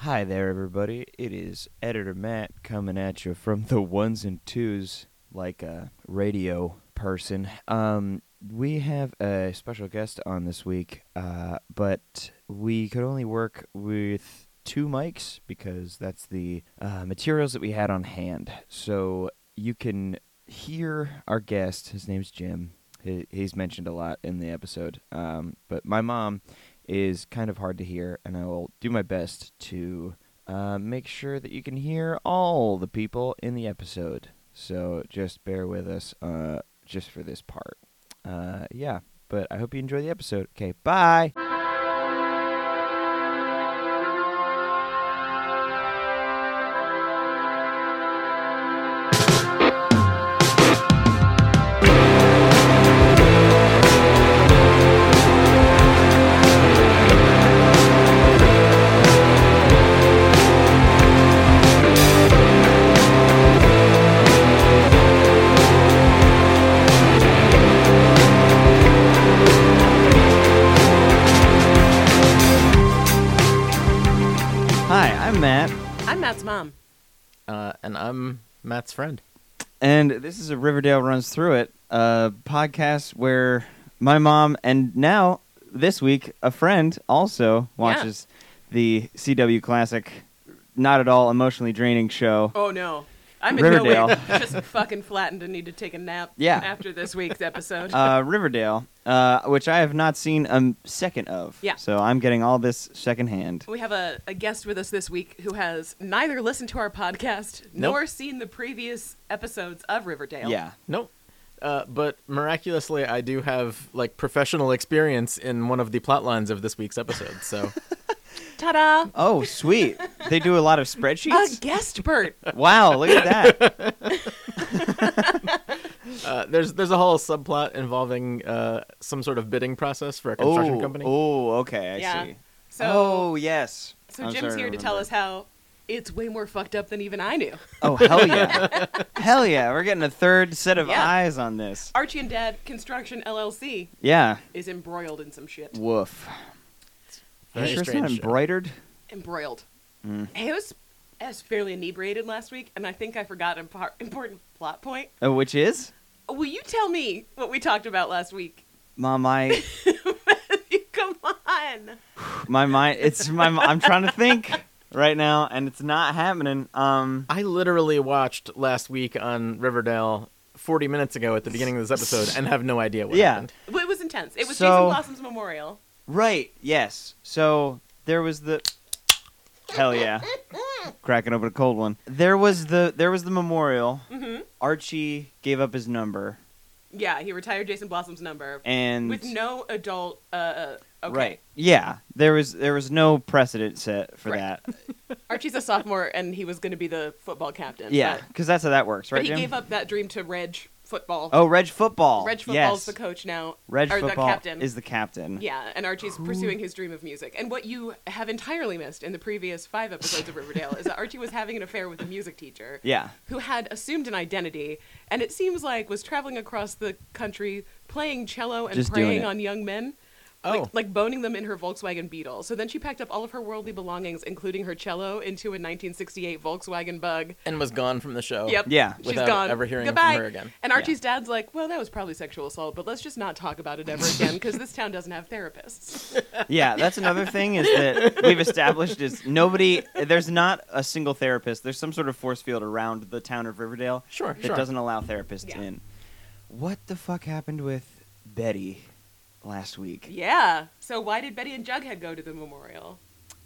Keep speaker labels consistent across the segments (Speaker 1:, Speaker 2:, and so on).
Speaker 1: Hi there, everybody. It is Editor Matt coming at you from the ones and twos like a radio person. Um, we have a special guest on this week, uh, but we could only work with two mics because that's the uh, materials that we had on hand. So you can hear our guest. His name's Jim. He, he's mentioned a lot in the episode. Um, but my mom is kind of hard to hear, and I will do my best to uh, make sure that you can hear all the people in the episode. So just bear with us uh, just for this part. Uh, yeah, but I hope you enjoy the episode. Okay, bye. Hi, I'm Matt,
Speaker 2: I'm Matt's mom.
Speaker 3: Uh, and I'm Matt's friend.
Speaker 1: and this is a Riverdale Runs Through It uh, podcast where my mom and now this week a friend also watches the CW classic, not at all emotionally draining show.
Speaker 2: Oh no. I'm in no way
Speaker 1: Riverdale.
Speaker 2: just fucking flattened and need to take a nap
Speaker 1: Yeah.
Speaker 2: after this week's episode.
Speaker 1: uh, Riverdale, uh, which I have not seen a second of.
Speaker 2: Yeah.
Speaker 1: So I'm getting all this secondhand.
Speaker 2: we have a, a guest with us this week who has neither listened to our podcast
Speaker 3: Nope.
Speaker 2: nor seen the previous episodes of Riverdale.
Speaker 1: Yeah.
Speaker 3: Nope. Uh, but miraculously, I do have like professional experience in one of the plot lines of this week's episode. So
Speaker 2: Ta da!
Speaker 1: Oh, sweet. they do a lot of
Speaker 2: A
Speaker 1: spreadsheets.
Speaker 2: guest Bert.
Speaker 1: wow, look at that.
Speaker 3: uh, there's there's a whole subplot involving uh, some sort of bidding process for a construction
Speaker 1: oh,
Speaker 3: company.
Speaker 1: oh, okay, I
Speaker 2: Yeah.
Speaker 1: see.
Speaker 2: So
Speaker 1: oh, yes.
Speaker 2: so
Speaker 1: I'm
Speaker 2: Jim's
Speaker 1: starting
Speaker 2: here to tell us
Speaker 1: remember.
Speaker 2: how it's way more fucked up than even I knew.
Speaker 1: Oh, hell yeah. hell yeah. We're getting a third set of
Speaker 2: Yeah.
Speaker 1: eyes on this.
Speaker 2: Archie and Dad Construction LLC
Speaker 1: Yeah.
Speaker 2: is embroiled in some shit.
Speaker 1: Woof.
Speaker 3: Very
Speaker 1: you sure it's not
Speaker 3: strange show.
Speaker 1: embroidered?
Speaker 2: Embroiled.
Speaker 1: Mm.
Speaker 2: I was I was fairly inebriated last week, and I think I forgot an impar- important plot point.
Speaker 1: Uh, which is?
Speaker 2: Will you tell me what we talked about last week?
Speaker 1: Mom, I.
Speaker 2: Come on.
Speaker 1: my mind it's my i'm trying to think right now and it's not happening um
Speaker 3: I literally watched last week on Riverdale 40 minutes ago at the beginning of this episode and have no idea what
Speaker 1: Yeah.
Speaker 3: happened.
Speaker 2: Well, it was intense. It was
Speaker 1: So-
Speaker 2: Jason Blossom's memorial.
Speaker 1: right yes so there was the hell yeah cracking open a cold one there was the there was the memorial
Speaker 2: hmm
Speaker 1: archie gave up his number
Speaker 2: Yeah, he retired Jason Blossom's number
Speaker 1: and
Speaker 2: with no adult. Uh, okay.
Speaker 1: right yeah there was there was no precedent set for
Speaker 2: Right.
Speaker 1: that
Speaker 2: Archie's a sophomore, and he was going to be the football captain.
Speaker 1: yeah
Speaker 2: but,
Speaker 1: because that's how that works
Speaker 2: but
Speaker 1: right
Speaker 2: he
Speaker 1: Jim?
Speaker 2: gave up that dream to Reg football.
Speaker 1: oh reg football
Speaker 2: Reg
Speaker 1: yes
Speaker 2: football's the coach now.
Speaker 1: reg
Speaker 2: or the
Speaker 1: football
Speaker 2: captain.
Speaker 1: is the captain
Speaker 2: Yeah, and Archie's pursuing his dream of music. And what you have entirely missed in the previous five episodes of Riverdale is that Archie was having an affair with a music teacher.
Speaker 1: yeah
Speaker 2: who had assumed an identity and it seems like was traveling across the country playing cello and
Speaker 1: Just doing
Speaker 2: preying
Speaker 1: it.
Speaker 2: on young men.
Speaker 3: Oh.
Speaker 2: Like, like boning them in her Volkswagen Beetle. So then she packed up all of her worldly belongings, including her cello, into a 1968 Volkswagen Bug.
Speaker 3: And was gone from the show.
Speaker 2: Yep.
Speaker 1: yeah
Speaker 2: She's
Speaker 3: Oh. Without
Speaker 2: gone.
Speaker 3: ever hearing
Speaker 2: Goodbye.
Speaker 3: from her again.
Speaker 2: And Archie's dad's like, well, that was probably sexual assault, but let's just not talk about it ever again because this town doesn't have therapists.
Speaker 1: Yeah, that's another thing is that we've established is nobody. There's not a single therapist. There's some sort of force field around the town of Riverdale
Speaker 3: Sure,
Speaker 1: that
Speaker 3: sure.
Speaker 1: doesn't allow therapists
Speaker 2: Yeah.
Speaker 1: in. What the fuck happened with Betty last week?
Speaker 2: yeah. So why did Betty and Jughead go to the memorial?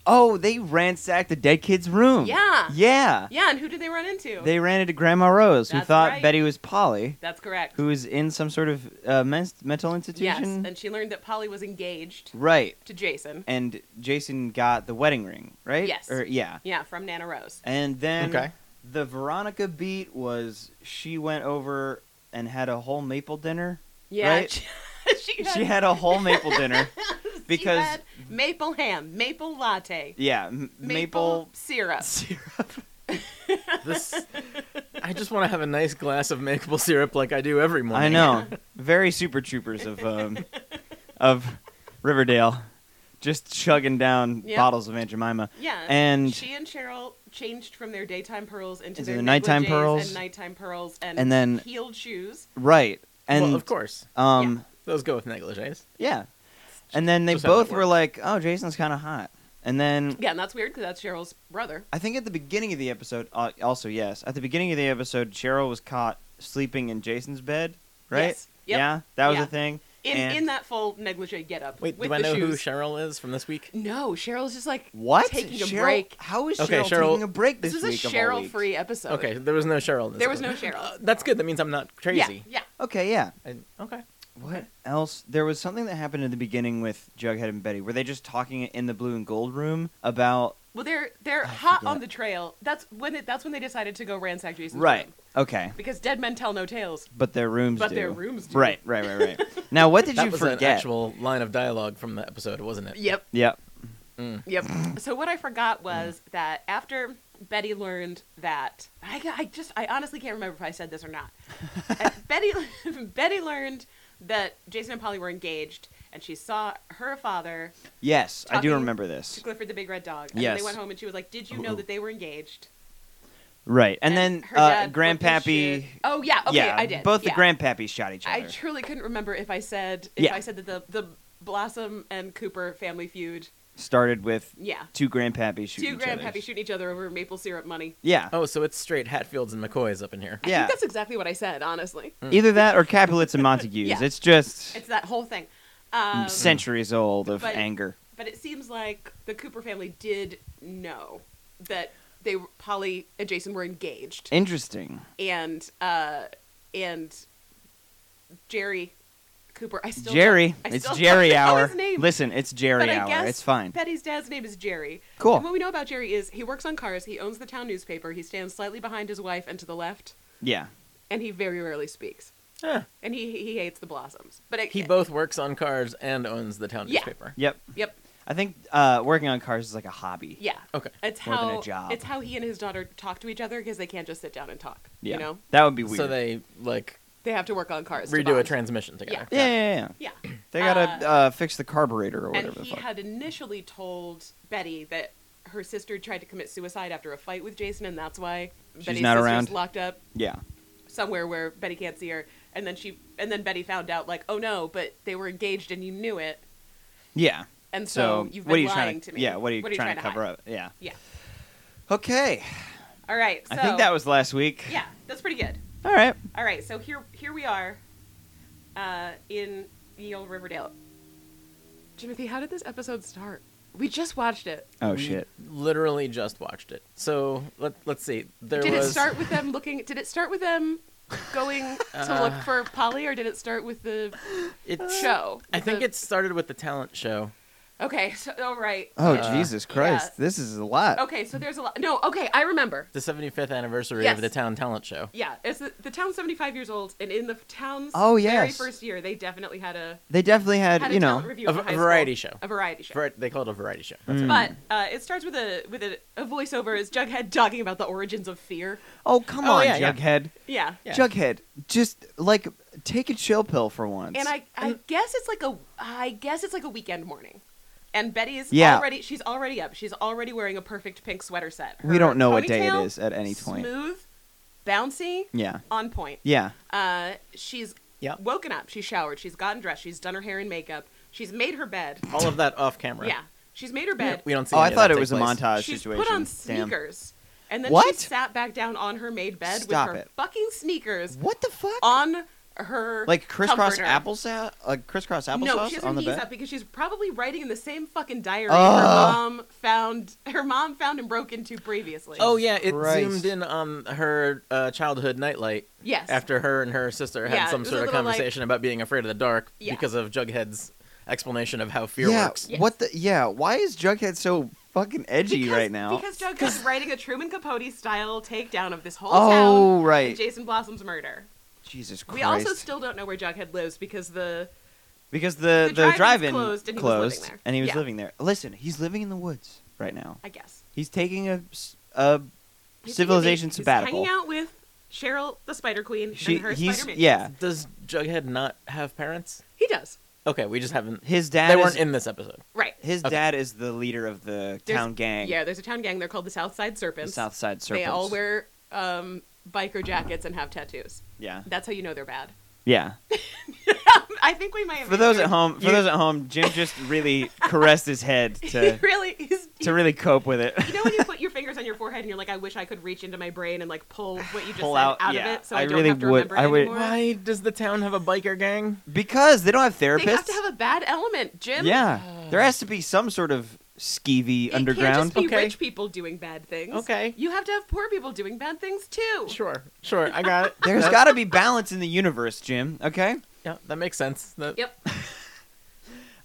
Speaker 1: Oh, they ransacked the dead kid's room.
Speaker 2: Yeah.
Speaker 1: Yeah.
Speaker 2: Yeah, and who did they run into?
Speaker 1: Hmm. They ran into Grandma Rose, who
Speaker 2: That's
Speaker 1: thought
Speaker 2: right.
Speaker 1: Betty was Polly,
Speaker 2: That's correct.
Speaker 1: who is in some sort of uh, men- mental
Speaker 2: Yes,
Speaker 1: institution.
Speaker 2: and she learned that Polly was engaged
Speaker 1: right.
Speaker 2: to Jason.
Speaker 1: And Jason got the wedding ring, right?
Speaker 2: Yes.
Speaker 1: Or yeah.
Speaker 2: Yeah, from Nana Rose.
Speaker 1: And then
Speaker 3: Okay.
Speaker 1: the Veronica beat was she went over and had a whole maple dinner.
Speaker 2: Yeah,
Speaker 1: Right?
Speaker 2: she, she had,
Speaker 1: She had a whole maple dinner
Speaker 2: she
Speaker 1: because
Speaker 2: had maple ham, maple latte,
Speaker 1: yeah, m-
Speaker 2: maple,
Speaker 1: maple.
Speaker 2: syrup.
Speaker 3: This, I just want to have a nice glass of maple syrup like I do every morning.
Speaker 1: I know, very super troopers of um, of Riverdale. just chugging down
Speaker 2: Yeah.
Speaker 1: bottles of Aunt Jemima.
Speaker 2: Yeah.
Speaker 1: And-
Speaker 2: she and Cheryl changed from their daytime pearls into,
Speaker 1: Into
Speaker 2: their
Speaker 1: the nighttime
Speaker 2: negligees
Speaker 1: pearls.
Speaker 2: and nighttime pearls and,
Speaker 1: And then-
Speaker 2: heeled shoes.
Speaker 1: Right. And
Speaker 3: well, of course,
Speaker 1: um
Speaker 3: those go with negligees.
Speaker 1: yeah. And then they
Speaker 3: Just how that
Speaker 1: both were like, "Oh, Jason's kind of hot." And then
Speaker 2: Yeah, and that's weird because that's Cheryl's brother.
Speaker 1: I think at the beginning of the episode, uh, also yes, at the beginning of the episode, Cheryl was caught sleeping in Jason's bed, right?
Speaker 2: Yes. Yep.
Speaker 1: Yeah, that was
Speaker 2: Yeah.
Speaker 1: a thing.
Speaker 2: In
Speaker 1: and-
Speaker 2: in that full negligee getup.
Speaker 3: Wait,
Speaker 2: with
Speaker 3: do I
Speaker 2: the
Speaker 3: know
Speaker 2: shoes.
Speaker 3: who Cheryl is from this week?
Speaker 2: No, Cheryl's just like
Speaker 1: What?
Speaker 2: taking a
Speaker 1: Cheryl-
Speaker 2: break.
Speaker 1: How is Cheryl,
Speaker 3: Okay, Cheryl-
Speaker 1: taking a break this,
Speaker 2: This, is
Speaker 1: week
Speaker 2: a
Speaker 1: of all
Speaker 2: Cheryl
Speaker 1: weeks?
Speaker 2: free episode.
Speaker 3: Okay, there was no Cheryl in this.
Speaker 2: There was no
Speaker 3: episode.
Speaker 2: Cheryl.
Speaker 3: Uh, that's good. That means I'm not crazy.
Speaker 2: Yeah, yeah.
Speaker 1: Okay, yeah.
Speaker 3: I- okay.
Speaker 1: What else? There was something that happened in the beginning with Jughead and Betty. Were they just talking in the blue and gold room about
Speaker 2: Well, they're they're hot
Speaker 1: forget.
Speaker 2: on the trail. That's when it, that's when they decided to go ransack Jason's
Speaker 1: right?
Speaker 2: room.
Speaker 1: Okay,
Speaker 2: because dead men tell no tales.
Speaker 1: but their rooms.
Speaker 2: But
Speaker 1: do.
Speaker 2: their rooms do.
Speaker 1: Right, right, right, right. now, what did
Speaker 3: that
Speaker 1: you
Speaker 3: was
Speaker 1: forget?
Speaker 3: an actual line of dialogue from the episode, wasn't it?
Speaker 2: Yep.
Speaker 1: Yep.
Speaker 2: Yep. so what I forgot was that after Betty learned that I, I just I honestly can't remember if I said this or not. Uh, Betty Betty learned that Jason and Polly were engaged, and she saw her father
Speaker 1: Yes, I do
Speaker 2: Talking
Speaker 1: remember this.
Speaker 2: to Clifford the Big Red Dog. And
Speaker 1: Yes.
Speaker 2: They went home, and she was like, "Did you know that they were engaged?"
Speaker 1: Right, and, then
Speaker 2: her
Speaker 1: uh,
Speaker 2: dad flipped his
Speaker 1: Grandpappy.
Speaker 2: shit. Oh yeah. Okay,
Speaker 1: yeah,
Speaker 2: I did.
Speaker 1: Both
Speaker 2: yeah.
Speaker 1: the grandpappies shot each other.
Speaker 2: I truly couldn't remember if I said if
Speaker 1: Yeah.
Speaker 2: I said that the the Blossom and Cooper family feud.
Speaker 1: Started with
Speaker 2: Yeah.
Speaker 1: two grandpappies shooting
Speaker 2: Two
Speaker 1: each other.
Speaker 2: grandpappy shoot each other over maple syrup money.
Speaker 1: Yeah.
Speaker 3: Oh, so it's straight Hatfields and McCoys up in here.
Speaker 2: I
Speaker 1: Yeah. Mm.
Speaker 2: think that's exactly what I said, honestly.
Speaker 1: Either that or Capulets and Montagues.
Speaker 2: Yeah.
Speaker 1: It's just
Speaker 2: It's that whole thing. Um,
Speaker 1: Mm. centuries old of
Speaker 2: but-
Speaker 1: anger.
Speaker 2: but it seems like the Cooper family did know that they were- Polly and Jason were engaged,
Speaker 1: Interesting.
Speaker 2: and uh, and Jerry Cooper. I still
Speaker 1: Jerry,
Speaker 2: don't- I
Speaker 1: it's
Speaker 2: still
Speaker 1: Jerry
Speaker 2: don't know
Speaker 1: hour.
Speaker 2: his name.
Speaker 1: Listen, it's
Speaker 2: But
Speaker 1: Jerry
Speaker 2: I
Speaker 1: hour.
Speaker 2: guess
Speaker 1: It's fine.
Speaker 2: Betty's dad's name is Jerry.
Speaker 1: Cool.
Speaker 2: And what we know about Jerry is he works on cars. He owns the town newspaper. He stands slightly behind his wife and to the left,
Speaker 1: yeah.
Speaker 2: and he very rarely speaks.
Speaker 3: Huh.
Speaker 2: And he he hates the blossoms. But it,
Speaker 3: He both works on cars and owns the town
Speaker 2: Yeah.
Speaker 3: newspaper.
Speaker 1: Yep.
Speaker 2: Yep.
Speaker 1: I think uh, working on cars is like a hobby.
Speaker 2: Yeah.
Speaker 3: Okay.
Speaker 2: It's
Speaker 1: More
Speaker 2: how
Speaker 1: than a job.
Speaker 2: it's how he and his daughter talk to each other because they can't just sit down and talk.
Speaker 1: Yeah.
Speaker 2: You know,
Speaker 1: That would be weird.
Speaker 3: So they like
Speaker 2: they have to work on cars. to
Speaker 3: redo a
Speaker 2: bond.
Speaker 3: transmission together.
Speaker 1: yeah, yeah, yeah.
Speaker 2: Yeah.
Speaker 1: They gotta uh,
Speaker 2: Uh,
Speaker 1: fix the carburetor or
Speaker 2: And
Speaker 1: whatever
Speaker 2: he
Speaker 1: the fuck.
Speaker 2: had initially told Betty that her sister tried to commit suicide after a fight with Jason, and that's why Betty's
Speaker 1: not
Speaker 2: sister's
Speaker 1: around.
Speaker 2: locked up
Speaker 1: yeah.
Speaker 2: somewhere where Betty can't see her. And then she and then Betty found out like, oh no, but they were engaged and you knew it.
Speaker 1: Yeah.
Speaker 2: And so,
Speaker 1: So,
Speaker 2: you've been
Speaker 1: what are you
Speaker 2: lying
Speaker 1: trying
Speaker 2: to me.
Speaker 1: Yeah, what are you trying, to cover
Speaker 2: hide?
Speaker 1: up? Yeah.
Speaker 2: Yeah.
Speaker 1: Okay.
Speaker 2: All right. So,
Speaker 1: I think that was last week.
Speaker 2: yeah. That's pretty good.
Speaker 1: All right.
Speaker 2: All right, so here here we are uh, in the old Riverdale. Timothy, how did this episode start? We just watched it.
Speaker 1: Oh
Speaker 3: We
Speaker 1: shit.
Speaker 3: Literally just watched it. So let let's see. There
Speaker 2: did
Speaker 3: was
Speaker 2: it start with them looking? Did it start with them going
Speaker 1: Uh-huh.
Speaker 2: to look for Polly, or did it start with the
Speaker 3: it's-
Speaker 2: show?
Speaker 3: I think
Speaker 2: The-
Speaker 3: it started with the talent show.
Speaker 2: okay. So, all right.
Speaker 1: Oh
Speaker 3: Uh,
Speaker 1: Jesus Christ. This is a lot.
Speaker 2: Okay, so there's a lot. No, okay, I remember.
Speaker 3: The 75th anniversary
Speaker 2: Yes.
Speaker 3: of the town talent show.
Speaker 2: Yeah, it's the, the town's 75 years old, and in the town's
Speaker 1: Oh,
Speaker 2: very
Speaker 1: yes.
Speaker 2: first year, they definitely had a
Speaker 1: They definitely had,
Speaker 2: had a
Speaker 1: you
Speaker 2: talent
Speaker 1: know. Mm.
Speaker 2: review
Speaker 3: A
Speaker 2: of
Speaker 3: v-
Speaker 2: high
Speaker 3: variety
Speaker 2: school.
Speaker 3: show.
Speaker 2: a variety show.
Speaker 3: Vari- they call it a variety show. That's right.
Speaker 2: But uh, it starts with a with a, a voiceover as Jughead talking about the origins of fear.
Speaker 1: Oh come
Speaker 3: Oh,
Speaker 1: on,
Speaker 3: yeah, yeah.
Speaker 1: Jughead.
Speaker 2: Yeah.
Speaker 3: Yeah.
Speaker 1: Jughead, just like take a chill pill for once.
Speaker 2: And I I guess it's like a I guess it's like a weekend morning. And Betty is
Speaker 1: Yeah.
Speaker 2: already she's already up. She's already wearing a perfect pink sweater set.
Speaker 1: we don't know what day
Speaker 2: ponytail,
Speaker 1: it is at any point.
Speaker 2: Smooth, bouncy,
Speaker 1: Yeah.
Speaker 2: on point.
Speaker 1: Yeah.
Speaker 2: Uh, she's
Speaker 3: Yeah.
Speaker 2: woken up. She's showered. She's gotten dressed. She's done her hair and makeup. She's made her bed.
Speaker 3: All of that off camera.
Speaker 2: Yeah. She's made her
Speaker 3: We-
Speaker 2: bed.
Speaker 3: We don't see.
Speaker 1: Oh, I
Speaker 3: any of that
Speaker 1: thought it
Speaker 3: take
Speaker 1: was a
Speaker 3: place.
Speaker 1: montage
Speaker 2: she's
Speaker 1: situation.
Speaker 2: put on
Speaker 1: Damn.
Speaker 2: sneakers. And then she
Speaker 1: What?
Speaker 2: sat back down on her made bed
Speaker 1: Stop
Speaker 2: with her
Speaker 1: it.
Speaker 2: fucking sneakers
Speaker 1: What the fuck?
Speaker 2: on her
Speaker 1: like crisscross
Speaker 2: comforter.
Speaker 1: applesauce, like crisscross applesauce
Speaker 2: No, she has her
Speaker 1: on the
Speaker 2: knees
Speaker 1: bed.
Speaker 2: up because she's probably writing in the same fucking diary her
Speaker 1: Ugh.
Speaker 2: mom found her mom found and broke into previously.
Speaker 3: Oh yeah, it
Speaker 1: Christ.
Speaker 3: zoomed in on her uh, childhood nightlight.
Speaker 2: yes.
Speaker 3: after her and her sister had
Speaker 2: Yeah, it
Speaker 3: some
Speaker 2: was a
Speaker 3: sort of
Speaker 2: little, like-
Speaker 3: conversation about being afraid of the dark
Speaker 2: Yeah.
Speaker 3: because of Jughead's explanation of how fear
Speaker 1: yeah.
Speaker 3: works.
Speaker 2: Yes.
Speaker 1: What the? Yeah. Why is Jughead so fucking edgy
Speaker 2: because,
Speaker 1: right now?
Speaker 2: because Doug is writing a Truman Capote style takedown of this whole town.
Speaker 1: oh
Speaker 2: and
Speaker 1: right.
Speaker 2: Jason Blossom's murder.
Speaker 1: Jesus Christ.
Speaker 2: We also still don't know where Jughead lives because the
Speaker 1: because the
Speaker 2: the
Speaker 1: the,
Speaker 2: drive-in's
Speaker 1: drive-in
Speaker 2: closed and
Speaker 1: and
Speaker 2: he was living there.
Speaker 1: he was
Speaker 2: Yeah.
Speaker 1: living there. Listen, he's living in the woods right now.
Speaker 2: I guess
Speaker 1: He's taking a, s- a
Speaker 2: He's
Speaker 1: civilization
Speaker 2: he's
Speaker 1: sabbatical.
Speaker 2: hanging out with Cheryl the Spider Queen
Speaker 1: she,
Speaker 2: and her
Speaker 1: he's
Speaker 2: Spider Man.
Speaker 1: yeah.
Speaker 3: Does Jughead not have parents?
Speaker 2: he does.
Speaker 3: Okay, we just haven't.
Speaker 1: His dad.
Speaker 3: They weren't
Speaker 1: is,
Speaker 3: in this episode.
Speaker 2: Right.
Speaker 1: His
Speaker 3: okay.
Speaker 1: dad is the leader of the
Speaker 2: There's-
Speaker 1: town gang.
Speaker 2: Yeah, there's a town gang. They're called the Southside
Speaker 1: the
Speaker 2: Serpents.
Speaker 1: South Side Serpents.
Speaker 2: They all wear um, biker jackets and have tattoos.
Speaker 1: Yeah.
Speaker 2: That's how you know they're bad.
Speaker 1: Yeah.
Speaker 2: I think we might have
Speaker 1: For those at
Speaker 2: answered-
Speaker 1: home, for
Speaker 3: You-
Speaker 1: those at home, Jim just really caressed his head
Speaker 2: He
Speaker 1: to
Speaker 2: really is.
Speaker 1: to really cope with it.
Speaker 2: you know when you put your fingers on your forehead and you're like, I wish I could reach into my brain and like pull what you just
Speaker 1: Pull
Speaker 2: said
Speaker 1: out-
Speaker 2: out,
Speaker 1: yeah,
Speaker 2: of it, so
Speaker 1: I
Speaker 2: I, don't
Speaker 1: really
Speaker 2: have to
Speaker 1: would-
Speaker 2: remember
Speaker 1: I would-
Speaker 2: anymore.
Speaker 3: Why does the town have a biker gang?
Speaker 1: Because they don't have therapists.
Speaker 2: They have to have a bad element, Jim.
Speaker 1: yeah. There has to be some sort of skeevy
Speaker 2: It
Speaker 1: underground.
Speaker 2: can't just be
Speaker 3: Okay.
Speaker 2: rich people doing bad things.
Speaker 3: Okay.
Speaker 2: You have to have poor people doing bad things too.
Speaker 3: Sure, sure, I got it.
Speaker 1: There's
Speaker 3: That-
Speaker 1: got to be balance in the universe, Jim. Okay.
Speaker 3: Yeah, that makes sense. That,
Speaker 2: Yep.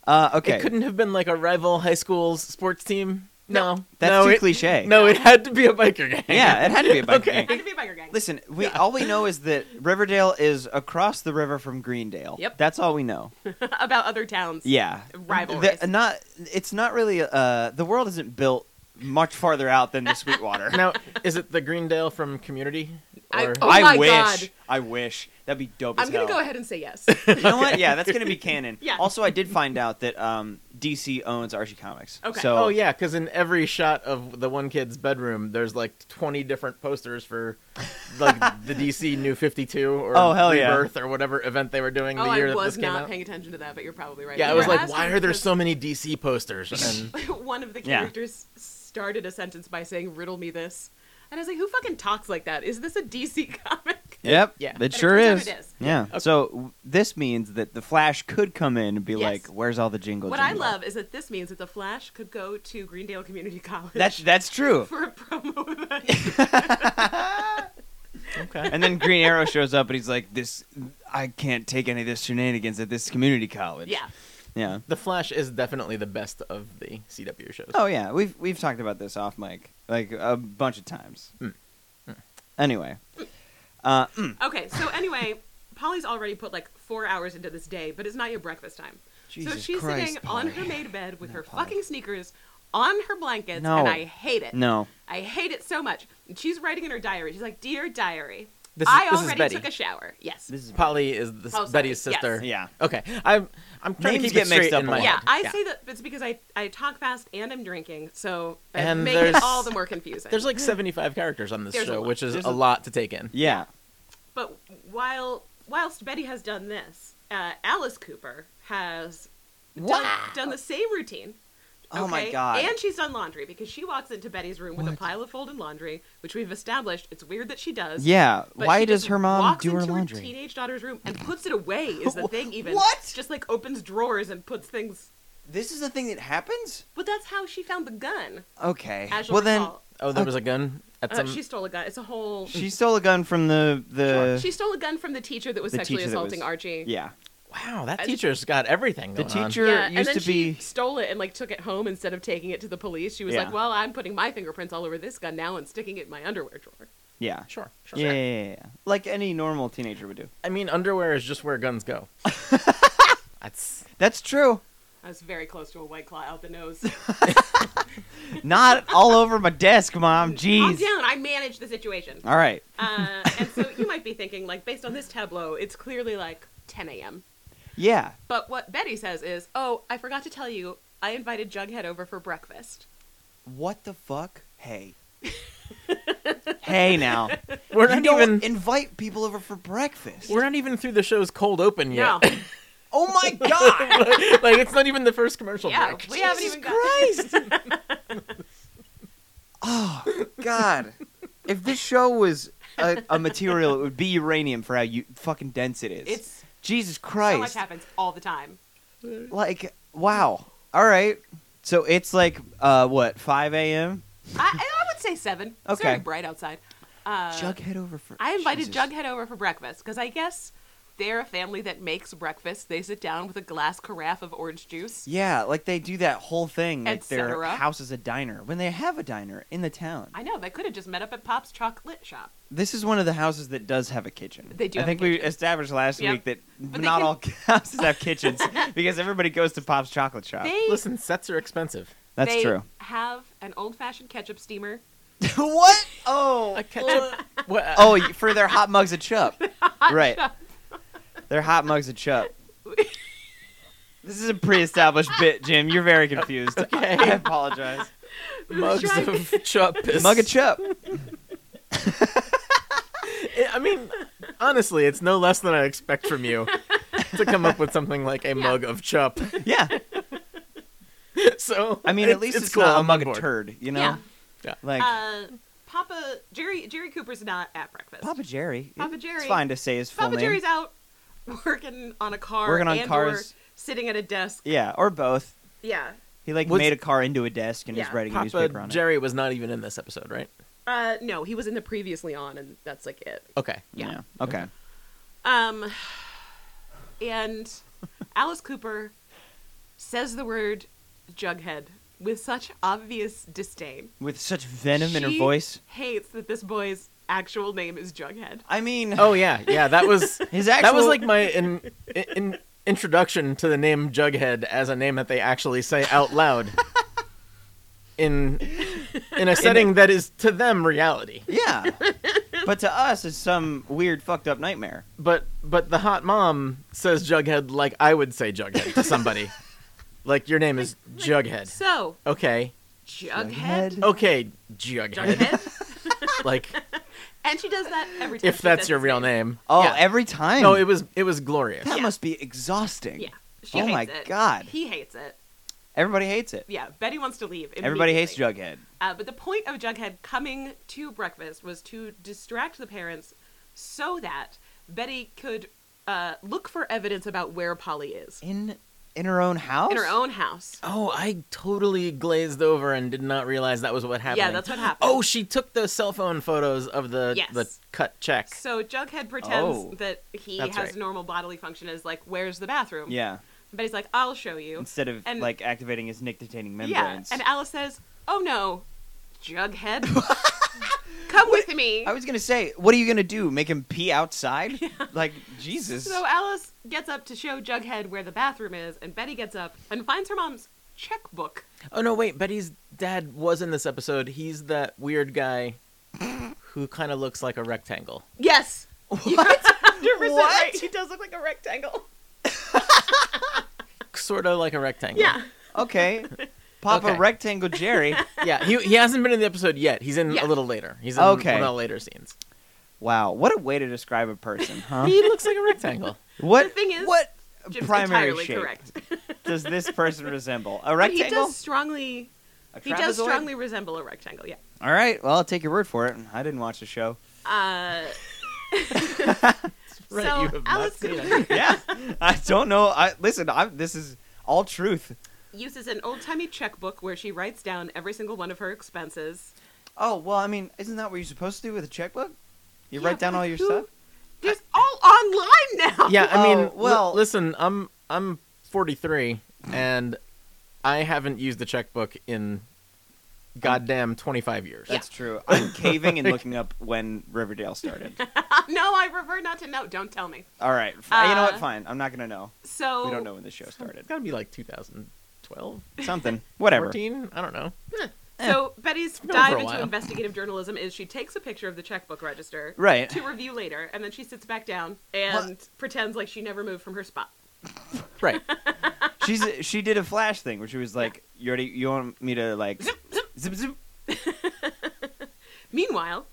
Speaker 1: Uh, okay.
Speaker 3: It couldn't have been like a rival high school's sports team. No,
Speaker 1: That's
Speaker 3: no,
Speaker 1: too
Speaker 3: it,
Speaker 1: cliche.
Speaker 3: No, it had to be a biker gang.
Speaker 1: Yeah, it had to be a biker
Speaker 3: Okay.
Speaker 1: gang.
Speaker 2: Had to be a biker gang.
Speaker 1: Listen, we all we know is that Riverdale is across the river from Greendale.
Speaker 2: Yep.
Speaker 1: That's all we know.
Speaker 2: About other towns.
Speaker 1: Yeah.
Speaker 2: Rivalries.
Speaker 1: The- not. It's not really. Uh, the world isn't built much farther out than the Sweetwater.
Speaker 3: Now, is it the Greendale from Community?
Speaker 2: I-
Speaker 3: Or-
Speaker 2: oh.
Speaker 1: I
Speaker 2: my
Speaker 1: wish.
Speaker 2: God.
Speaker 1: I wish. That'd be dope.
Speaker 2: I'm
Speaker 1: as
Speaker 2: gonna
Speaker 1: hell.
Speaker 2: go ahead and say yes.
Speaker 1: You know what? Yeah, that's gonna be canon.
Speaker 2: Yeah.
Speaker 1: Also, I did find out that um, DC owns Archie Comics.
Speaker 2: Okay.
Speaker 1: So
Speaker 3: Oh, yeah, because in every shot of the one kid's bedroom, there's like 20 different posters for like the DC New 52 or
Speaker 1: Oh, hell yeah.
Speaker 3: Rebirth or whatever event they were doing
Speaker 2: oh,
Speaker 3: the year
Speaker 2: I was
Speaker 3: that this came
Speaker 2: not
Speaker 3: out.
Speaker 2: paying attention to that, but you're probably right.
Speaker 3: yeah, I
Speaker 2: You
Speaker 3: was
Speaker 2: were
Speaker 3: like,
Speaker 2: asking
Speaker 3: why are there
Speaker 2: because-
Speaker 3: so many DC posters? And
Speaker 2: one of the
Speaker 1: Yeah.
Speaker 2: characters started a sentence by saying, "Riddle me this," and I was like, "Who fucking talks like that? Is this a DC comic?"
Speaker 1: Yep.
Speaker 3: Yeah.
Speaker 1: It
Speaker 3: And
Speaker 2: it
Speaker 1: sure
Speaker 2: turns
Speaker 1: is.
Speaker 2: out it is.
Speaker 1: Yeah. So w- this means that the Flash could come in and be
Speaker 2: Yes.
Speaker 1: like, "Where's all the jingle?"
Speaker 2: What I
Speaker 1: jangle?"
Speaker 2: love is that this means that the Flash could go to Greendale Community College
Speaker 1: That's that's true.
Speaker 2: for a promo event.
Speaker 3: okay.
Speaker 1: And then Green Arrow shows up and he's like, "This, I can't take any of this shenanigans at this community college."
Speaker 2: yeah,
Speaker 1: Yeah.
Speaker 3: the Flash is definitely the best of the CW shows.
Speaker 1: Oh yeah, we've we've talked about this off mic like a bunch of times.
Speaker 3: Mm.
Speaker 1: Hmm. Anyway, uh, mm.
Speaker 2: Okay, so anyway, Polly's already put like four hours into this day, but it's not yet breakfast time. so
Speaker 1: Jesus
Speaker 2: she's
Speaker 1: Christ,
Speaker 2: sitting
Speaker 1: Polly.
Speaker 2: on her maid bed with her
Speaker 1: Polly.
Speaker 2: fucking sneakers on her blankets,
Speaker 1: No.
Speaker 2: and I hate it.
Speaker 1: no,
Speaker 2: I hate it so much. And she's writing in her diary. She's like, "Dear diary,
Speaker 3: This is-
Speaker 2: I
Speaker 3: this is
Speaker 2: already
Speaker 3: Betty.
Speaker 2: took a shower. Yes,
Speaker 1: this is
Speaker 3: Polly is the,
Speaker 2: Oh, sorry.
Speaker 3: Betty's
Speaker 2: Yes.
Speaker 3: sister.
Speaker 1: yeah.
Speaker 3: Okay, I'm I'm trying
Speaker 1: Names
Speaker 3: to keep
Speaker 1: get
Speaker 3: it
Speaker 1: mixed
Speaker 3: straight
Speaker 1: up
Speaker 3: in
Speaker 1: a
Speaker 3: my
Speaker 1: lot.
Speaker 2: Yeah,
Speaker 3: head.
Speaker 2: I say that it's because I, I talk fast and I'm drinking, so
Speaker 3: And
Speaker 2: and make it
Speaker 3: there's-
Speaker 2: all the more confusing.
Speaker 3: There's like 75 characters on this
Speaker 2: There's a
Speaker 3: show,
Speaker 2: lot.
Speaker 3: which is
Speaker 1: There's
Speaker 3: a
Speaker 1: a-
Speaker 3: lot to take in.
Speaker 1: yeah,
Speaker 2: but while whilst Betty has done this, uh, Alice Cooper has done,
Speaker 1: Wow.
Speaker 2: done the same routine.
Speaker 1: Oh my
Speaker 2: okay?
Speaker 1: God.
Speaker 2: And she's done laundry because she walks into Betty's room with a
Speaker 3: What?
Speaker 2: pile of folded laundry, which we've established it's weird that she does.
Speaker 1: yeah.
Speaker 2: But
Speaker 1: Why
Speaker 2: she
Speaker 1: does
Speaker 2: just
Speaker 1: her mom
Speaker 2: walks
Speaker 1: do her
Speaker 2: into
Speaker 1: laundry?
Speaker 2: teenage daughter's room and puts it away is the thing even
Speaker 1: What?
Speaker 2: just like opens drawers and puts things
Speaker 1: This is the thing that happens.
Speaker 2: but that's how she found the gun
Speaker 1: Okay.
Speaker 2: as you'll
Speaker 1: well then, um,
Speaker 2: recall.
Speaker 3: Oh, there was a gun at
Speaker 2: Uh,
Speaker 3: some.
Speaker 2: she stole a gun it's a whole
Speaker 1: she stole a gun from the the.
Speaker 2: she stole a gun from the teacher that was
Speaker 1: the
Speaker 2: sexually
Speaker 1: teacher that
Speaker 2: assaulting
Speaker 1: was-
Speaker 2: Archie.
Speaker 1: yeah.
Speaker 3: wow, that
Speaker 2: I-
Speaker 3: teacher's got everything.
Speaker 1: The
Speaker 3: going on.
Speaker 1: teacher
Speaker 2: Yeah, and
Speaker 1: used
Speaker 2: then
Speaker 1: to
Speaker 2: she
Speaker 1: be.
Speaker 2: stole it and like took it home instead of taking it to the police. She was
Speaker 1: Yeah.
Speaker 2: like, "Well, I'm putting my fingerprints all over this gun now and sticking it in my underwear drawer."
Speaker 1: Yeah.
Speaker 3: Sure, sure.
Speaker 1: Yeah, yeah, yeah, yeah. Like any normal teenager would do.
Speaker 3: I mean, underwear is just where guns go. That's
Speaker 1: That's true.
Speaker 2: I was very close to a white claw out the nose.
Speaker 1: Not all over my desk, mom.
Speaker 2: Calm
Speaker 1: Jeez.
Speaker 2: down. I managed the situation.
Speaker 1: All right.
Speaker 2: Uh, and so you might be thinking, like, based on this tableau, it's clearly like 10 a.m.
Speaker 1: Yeah.
Speaker 2: But what Betty says is, "Oh, I forgot to tell you, I invited Jughead over for breakfast."
Speaker 1: What the fuck? Hey. hey now.
Speaker 3: we're
Speaker 1: You
Speaker 3: not
Speaker 1: don't
Speaker 3: even
Speaker 1: invite people over for breakfast.
Speaker 3: we're not even through the show's cold open yet.
Speaker 2: No,
Speaker 1: Oh my god.
Speaker 3: like it's not even the first commercial
Speaker 2: yeah,
Speaker 3: break.
Speaker 2: we haven't
Speaker 1: Jesus
Speaker 2: even got.
Speaker 1: Christ. oh god. If this show was a, a material, it would be uranium for how you fucking dense it is.
Speaker 2: It's
Speaker 1: Jesus
Speaker 2: so much
Speaker 1: Christ.
Speaker 2: happens all the time.
Speaker 1: like wow. All right. So it's like uh what 5 a.m.
Speaker 2: I, I would say seven. It's
Speaker 1: Okay.
Speaker 2: very bright outside. Uh,
Speaker 1: Jughead over for.
Speaker 2: I invited
Speaker 1: Jesus.
Speaker 2: Jughead over for breakfast because I guess they're a family that makes breakfast. They sit down with a glass carafe of orange juice.
Speaker 1: Yeah, like they do that whole thing. Like
Speaker 2: Et
Speaker 1: their
Speaker 2: cetera.
Speaker 1: house is a diner when they have a diner in the town.
Speaker 2: I know they could have just met up at Pop's chocolate shop.
Speaker 1: This is one of the houses that does have a kitchen.
Speaker 2: They do
Speaker 1: I
Speaker 2: have a
Speaker 1: think we
Speaker 2: kitchen.
Speaker 1: established last
Speaker 2: Yep.
Speaker 1: week that
Speaker 2: they
Speaker 1: not
Speaker 2: can-
Speaker 1: all houses have kitchens because everybody goes to Pop's Chocolate Shop.
Speaker 2: They
Speaker 3: Listen, sets are expensive.
Speaker 1: Uh, That's
Speaker 2: they
Speaker 1: true.
Speaker 2: Have an old-fashioned ketchup steamer.
Speaker 1: what? Oh,
Speaker 3: A ketchup. what,
Speaker 1: oh, y- for their hot mugs of chup. right. Their hot mugs of chup. This is a pre-established bit, Jim. You're very confused.
Speaker 3: Okay.
Speaker 1: I apologize.
Speaker 3: Mugs
Speaker 2: Chuck.
Speaker 3: of chup piss.
Speaker 1: Mug of chup.
Speaker 3: I mean, honestly, it's no less than I expect from you to come up with something like a mug of chup.
Speaker 1: Yeah.
Speaker 3: So
Speaker 1: I mean,
Speaker 3: it's-
Speaker 1: at least it's,
Speaker 3: cool.
Speaker 1: not a
Speaker 3: I'm on
Speaker 1: mug of
Speaker 3: board.
Speaker 1: turd, you know?
Speaker 2: Yeah.
Speaker 3: Yeah.
Speaker 1: Like,
Speaker 2: Uh, Papa Jerry Jerry Cooper's not at breakfast.
Speaker 1: Papa Jerry.
Speaker 2: Papa
Speaker 1: It's
Speaker 2: Jerry-
Speaker 1: fine to say his full
Speaker 2: Papa
Speaker 1: name.
Speaker 2: Jerry's out working on a car.
Speaker 1: Working on
Speaker 2: and
Speaker 1: cars.
Speaker 2: Or sitting at a desk.
Speaker 1: Yeah, or both.
Speaker 2: Yeah.
Speaker 1: He, like,
Speaker 3: Was-
Speaker 1: made a car into a desk and was
Speaker 2: Yeah.
Speaker 1: writing a newspaper
Speaker 3: Papa
Speaker 1: on
Speaker 3: Jerry was not even in this episode, right?
Speaker 2: Uh, no, he was in the previously on, and that's like it.
Speaker 3: Okay.
Speaker 1: it.
Speaker 2: Yeah.
Speaker 1: Okay.
Speaker 2: Um, and Alice Cooper says the word Jughead with such obvious disdain.
Speaker 1: With such venom in her
Speaker 2: She
Speaker 1: voice.
Speaker 2: hates that this boy's actual name is Jughead.
Speaker 1: I mean,
Speaker 3: Oh yeah, yeah. That was
Speaker 1: his actual.
Speaker 3: that was like my in, in, introduction to the name Jughead as a name that they actually say out loud in in a setting that is to them reality.
Speaker 1: Yeah. but to us, it's some weird, fucked up nightmare.
Speaker 3: But but the hot mom says Jughead like I would say Jughead to somebody. like your name is Jughead.
Speaker 2: So,
Speaker 3: Okay.
Speaker 2: Jughead?
Speaker 3: Okay, Jughead.
Speaker 2: Jughead?
Speaker 3: like
Speaker 2: and she does that every time.
Speaker 3: if
Speaker 2: she
Speaker 3: that's
Speaker 2: says
Speaker 3: your
Speaker 2: his
Speaker 3: real
Speaker 2: name.
Speaker 3: name.
Speaker 1: Oh,
Speaker 3: Yeah.
Speaker 1: every time.
Speaker 3: no, it was it was glorious.
Speaker 1: That
Speaker 2: Yeah.
Speaker 1: must be exhausting.
Speaker 2: Yeah. She
Speaker 1: Oh
Speaker 2: hates
Speaker 1: my
Speaker 2: it.
Speaker 1: God.
Speaker 2: He hates it.
Speaker 1: Everybody hates it.
Speaker 2: Yeah, Betty wants to leave.
Speaker 1: Everybody hates
Speaker 2: immediately.
Speaker 1: Jughead.
Speaker 2: Uh, but the point of Jughead coming to breakfast was to distract the parents so that Betty could uh, look for evidence about where Polly is
Speaker 1: In in her own house?
Speaker 2: in her own house.
Speaker 3: Oh, I totally glazed over and did not realize that was what happened.
Speaker 2: Yeah, that's what happened.
Speaker 3: Oh, she took those cell phone photos of the
Speaker 2: Yes.
Speaker 3: the cut check.
Speaker 2: So Jughead pretends
Speaker 1: Oh.
Speaker 2: that he
Speaker 3: That's
Speaker 2: has
Speaker 3: right.
Speaker 2: normal bodily function is like, where's the bathroom?
Speaker 1: Yeah.
Speaker 2: But he's like, I'll show you.
Speaker 1: Instead of
Speaker 2: And-
Speaker 1: like activating his nictitating
Speaker 2: Yeah.
Speaker 1: membranes.
Speaker 2: And Alice says, Oh no, Jughead, come with me.
Speaker 1: I was gonna say, what are you gonna do? Make him pee outside? Like Jesus.
Speaker 2: So Alice gets up to show Jughead where the bathroom is, and Betty gets up and finds her mom's checkbook.
Speaker 3: Oh no, wait, Betty's dad was in this episode. He's that weird guy who kind of looks like a rectangle.
Speaker 2: Yes.
Speaker 1: what?
Speaker 2: 100% right.
Speaker 1: What?
Speaker 2: He does look like a rectangle.
Speaker 3: Sort of like a rectangle.
Speaker 2: Yeah.
Speaker 1: okay. Papa
Speaker 3: Okay.
Speaker 1: Rectangle Jerry.
Speaker 3: Yeah, he he hasn't been in the episode yet. He's in
Speaker 2: Yeah.
Speaker 3: a little later. He's in
Speaker 1: Okay.
Speaker 3: one of the later scenes.
Speaker 1: Wow, what a way to describe a person, huh?
Speaker 3: He looks like a rectangle.
Speaker 1: What
Speaker 2: The thing is,
Speaker 1: what
Speaker 2: Jim's
Speaker 1: primary
Speaker 2: entirely
Speaker 1: shape
Speaker 2: correct.
Speaker 1: does this person resemble? A
Speaker 2: But he
Speaker 1: rectangle?
Speaker 2: does strongly
Speaker 1: A
Speaker 2: he does
Speaker 1: trapezoid?
Speaker 2: strongly resemble a rectangle, yeah.
Speaker 1: All right, well, I'll take your word for it. I didn't watch the show.
Speaker 2: Uh
Speaker 3: Right,
Speaker 2: So
Speaker 3: you have not
Speaker 2: Alice
Speaker 3: seen
Speaker 2: Cooper
Speaker 3: it.
Speaker 1: yeah, I don't know. I listen. I'm, this is all truth.
Speaker 2: uses an old timey checkbook where she writes down every single one of her expenses.
Speaker 1: Oh well, I mean, isn't that what you're supposed to do with a checkbook? You
Speaker 2: Yeah,
Speaker 1: write down
Speaker 2: but
Speaker 1: all your
Speaker 2: who-
Speaker 1: stuff.
Speaker 2: There's all online now.
Speaker 3: Yeah, I mean,
Speaker 1: Oh, well-
Speaker 3: well, listen, I'm I'm 43 and I haven't used the checkbook in goddamn 25 years.
Speaker 1: That's true. I'm caving and looking up when Riverdale started.
Speaker 2: no, I prefer not to know. Don't tell me.
Speaker 1: All right, f- you know what?
Speaker 2: Uh, oh.
Speaker 1: Fine. I'm not gonna know.
Speaker 2: So
Speaker 1: We don't know when the show started.
Speaker 3: It's got to be like 2012,
Speaker 1: Something. Whatever.
Speaker 3: 14, I don't know.
Speaker 2: So Betty's
Speaker 3: been over
Speaker 2: dive
Speaker 3: Eh. a
Speaker 2: into
Speaker 3: while.
Speaker 2: investigative journalism is she takes a picture of the checkbook register
Speaker 1: Right.
Speaker 2: to review later, and then she sits back down and pretends like she never moved from her spot.
Speaker 3: Right.
Speaker 1: She's she did a flash thing where she was like, "You already you want me to like zip zip."
Speaker 2: Meanwhile,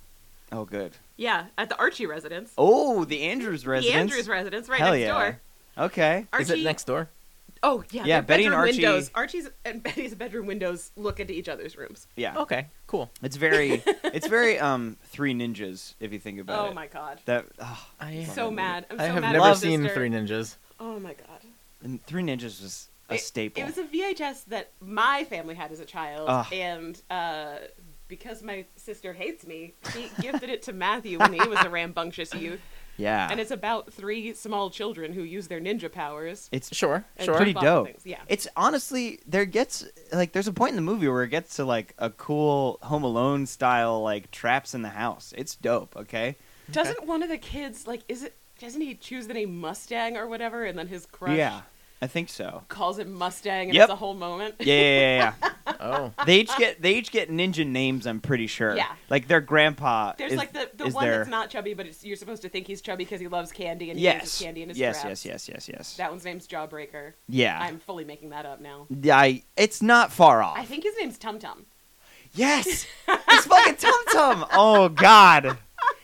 Speaker 1: Oh, good.
Speaker 2: yeah, at the Archie residence,
Speaker 1: Oh, the Andrews residence.
Speaker 2: the Andrews residence, right
Speaker 1: Hell
Speaker 2: next
Speaker 1: yeah.
Speaker 2: door.
Speaker 1: Okay.
Speaker 2: Archie,
Speaker 3: Is it next door?
Speaker 2: Oh yeah,
Speaker 1: Yeah,
Speaker 2: their
Speaker 1: Betty and
Speaker 2: bedroom
Speaker 1: Archie-
Speaker 2: Windows. Archie's and Betty's bedroom windows look into each other's rooms.
Speaker 1: Yeah.
Speaker 3: Okay, cool.
Speaker 1: It's very it's very um three ninjas if you think about
Speaker 2: oh
Speaker 1: it.
Speaker 2: my god,
Speaker 1: That oh,
Speaker 3: I,
Speaker 2: so mad. I'm so
Speaker 3: I have
Speaker 2: mad.
Speaker 3: never
Speaker 2: at my
Speaker 3: seen
Speaker 2: sister.
Speaker 3: Three Ninjas.
Speaker 2: Oh my god.
Speaker 1: and Three Ninjas was a
Speaker 2: It-
Speaker 1: staple.
Speaker 2: It was a VHS that my family had as a child,
Speaker 1: Ugh.
Speaker 2: and uh, because my sister hates me, she gifted it to Matthew when he was a rambunctious youth.
Speaker 1: yeah.
Speaker 2: And it's about three small children who use their ninja powers.
Speaker 1: it's
Speaker 3: Sure,
Speaker 2: and
Speaker 3: sure.
Speaker 1: Pretty
Speaker 2: jump off of
Speaker 1: dope.
Speaker 2: things. Yeah.
Speaker 1: it's honestly there gets like there's a point in the movie where it gets to like a cool Home Alone style like traps in the house. It's dope, okay?
Speaker 2: Doesn't one of the kids like? Is it? Doesn't he choose the name Mustang or whatever? And then his crush
Speaker 1: Yeah. I think so.
Speaker 2: calls him Mustang, and
Speaker 1: Yep.
Speaker 2: it's a whole moment.
Speaker 1: Yeah, yeah, yeah. yeah.
Speaker 3: Oh.
Speaker 1: They each get they each get ninja names. I'm pretty sure.
Speaker 2: Yeah.
Speaker 1: Like their grandpa.
Speaker 2: There's
Speaker 1: is,
Speaker 2: like the, the
Speaker 1: is
Speaker 2: one
Speaker 1: their...
Speaker 2: that's not chubby, but it's, you're supposed to think he's chubby because he loves candy and he
Speaker 1: Yes.
Speaker 2: uses candy in his
Speaker 1: yes,
Speaker 2: scraps.
Speaker 1: yes. Yes. Yes. Yes.
Speaker 2: That one's name's Jawbreaker.
Speaker 1: Yeah.
Speaker 2: I'm fully making that up now.
Speaker 1: Yeah, I, it's not far off.
Speaker 2: I think his name's Tum Tum.
Speaker 1: Yes, it's fucking Tum Tum. Oh God!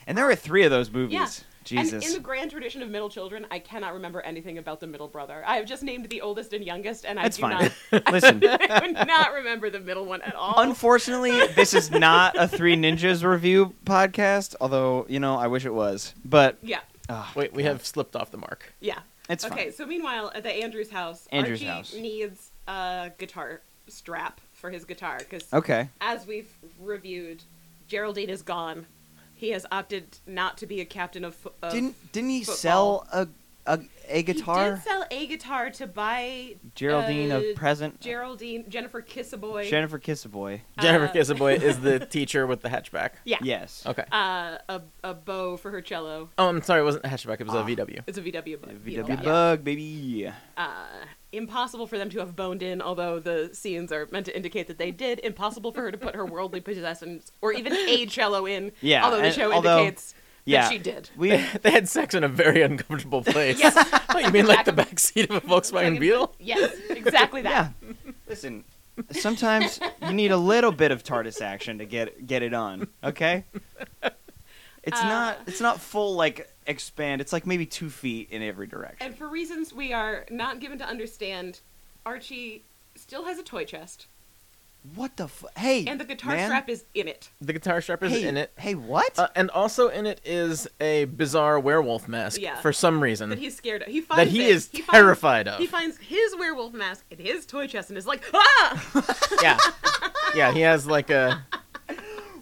Speaker 1: And there were three of those movies.
Speaker 2: Yeah. And in
Speaker 1: Jesus.
Speaker 2: the grand tradition of middle children, I cannot remember anything about the middle brother. I have just named the oldest and youngest, and I
Speaker 1: That's
Speaker 2: do
Speaker 1: fine. Listen,
Speaker 2: not, I do not remember the middle one at all.
Speaker 1: unfortunately, this is not a Three Ninjas review podcast. Although you know, I wish it was. But
Speaker 2: yeah,
Speaker 1: ah,
Speaker 3: Wait, we have slipped off the mark.
Speaker 2: yeah.
Speaker 1: it's
Speaker 2: okay,
Speaker 1: fine.
Speaker 2: so meanwhile, at the Andrews house,
Speaker 1: Andrew's
Speaker 2: Archie
Speaker 1: house.
Speaker 2: needs a guitar strap for his guitar because,
Speaker 1: Okay.
Speaker 2: as we've reviewed, Geraldine is gone. He has opted not to be a captain of. fo- of
Speaker 1: Didn't didn't he
Speaker 2: football.
Speaker 1: sell a a, a
Speaker 2: He
Speaker 1: guitar?
Speaker 2: did sell a guitar to buy
Speaker 1: Geraldine
Speaker 2: uh,
Speaker 1: of present.
Speaker 2: Geraldine Jennifer Kissaboy.
Speaker 1: Jennifer Kissaboy.
Speaker 3: Jennifer
Speaker 2: Uh,
Speaker 3: Kissaboy is the teacher with the hatchback.
Speaker 2: yeah.
Speaker 1: Yes.
Speaker 3: Okay.
Speaker 2: Uh, a a bow for her cello.
Speaker 3: Oh, I'm sorry. It wasn't a hatchback. It was
Speaker 1: Ah.
Speaker 3: a VW.
Speaker 2: It's a VW bow.
Speaker 1: VW
Speaker 2: Yeah.
Speaker 1: Bug, baby.
Speaker 2: Uh, impossible for them to have boned in, although the scenes are meant to indicate that they did. Impossible for her to put her worldly possessions or even a cello in.
Speaker 1: Yeah,
Speaker 2: Although the
Speaker 1: and
Speaker 2: show
Speaker 1: although-
Speaker 2: indicates
Speaker 1: Yeah.
Speaker 2: that she did.
Speaker 1: We
Speaker 3: They had sex in a very uncomfortable place.
Speaker 2: Yes.
Speaker 3: Oh, you mean like the back seat of a Volkswagen Beetle?
Speaker 2: Yes, exactly that.
Speaker 1: Yeah. Listen, sometimes you need a little bit of TARDIS action to get get it on. Okay. It's
Speaker 2: Uh.
Speaker 1: not it's not full like expand. It's like maybe two feet in every direction.
Speaker 2: And for reasons we are not given to understand, Archie still has a toy chest,
Speaker 1: What the f- hey?
Speaker 2: and the guitar
Speaker 1: man.
Speaker 2: strap is in it.
Speaker 3: The guitar strap is
Speaker 1: hey,
Speaker 3: in it.
Speaker 1: Hey, what?
Speaker 3: Uh, and also in it is a bizarre werewolf mask
Speaker 2: Yeah.
Speaker 3: for some reason
Speaker 1: Mm.
Speaker 2: That he's scared of. He finds
Speaker 3: that he
Speaker 2: it.
Speaker 3: is
Speaker 2: finds-
Speaker 3: terrified
Speaker 2: He
Speaker 3: of.
Speaker 2: finds his werewolf mask in his toy chest and is like, ah!
Speaker 3: yeah. Yeah, he has like a.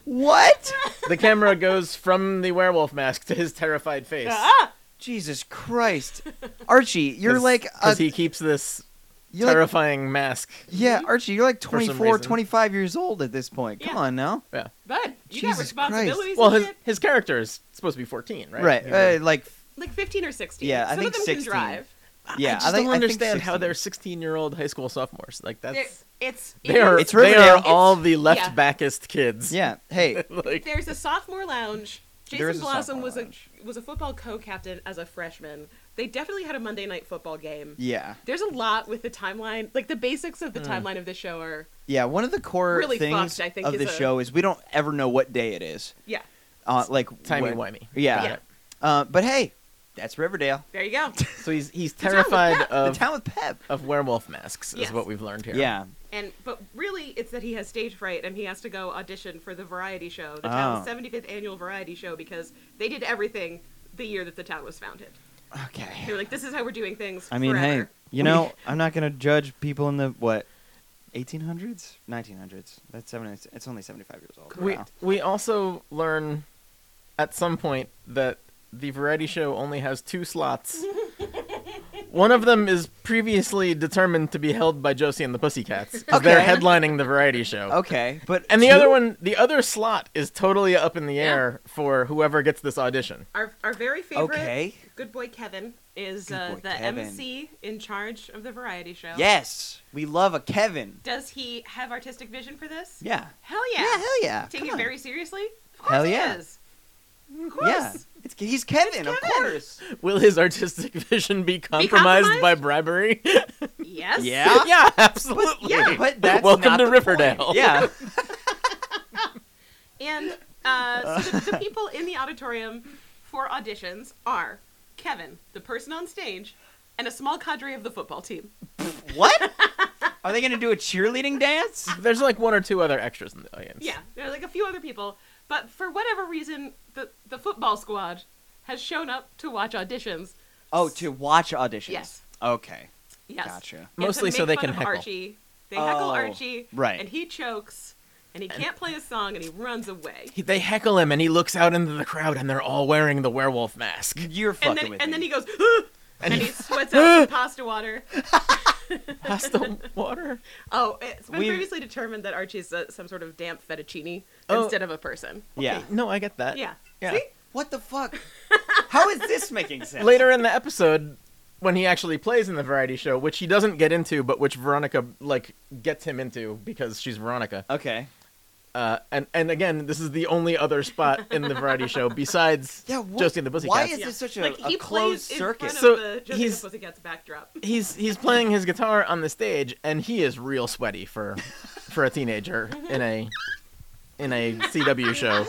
Speaker 1: what?
Speaker 3: The camera goes from the werewolf mask to his terrified face.
Speaker 2: ah!
Speaker 1: Jesus Christ, Archie, you're
Speaker 3: 'Cause-
Speaker 1: like a,
Speaker 3: 'cause he keeps this
Speaker 1: you're like-
Speaker 3: terrifying mask.
Speaker 1: yeah, Archie, you're like
Speaker 3: For some
Speaker 1: 24,
Speaker 3: reason.
Speaker 1: 25 years old at this point. Come
Speaker 2: Yeah.
Speaker 1: on now.
Speaker 2: But you got
Speaker 1: Jesus Christ.
Speaker 2: responsibilities
Speaker 3: Well,
Speaker 2: and
Speaker 3: his
Speaker 2: shit.
Speaker 3: his character is supposed to be 14, right?
Speaker 1: Right.
Speaker 3: He's
Speaker 1: Uh,
Speaker 3: like-
Speaker 1: like
Speaker 2: Like 15 or 16.
Speaker 1: Yeah, I
Speaker 2: Some
Speaker 1: think
Speaker 2: of them
Speaker 1: 16.
Speaker 2: can drive.
Speaker 1: yeah,
Speaker 3: I
Speaker 1: think-
Speaker 3: just don't
Speaker 1: I think
Speaker 3: understand how
Speaker 1: 16.
Speaker 3: they're 16 year old high school sophomores. Like
Speaker 2: They're-
Speaker 3: that's
Speaker 2: It's,
Speaker 3: they are
Speaker 1: It's
Speaker 3: they are
Speaker 1: Riverdale.
Speaker 3: all the left
Speaker 2: yeah.
Speaker 3: backest kids.
Speaker 1: Yeah. Hey,
Speaker 3: like
Speaker 2: There's a sophomore lounge.
Speaker 1: There is
Speaker 2: Jason
Speaker 1: a
Speaker 2: Blossom
Speaker 1: sophomore
Speaker 2: was
Speaker 1: lounge.
Speaker 2: a was a football co-captain as a freshman. They definitely had a Monday night football game.
Speaker 1: yeah.
Speaker 2: There's a lot with the timeline. Like the basics of the
Speaker 1: Hmm.
Speaker 2: timeline of the show are
Speaker 1: Yeah, one of the core
Speaker 2: Really
Speaker 1: things
Speaker 2: fucked, I think,
Speaker 1: of
Speaker 2: is
Speaker 1: the
Speaker 2: a-
Speaker 1: show is we don't ever know what day it is.
Speaker 2: yeah.
Speaker 1: Uh, like
Speaker 3: timey
Speaker 1: when-
Speaker 3: wimey.
Speaker 1: Yeah.
Speaker 2: Yeah.
Speaker 1: Uh, but hey, that's Riverdale.
Speaker 2: There you go.
Speaker 3: So he's he's
Speaker 2: town with
Speaker 3: terrified
Speaker 2: Pep.
Speaker 1: The
Speaker 3: of
Speaker 1: town with Pep.
Speaker 3: of werewolf masks
Speaker 2: Yes.
Speaker 3: is what we've learned here.
Speaker 1: Yeah.
Speaker 2: And but really, it's that he has stage fright and he has to go audition for the variety show, the
Speaker 1: Oh.
Speaker 2: town's 75th annual variety show, because they did everything the year that the town was founded. They
Speaker 1: Okay.
Speaker 2: were like, "This is how we're doing things."
Speaker 1: I mean,
Speaker 2: forever.
Speaker 1: hey, you know, I'm not gonna judge people in the what, 1800s, 1900s. That's seven. It's only 75 years old.
Speaker 3: We
Speaker 1: Wow.
Speaker 3: we also learn at some point that the variety show only has two slots. One of them is previously determined to be held by Josie and the Pussycats. 'cause They're
Speaker 1: Okay.
Speaker 3: headlining the variety show.
Speaker 1: Okay, but
Speaker 3: And the
Speaker 1: two-
Speaker 3: other one, the other slot is totally up in the air for whoever gets this audition.
Speaker 2: our our very favorite
Speaker 1: Okay.
Speaker 2: good boy Kevin is
Speaker 1: Good
Speaker 2: uh,
Speaker 1: boy
Speaker 2: the
Speaker 1: Kevin.
Speaker 2: MC in charge of the variety show.
Speaker 1: Yes, we love a Kevin.
Speaker 2: Does he have artistic vision for this?
Speaker 1: Yeah.
Speaker 2: Hell yeah.
Speaker 1: hell yeah.
Speaker 2: Take
Speaker 1: Come
Speaker 2: it
Speaker 1: on.
Speaker 2: very seriously. Of course
Speaker 1: Hell
Speaker 2: he
Speaker 1: yeah.
Speaker 2: does. Of course.
Speaker 1: Yeah. It's, he's Kevin, of
Speaker 2: Kevin.
Speaker 1: course.
Speaker 3: Will his artistic vision be compromised,
Speaker 2: compromised?
Speaker 3: by bribery?
Speaker 2: Yes.
Speaker 1: Yeah.
Speaker 3: yeah, absolutely.
Speaker 2: Yeah.
Speaker 1: But that's
Speaker 3: Welcome
Speaker 1: not
Speaker 3: to
Speaker 1: the
Speaker 3: Riverdale.
Speaker 1: point. Yeah.
Speaker 2: And uh, so the, the people in the auditorium for auditions are Kevin, the person on stage, and a small cadre of the football team.
Speaker 1: What? Are they gonna do a cheerleading dance?
Speaker 3: There's like one or two other extras in the audience.
Speaker 2: Yeah, there are like a few other people, but for whatever reason, the the football squad has shown up to watch auditions.
Speaker 1: Oh, to watch auditions.
Speaker 2: Yes.
Speaker 1: Okay.
Speaker 2: Yes.
Speaker 1: Gotcha.
Speaker 2: And to
Speaker 3: Mostly so
Speaker 2: make
Speaker 3: they
Speaker 2: fun
Speaker 3: can
Speaker 2: of
Speaker 3: heckle.
Speaker 2: Archie. They heckle
Speaker 1: Oh,
Speaker 2: Archie,
Speaker 1: right.
Speaker 2: And he chokes, and he can't play his song, and he runs away.
Speaker 3: He- They heckle him, and he looks out into the crowd, and they're all wearing the werewolf mask.
Speaker 1: You're fucking
Speaker 2: And then,
Speaker 1: with
Speaker 2: and then
Speaker 1: me.
Speaker 2: he goes, "Huh!" and he sweats out some pasta water.
Speaker 3: Pasta water.
Speaker 2: Oh, it's been
Speaker 1: We-
Speaker 2: previously determined that Archie's uh, some sort of damp fettuccine
Speaker 3: Oh.
Speaker 2: instead of a person.
Speaker 1: yeah.
Speaker 3: Okay, No, I get that.
Speaker 2: Yeah.
Speaker 3: Yeah.
Speaker 1: What the fuck? How is this making sense?
Speaker 3: Later in the episode, when he actually plays in the variety show, which he doesn't get into, but which Veronica like gets him into because she's Veronica.
Speaker 1: Okay.
Speaker 3: Uh, and and again, this is the only other spot in the variety show besides
Speaker 1: Yeah, wh-
Speaker 3: Josie and the Pussycats.
Speaker 1: why is this such a,
Speaker 2: like
Speaker 1: a
Speaker 2: he
Speaker 1: closed
Speaker 2: plays in
Speaker 1: circuit?
Speaker 2: front
Speaker 3: So
Speaker 2: of the Josie and
Speaker 3: he's-
Speaker 2: the Pussycats backdrop.
Speaker 3: he's he's playing his guitar on the stage and he is real sweaty for for a teenager in a in a CW show.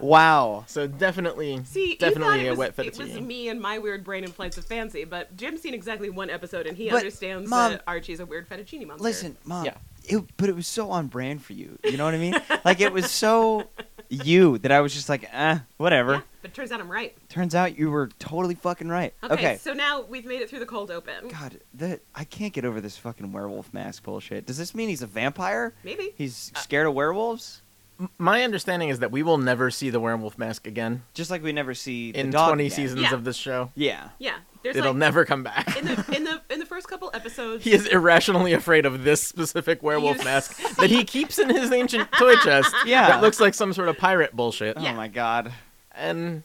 Speaker 1: wow.
Speaker 3: So definitely
Speaker 2: See,
Speaker 3: definitely
Speaker 2: you
Speaker 3: a
Speaker 2: thought
Speaker 3: wet
Speaker 2: it was, it was
Speaker 3: fettuccine.
Speaker 2: me and my weird brain and flights of fancy, but Jim's seen exactly one episode and he
Speaker 1: But,
Speaker 2: understands
Speaker 1: Mom-
Speaker 2: that Archie's a weird fettuccine monster.
Speaker 1: Listen, mom.
Speaker 3: Yeah.
Speaker 1: It, but it was so on brand for you. You know what I mean? like it was so you that I was just like, eh, whatever.
Speaker 2: yeah, but it turns out I'm right.
Speaker 1: Turns out you were totally fucking right.
Speaker 2: Okay, so now we've made it through the cold open.
Speaker 1: God, that I can't get over this fucking werewolf mask bullshit. Does this mean he's a vampire?
Speaker 2: Maybe.
Speaker 1: He's scared of werewolves?
Speaker 3: M- My understanding is that we will never see the werewolf mask again
Speaker 1: Just like we never see the
Speaker 3: in
Speaker 1: dog
Speaker 3: 20
Speaker 1: again.
Speaker 3: seasons
Speaker 2: Yeah.
Speaker 3: of this show.
Speaker 1: Yeah.
Speaker 2: Yeah, there's
Speaker 3: It'll
Speaker 2: like
Speaker 3: never come back.
Speaker 2: in the in the in the first couple episodes.
Speaker 3: he is irrationally afraid of this specific werewolf
Speaker 2: You
Speaker 3: mask that he keeps in his ancient toy chest.
Speaker 1: Yeah.
Speaker 3: That looks like some sort of pirate bullshit.
Speaker 1: Oh
Speaker 2: Yeah.
Speaker 1: my god.
Speaker 3: And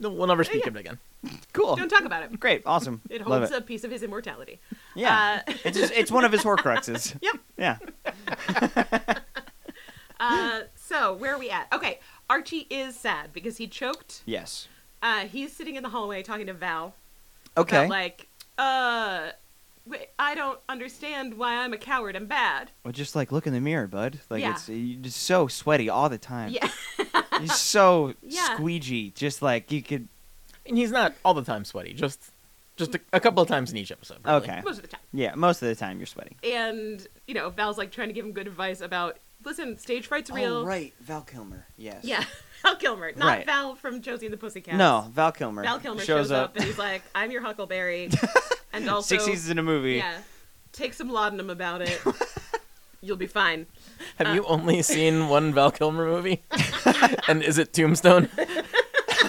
Speaker 3: we'll never speak of it again.
Speaker 1: Cool.
Speaker 2: Don't talk about it.
Speaker 1: Great. Awesome.
Speaker 2: It
Speaker 1: Love
Speaker 2: holds
Speaker 1: it.
Speaker 2: a piece of his immortality.
Speaker 1: Yeah.
Speaker 2: Uh,
Speaker 1: it's just, it's one of his Horcruxes.
Speaker 2: Yep.
Speaker 1: Yeah.
Speaker 2: Uh, so where are we at? Okay, Archie is sad because he choked.
Speaker 1: Yes.
Speaker 2: Uh, he's sitting in the hallway talking to Val. about,
Speaker 1: Okay.
Speaker 2: like, uh, wait, I don't understand why I'm a coward and bad.
Speaker 1: well, just like look in the mirror, bud. Like
Speaker 2: Yeah.
Speaker 1: it's you're just so sweaty all the time.
Speaker 2: Yeah,
Speaker 1: You're so
Speaker 2: Yeah.
Speaker 1: squeegee. Just like you could.
Speaker 3: And he's not all the time sweaty, just just a, a couple of times in each episode. really.
Speaker 1: Okay.
Speaker 2: most of the time.
Speaker 1: Yeah. Most of the time you're sweaty.
Speaker 2: And you know, Val's like trying to give him good advice about listen, stage fright's real.
Speaker 1: Oh, right. Val Kilmer. Yes.
Speaker 2: Yeah, Val Kilmer, not
Speaker 1: Right.
Speaker 2: Val from Josie and the Pussycats.
Speaker 1: No, Val Kilmer.
Speaker 2: Val Kilmer shows, up. and he's like, "I'm your Huckleberry," and also
Speaker 1: Six seasons in a movie.
Speaker 2: yeah, take some laudanum about it. You'll be fine.
Speaker 3: Have you only seen one Val Kilmer movie? and is it Tombstone?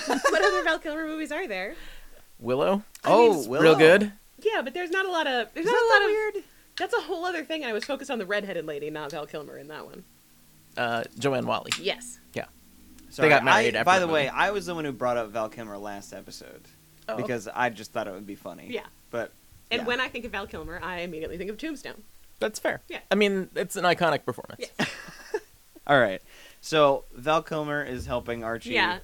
Speaker 2: What other Val Kilmer movies are there?
Speaker 3: Willow?
Speaker 1: Oh,
Speaker 3: It's
Speaker 1: Willow.
Speaker 3: Real good.
Speaker 2: Yeah, but there's not a lot of there's
Speaker 1: Is
Speaker 2: not a lot
Speaker 1: that
Speaker 2: of
Speaker 1: weird?
Speaker 2: That's a whole other thing, and I was focused on the redheaded lady, not Val Kilmer in that one.
Speaker 3: Uh, Joanne Wally.
Speaker 2: Yes.
Speaker 3: Yeah.
Speaker 1: Sorry,
Speaker 3: got married
Speaker 1: I,
Speaker 3: after
Speaker 1: by
Speaker 3: the
Speaker 1: the way, I was the one who brought up Val Kilmer last episode
Speaker 3: Oh, okay.
Speaker 1: because I just thought it would be funny.
Speaker 2: Yeah.
Speaker 1: But
Speaker 2: And
Speaker 1: yeah.
Speaker 2: when I think of Val Kilmer, I immediately think of Tombstone.
Speaker 3: That's fair.
Speaker 2: Yeah.
Speaker 3: I mean, it's an iconic performance.
Speaker 2: Yes.
Speaker 1: all right, so Val Kilmer is helping Archie.
Speaker 2: Yeah.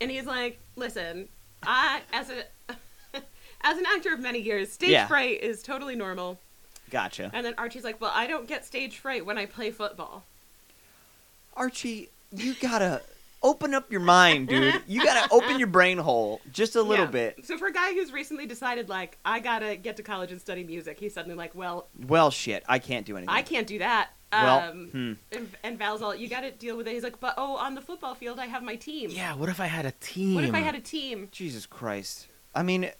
Speaker 2: And he's like, listen, I as a as an actor of many years, stage
Speaker 1: Yeah.
Speaker 2: fright is totally normal.
Speaker 1: Gotcha.
Speaker 2: And then Archie's like, Well, I don't get stage fright when I play football.
Speaker 1: Archie, you gotta open up your mind, dude. You gotta open your brain hole just a little
Speaker 2: Yeah.
Speaker 1: bit.
Speaker 2: So for a guy who's recently decided like, I gotta get to college and study music, he's suddenly like, Well,
Speaker 1: Well, shit, I can't do anything.
Speaker 2: I can't do that.
Speaker 1: Well,
Speaker 2: um,
Speaker 1: hmm.
Speaker 2: and, and Val's all, you gotta deal with it. He's like, But oh, on the football field I have my team.
Speaker 3: Yeah, what if I had a team?
Speaker 2: What if I had a team?
Speaker 1: Jesus Christ. I mean,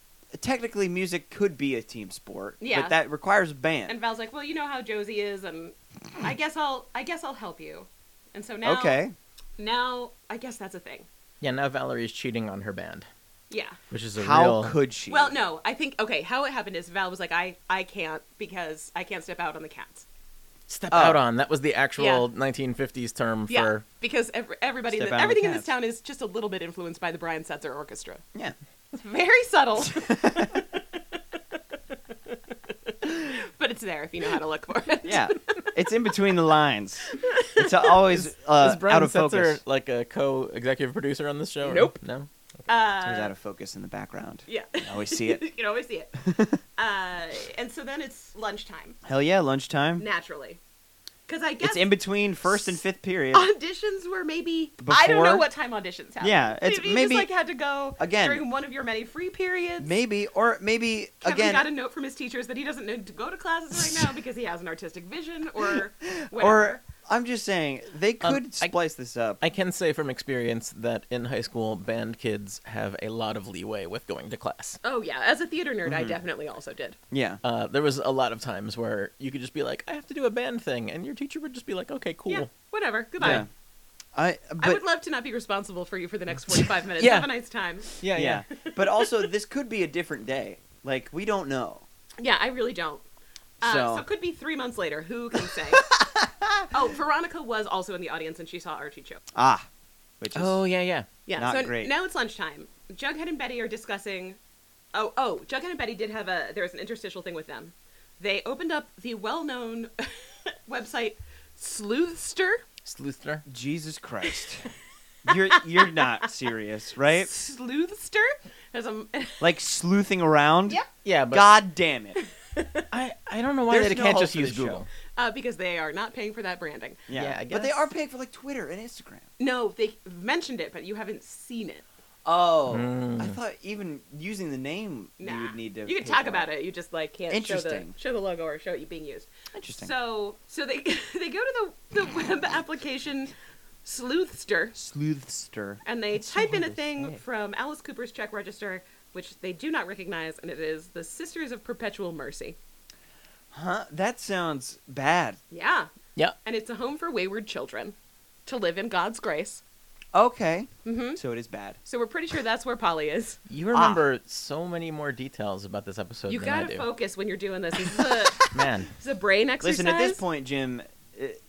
Speaker 1: technically, music could be a team sport.
Speaker 2: Yeah.
Speaker 1: But that requires a band.
Speaker 2: And Val's like, "Well, you know how Josie is, and I guess I'll, I guess I'll help you." And so now,
Speaker 1: okay.
Speaker 2: now I guess that's a thing.
Speaker 3: Yeah, now Valerie's cheating on her band,
Speaker 2: Yeah.
Speaker 3: which is a
Speaker 1: How
Speaker 3: real.
Speaker 1: could she?
Speaker 2: Well, no, I think okay. How it happened is Val was like, "I, I can't because I can't step out on the cats."
Speaker 3: Step
Speaker 1: Oh.
Speaker 3: out on. That was the actual
Speaker 2: Yeah.
Speaker 3: 1950s term
Speaker 2: Yeah,
Speaker 3: for.
Speaker 2: because every, everybody,
Speaker 1: Step
Speaker 2: in the-
Speaker 1: out on the
Speaker 2: everything in
Speaker 1: cats.
Speaker 2: this town is just a little bit influenced by the Brian Setzer Orchestra.
Speaker 1: Yeah.
Speaker 2: It's very subtle. But it's there if you know how to look for it.
Speaker 1: Yeah, it's in between the lines. It's always uh,
Speaker 3: is Brian
Speaker 1: out of
Speaker 3: Setzer
Speaker 1: focus.
Speaker 3: like a co-executive producer on this show? or-
Speaker 2: Nope.
Speaker 3: No.
Speaker 1: It's always
Speaker 2: Uh,
Speaker 1: out of focus in the background.
Speaker 2: yeah.
Speaker 1: I always see it.
Speaker 2: you can always see it. uh, and so then it's lunchtime.
Speaker 1: Hell yeah, lunchtime.
Speaker 2: naturally. Because I guess
Speaker 1: It's in between first and fifth period.
Speaker 2: auditions were maybe I don't know
Speaker 1: Before?
Speaker 2: what time auditions happen.
Speaker 1: Yeah, it's
Speaker 2: you
Speaker 1: maybe-
Speaker 2: just like had to go
Speaker 1: Again.
Speaker 2: during one of your many free periods.
Speaker 1: Maybe, or maybe
Speaker 2: Kevin
Speaker 1: again,
Speaker 2: got a note from his teachers that he doesn't need to go to classes right now because he has an artistic vision
Speaker 1: or
Speaker 2: or whatever.
Speaker 1: I'm just saying they
Speaker 3: Um,
Speaker 1: could
Speaker 3: I-
Speaker 1: splice this up.
Speaker 3: I can say from experience that in high school, band kids have a lot of leeway with going to class.
Speaker 2: oh yeah, as a theater nerd, I definitely also did.
Speaker 1: yeah,
Speaker 3: Uh, there was a lot of times where you could just be like, "I have to do a band thing," and your teacher would just be like, "Okay, cool."
Speaker 2: Yeah, whatever. Goodbye.
Speaker 1: yeah. I but
Speaker 2: I would love to not be responsible for you for the next forty-five minutes.
Speaker 3: Yeah.
Speaker 2: Have a nice time.
Speaker 3: yeah,
Speaker 1: yeah, but also this could be a different day. Like we don't know.
Speaker 2: Yeah, I really don't. Uh, so.
Speaker 1: So-
Speaker 2: it could be three months later. Who can say? oh, Veronica was also in the audience and she saw Archie choke.
Speaker 1: Ah, which is
Speaker 3: Oh yeah, yeah.
Speaker 2: Yeah,
Speaker 1: Not
Speaker 2: so
Speaker 1: great.
Speaker 2: now it's lunchtime. Jughead and Betty are discussing Oh, oh, Jughead and Betty did have a. There was an interstitial thing with them. They opened up the well-known website Sleuthster.
Speaker 3: Sleuthster.
Speaker 1: Jesus Christ. You're you're not serious, right?
Speaker 2: Sleuthster. There's a.
Speaker 1: Like sleuthing around?
Speaker 2: Yep.
Speaker 3: Yeah, but
Speaker 1: God damn it.
Speaker 3: I, I don't know why
Speaker 1: There's
Speaker 3: they
Speaker 1: no
Speaker 3: can't
Speaker 1: hope
Speaker 3: just
Speaker 1: for
Speaker 3: use
Speaker 1: this show.
Speaker 3: Google.
Speaker 2: Uh, because they are not paying for that branding.
Speaker 1: Yeah,
Speaker 3: Yeah, I
Speaker 1: But they
Speaker 3: guess.
Speaker 1: are paying for like Twitter and Instagram.
Speaker 2: No, they mentioned it, but you haven't seen it.
Speaker 1: Oh.
Speaker 3: Mm.
Speaker 1: I thought even using the name
Speaker 2: Nah.
Speaker 1: you would need to
Speaker 2: You can
Speaker 1: pay
Speaker 2: talk
Speaker 1: for
Speaker 2: about it. You just like can't
Speaker 1: Interesting.
Speaker 2: Show, the, show the logo or show it being used.
Speaker 1: Interesting.
Speaker 2: So so they they go to the the web application Sleuthster
Speaker 1: Sleuthster.
Speaker 2: and they
Speaker 3: That's so
Speaker 2: type in a
Speaker 3: hard to
Speaker 2: thing
Speaker 3: say.
Speaker 2: from Alice Cooper's check register, which they do not recognize, and it is the Sisters of Perpetual Mercy.
Speaker 1: Huh? That sounds bad.
Speaker 2: Yeah,
Speaker 3: Yeah.
Speaker 2: and it's a home for wayward children to live in God's grace.
Speaker 1: Okay.
Speaker 2: hmm
Speaker 1: So it is bad.
Speaker 2: So we're pretty sure that's where Polly is.
Speaker 3: You remember so many more details about this episode
Speaker 2: Ah. you
Speaker 3: than I
Speaker 2: gotta
Speaker 3: do.
Speaker 2: focus when you're doing this. This is a,
Speaker 3: Man.
Speaker 2: this is a brain exercise.
Speaker 1: Listen, at this point, Jim, it,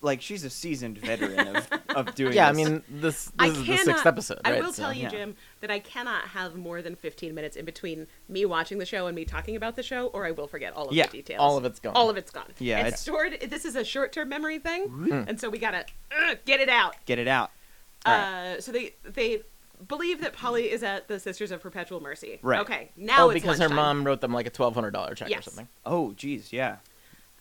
Speaker 1: like she's a seasoned veteran of, of doing
Speaker 3: Yeah, I
Speaker 1: this.
Speaker 3: mean this this
Speaker 2: I
Speaker 3: is
Speaker 2: cannot.
Speaker 3: the sixth episode, right?
Speaker 2: I will
Speaker 3: so-
Speaker 2: tell you,
Speaker 1: yeah.
Speaker 2: Jim, that I cannot have more than 15 minutes in between me watching the show and me talking about the show, or I will forget all of
Speaker 1: Yeah,
Speaker 2: the details.
Speaker 3: all of it's gone.
Speaker 2: All of it's gone.
Speaker 1: Yeah,
Speaker 2: it's
Speaker 1: it's-
Speaker 2: stored. This is a short-term memory thing,
Speaker 1: Mm.
Speaker 2: and so we gotta uh, get it out.
Speaker 1: Get it out.
Speaker 2: Uh, so they they believe that Polly is at the Sisters of Perpetual Mercy.
Speaker 1: Right.
Speaker 2: Okay. Now
Speaker 3: oh,
Speaker 2: it's
Speaker 3: because her
Speaker 2: lunchtime.
Speaker 3: mom wrote them like a twelve hundred dollar check or
Speaker 2: Yes.
Speaker 3: something.
Speaker 1: Oh, geez, yeah.